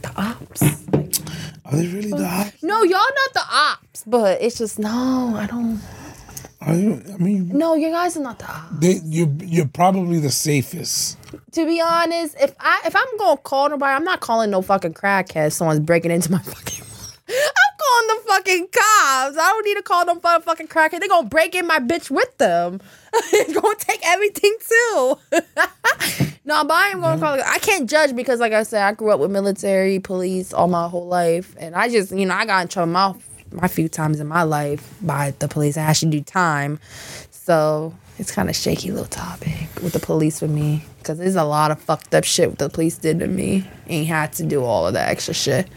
Speaker 4: the ops.
Speaker 2: Are they really the? hot-
Speaker 4: No, y'all not the ops, but it's just no, I don't
Speaker 2: Are you? I mean,
Speaker 4: no, you guys are not the ops.
Speaker 2: they, you you're probably the safest.
Speaker 4: To be honest, if I if I'm gonna call nobody, I'm not calling no fucking crackhead. Someone's breaking into my fucking. I'm calling the fucking cops. I don't need to call them fu- fucking crackhead. They're gonna break in my bitch with them. It's gonna take everything too. no, but I am gonna call. I can't judge because, like I said, I grew up with military, police all my whole life, and I just you know I got in trouble my my few times in my life by the police. I actually do time. So it's kind of shaky little topic with the police with me because there's a lot of fucked up shit the police did to me. Ain't had to do all of that extra shit.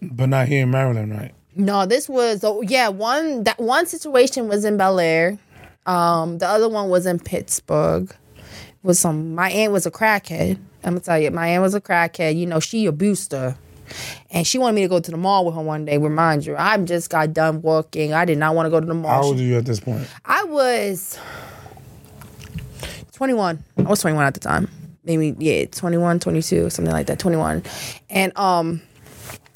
Speaker 2: But not here in Maryland, right?
Speaker 4: No, this was oh yeah one that one situation was in Bel Air, um the other one was in Pittsburgh. Was some my aunt was a crackhead. I'm gonna tell you, my aunt was a crackhead. You know she abused her, and she wanted me to go to the mall with her one day. Remind you, I just got done working. I did not want to go to the mall.
Speaker 2: How
Speaker 4: She-
Speaker 2: old are you at this point?
Speaker 4: I was 21. I was 21 at the time. Maybe yeah, 21, 22, something like that. 21. And um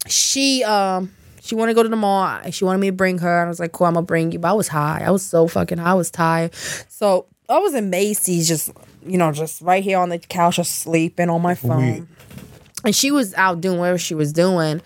Speaker 4: she um she wanted to go to the mall. She wanted me to bring her. I was like, cool, I'm gonna bring you. But I was high. I was so fucking high. I was tired. So I was in Macy's just, you know, just right here on the couch just sleeping on my phone
Speaker 2: Weed.
Speaker 4: and she was out doing whatever she was doing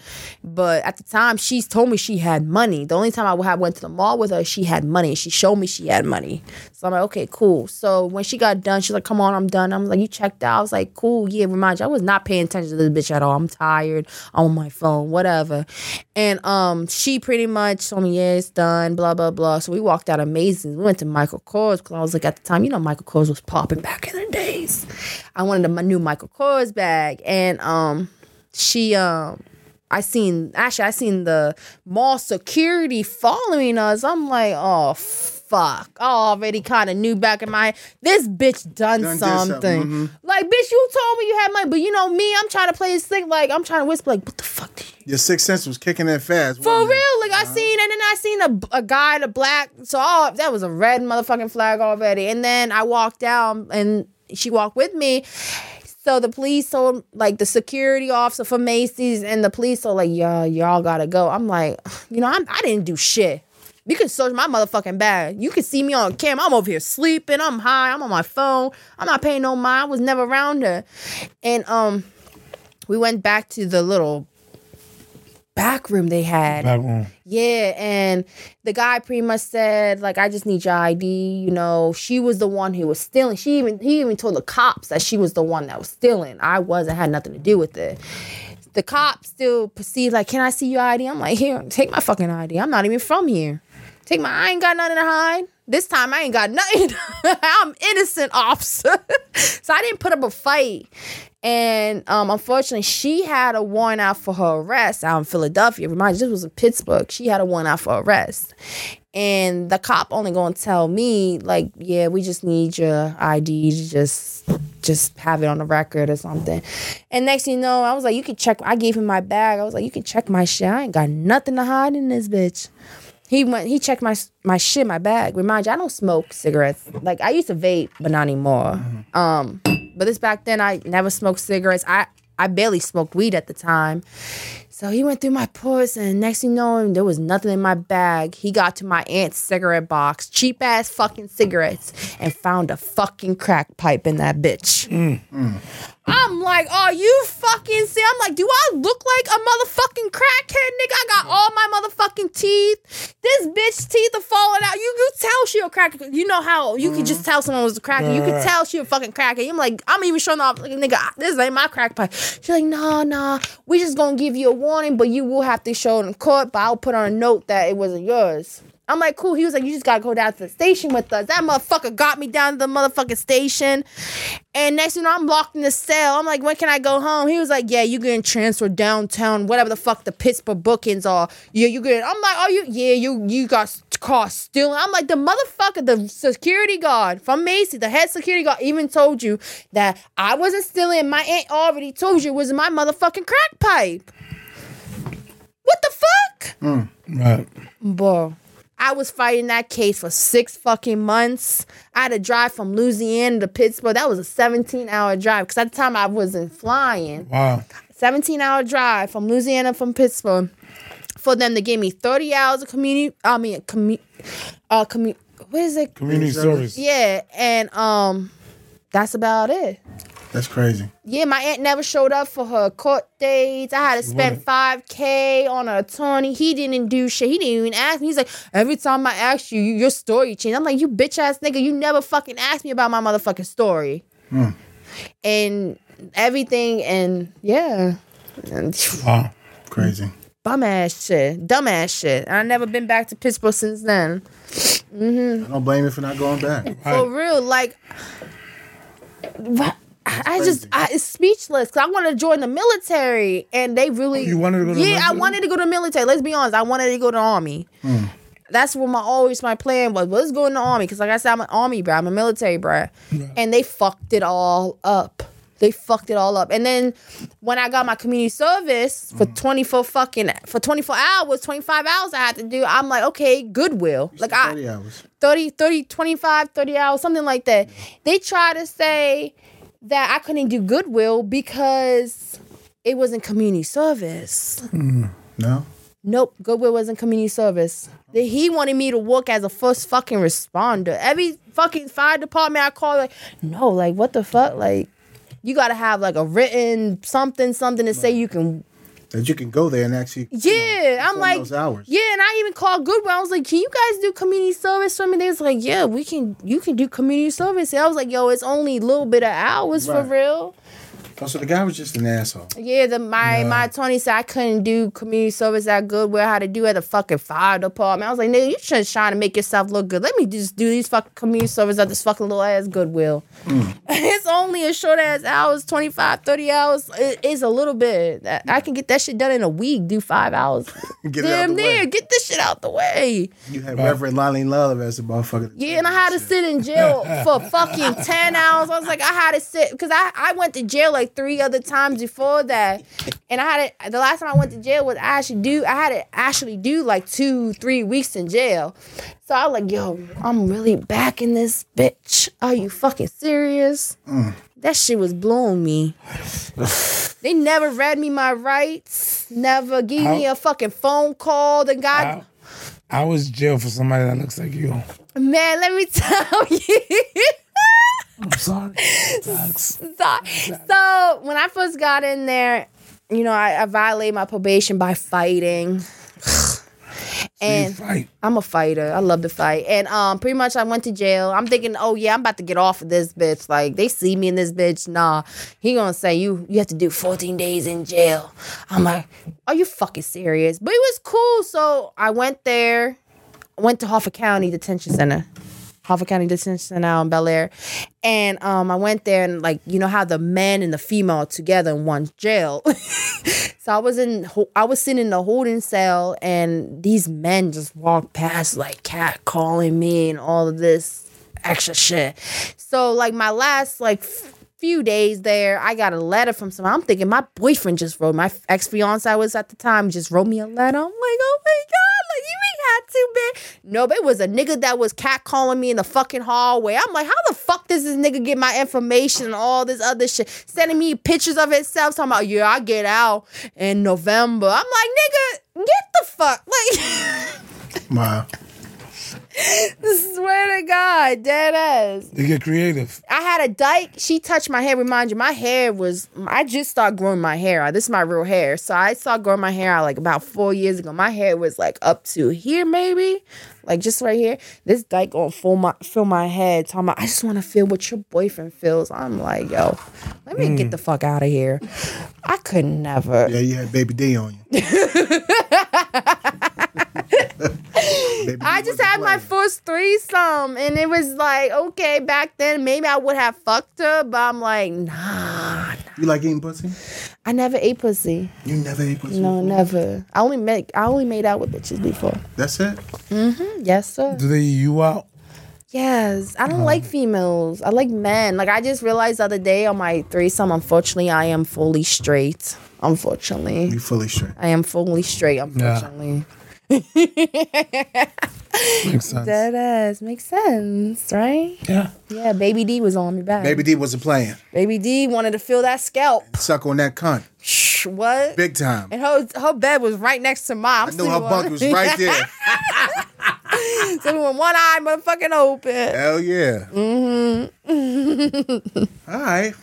Speaker 4: but at the time she's told me she had money the only time i would have went to the mall with her she had money she showed me she had money so i'm like okay cool so when she got done she's like come on i'm done i'm like you checked out i was like cool yeah remind you i was not paying attention to this bitch at all i'm tired I'm on my phone whatever and um she pretty much told me yeah it's done blah blah blah so we walked out amazing we went to michael kors because i was like at the time you know michael kors was popping back in the days I wanted a, my new Michael Kors bag, and um, she um, I seen actually I seen the mall security following us. I'm like, oh fuck, I already kind of knew back in my head, this bitch done,
Speaker 1: Done did something, mm-hmm.
Speaker 4: something. Like, bitch, you told me you had money, but you know me, I'm trying to play this thing. Like, I'm trying to whisper, like, what the fuck? Did you
Speaker 1: Your sixth sense was kicking in fast.
Speaker 4: for real, like I seen, and then I seen a, a guy in a black. So all, that was a red motherfucking flag already. And then I walked out, and she walked with me. So the police told like the security officer for Macy's and the police told like y'all y'all gotta go. I'm like, you know, I'm, I didn't do shit. You can search my motherfucking bag. You can see me on cam. I'm over here sleeping. I'm high. I'm on my phone. I'm not paying no mind. I was never around her. And um, we went back to the little back room they had.
Speaker 2: Back room.
Speaker 4: Yeah, and the guy pretty much said, like, I just need your ID. You know, she was the one who was stealing. She even he even told the cops that she was the one that was stealing. I wasn't had nothing to do with it. The cop still proceeds like, Can I see your ID? I'm like, here, take my fucking ID. I'm not even from here. Take my I ain't got nothing to hide. This time I ain't got nothing. I'm innocent, officer. so I didn't put up a fight. And um, unfortunately, she had a warrant out for her arrest out in Philadelphia. Remind you, this was in Pittsburgh. She had a warrant out for arrest. And the cop only gonna tell me, like, yeah, we just need your ID to just just have it on the record or something. And next thing you know, I was like, you can check. I gave him my bag. I was like, you can check my shit. I ain't got nothing to hide in this bitch. He went. He checked my my shit, my bag. Remind you, I don't smoke cigarettes. Like I used to vape, but not anymore. Um, but this back then, I never smoked cigarettes. I I barely smoked weed at the time. So he went through my purse, and next thing you know, there was nothing in my bag. He got to my aunt's cigarette box, cheap ass fucking cigarettes, and found a fucking crack pipe in that bitch. I'm like, oh, you fucking see? I'm like, do I look like a motherfucking crackhead, nigga? I got all my motherfucking teeth. This bitch teeth are falling out. You you tell she a crackhead. You know how you can just tell someone was a crackhead. You can
Speaker 2: Right.
Speaker 4: tell she a fucking crackhead. I'm like, I'm even showing off, like, nigga, I- this ain't my crack pipe. She's like, nah, nah. We just gonna give you a warning, but you will have to show it in court. But I'll put on a note that it wasn't yours. I'm like, cool. He was like, you just gotta go down to the station with us. That motherfucker got me down to the motherfucking station. And next thing you know, I'm locked in the cell. I'm like, when can I go home? He was like, yeah, you getting transferred downtown, whatever the fuck the Pittsburgh bookings are. Yeah, you getting. I'm like, oh, you, yeah, you, you got caught stealing. I'm like, the motherfucker, the security guard from Macy, the head security guard, even told you that I wasn't stealing. My aunt already told you it was my motherfucking crack pipe. What the fuck?
Speaker 2: Right.
Speaker 4: Bro, I was fighting that case for six fucking months. I had to drive from Louisiana to Pittsburgh. That was a 17 hour drive because at the time I wasn't flying.
Speaker 2: Wow.
Speaker 4: 17 hour drive from Louisiana from Pittsburgh for them to give me 30 hours of community. I mean, commu- uh, commu- what is it?
Speaker 2: Community service.
Speaker 4: Yeah, and um, that's about it.
Speaker 1: That's crazy.
Speaker 4: Yeah, my aunt never showed up for her court dates. I had to spend five k on an attorney. He didn't do shit. He didn't even ask me. He's like, every time I ask you, you your story changed. I'm like, you bitch ass nigga, you never fucking asked me about my motherfucking story, and everything, and yeah, and
Speaker 2: Wow.
Speaker 1: Crazy.
Speaker 4: bum ass shit, dumb ass shit. And I never been back to Pittsburgh since then.
Speaker 1: I don't blame you for not going back.
Speaker 4: For real, like, wha- I I just I, it's speechless because I want to join the military, and they really
Speaker 2: Oh, You wanted to go to the
Speaker 4: yeah, I
Speaker 2: military? Hmm.
Speaker 4: wanted to go to the military. Let's be honest, I wanted to go to the army. That's what my always my plan was. Let's go in the army because, like I said, I'm an army brat. I'm a military brat, and they fucked it all up. They fucked it all up. And then when I got my community service
Speaker 2: Hmm.
Speaker 4: for 24 fucking for 24 hours, 25 hours I had to do. I'm like, okay, goodwill. Like I
Speaker 1: 30 hours.
Speaker 4: 30, 30, 25, 30 hours, something like that. They try to say that I couldn't do goodwill because it wasn't community service.
Speaker 1: No?
Speaker 4: Nope, Goodwill wasn't community service. That he wanted me to work as a first fucking responder. Every fucking fire department I call, like, no, like what the fuck? Like, you gotta have like a written something, something to say you can
Speaker 1: That you can go there and actually. you know,
Speaker 4: yeah, I'm
Speaker 1: perform
Speaker 4: like,
Speaker 1: Those hours.
Speaker 4: yeah, and I even called Goodwill. I was like, can you guys do community service for me? They was like, yeah, we can. You can do community service. And I was like, yo, it's only a little bit of hours
Speaker 1: Right.
Speaker 4: for real.
Speaker 1: Oh, so the guy was just an asshole.
Speaker 4: Yeah, the my my attorney said I couldn't do community service at Goodwill. How to do at the fucking fire department? I was like, nigga, you should trying to make yourself look good. Let me just do these fucking community service at this fucking little ass Goodwill. it's only a short ass hours, 25, 30 hours. It- it's a little bit. I, I can get that shit done in a week. Do five hours.
Speaker 1: Get it out
Speaker 4: Damn
Speaker 1: the
Speaker 4: near,
Speaker 1: way.
Speaker 4: get this shit out the way.
Speaker 1: You had Reverend Lonnie Love as a motherfucker.
Speaker 4: Yeah, and I had to sit in jail for fucking 10 hours. I was like, I had to sit because I, I went to jail like like three other times before that. And I had to, the last time I went to jail was I actually do I had to actually do like two, three weeks in jail. So I was like, yo, I'm really back in this bitch. Are you fucking serious? That shit was blowing me. they never read me my rights. Never gave me
Speaker 2: How-
Speaker 4: a fucking phone call. The guy
Speaker 2: I, I was jailed for somebody that looks like you.
Speaker 4: Man, let me tell you.
Speaker 2: I'm sorry. Facts.
Speaker 4: so, so when I first got in there, you know, I, I violated my probation by fighting.
Speaker 2: You
Speaker 4: and
Speaker 2: fight.
Speaker 4: I'm a fighter. I love to fight. And um, pretty much I went to jail. I'm thinking, oh yeah, I'm about to get off of this bitch. Like they see me in this bitch. Nah, he gonna say you you have to do 14 days in jail. I'm like, are you fucking serious? But it was cool. So I went there. I went to Hoffa County Detention Center. Hoffa County Detention Center out in Bel Air. And um, I went there and like you know how the men and the female are together in one jail. So I was in, ho- I was sitting in the holding cell, and these men just walked past, like cat calling me and all of this extra shit. So like my last like f- few days there, I got a letter from someone. I'm thinking my boyfriend just wrote my ex fiance was at the time just wrote me a letter. I'm like, oh my god, like you ain't had to, bitch. No, but it was a nigga that was cat calling me in the fucking hallway. I'm like, how the fuck does this nigga get my information and all this other shit? Sending me pictures of itself, talking about, yeah, I get out in November. I'm like, nigga, get the fuck. Like,
Speaker 1: Wow.
Speaker 4: swear to God, dead ass.
Speaker 2: They get creative.
Speaker 4: I had a dyke. She touched my hair. Remind you, my hair was. I just started growing my hair. out. This is my real hair. So I started growing my hair out like about four years ago. My hair was like up to here, maybe, like just right here. This dyke gonna fill my fill my head. Talking about, I just want to feel what your boyfriend feels. I'm like, yo, let me get the fuck out of here. I could never.
Speaker 1: Mm. Yeah, you had Baby D on you. Baby D
Speaker 4: I just had my first threesome, and it was like, okay, back then maybe I would have fucked her, but I'm like, nah.
Speaker 1: You like eating pussy?
Speaker 4: I never ate pussy.
Speaker 1: You never ate pussy?
Speaker 4: No,
Speaker 1: before?
Speaker 4: never. I only make I only made out with bitches before.
Speaker 1: That's it?
Speaker 4: Yes, sir.
Speaker 2: Do they eat you out?
Speaker 4: Yes. I don't
Speaker 1: Uh-huh.
Speaker 4: like females. I like men. Like I just realized the other day on my threesome, unfortunately, I am fully straight. Unfortunately.
Speaker 1: You fully straight.
Speaker 4: I am fully straight, unfortunately.
Speaker 2: Makes sense.
Speaker 4: That ass makes sense, right?
Speaker 2: Yeah.
Speaker 4: Yeah, baby D was on me back.
Speaker 1: Baby D wasn't playing.
Speaker 4: baby D wanted to feel that scalp.
Speaker 1: Suck on that cunt.
Speaker 4: Shh, what?
Speaker 1: Big time.
Speaker 4: And her her bed was right next to mine. I'm
Speaker 1: I knew her bunk was right there.
Speaker 4: Sleeping with one eye motherfucking open.
Speaker 1: Hell yeah. Mm-hmm. All right.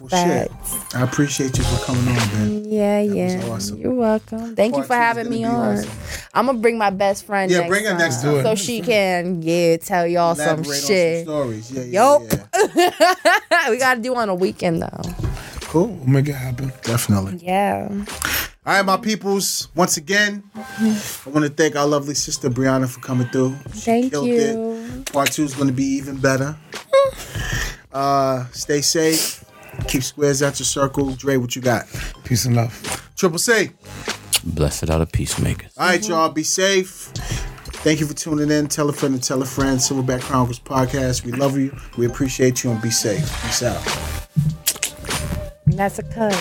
Speaker 1: Well, shit. I appreciate you for coming on, man.
Speaker 4: Yeah, yeah.
Speaker 1: awesome.
Speaker 4: You're welcome. Thank
Speaker 1: Part
Speaker 4: you
Speaker 1: two
Speaker 4: for
Speaker 1: is
Speaker 4: having
Speaker 1: gonna
Speaker 4: me
Speaker 1: be
Speaker 4: on.
Speaker 1: awesome.
Speaker 4: I'm gonna bring my best friend.
Speaker 1: Yeah, bring her
Speaker 4: time
Speaker 1: next time.
Speaker 4: so she can yeah tell y'all some
Speaker 1: Elaborate on
Speaker 4: shit.
Speaker 1: stories. Yeah, yeah,
Speaker 4: Yup.
Speaker 1: yeah.
Speaker 4: we gotta do on a weekend though.
Speaker 1: Cool.
Speaker 2: We'll make it happen.
Speaker 1: Definitely.
Speaker 4: Yeah.
Speaker 1: All right, my peoples. Once again, I want to thank our lovely sister Brianna for coming through. She
Speaker 4: Thank
Speaker 1: killed
Speaker 4: you.
Speaker 1: It. Part two is going to be even better. uh, stay safe. Keep squares out your circle. Dre, what you got?
Speaker 2: Peace and love.
Speaker 1: Triple C.
Speaker 5: Blessed are the peacemakers.
Speaker 1: All
Speaker 4: Mm-hmm.
Speaker 1: right, y'all. Be safe. Thank you for tuning in. Tell a friend and tell a friend. Silverback Chronicles podcast. We love you. We appreciate you and be safe. Peace out.
Speaker 4: And that's a cut.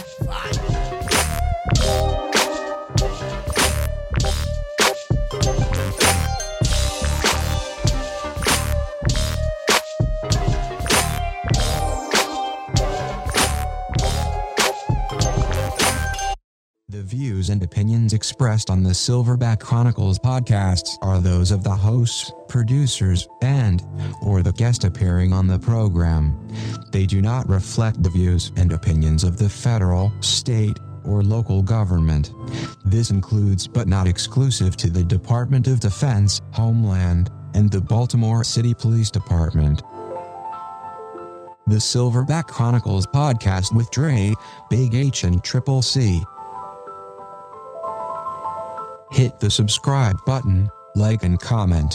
Speaker 6: The views and opinions expressed on the Silverback Chronicles podcasts are those of the hosts, producers, and or the guest appearing on the program. They do not reflect the views and opinions of the federal, state, or local government. This includes but not exclusive to the Department of Defense, Homeland, and the Baltimore City Police Department. The Silverback Chronicles podcast with Dre, Big H, and Triple C hit the subscribe button, like, and comment.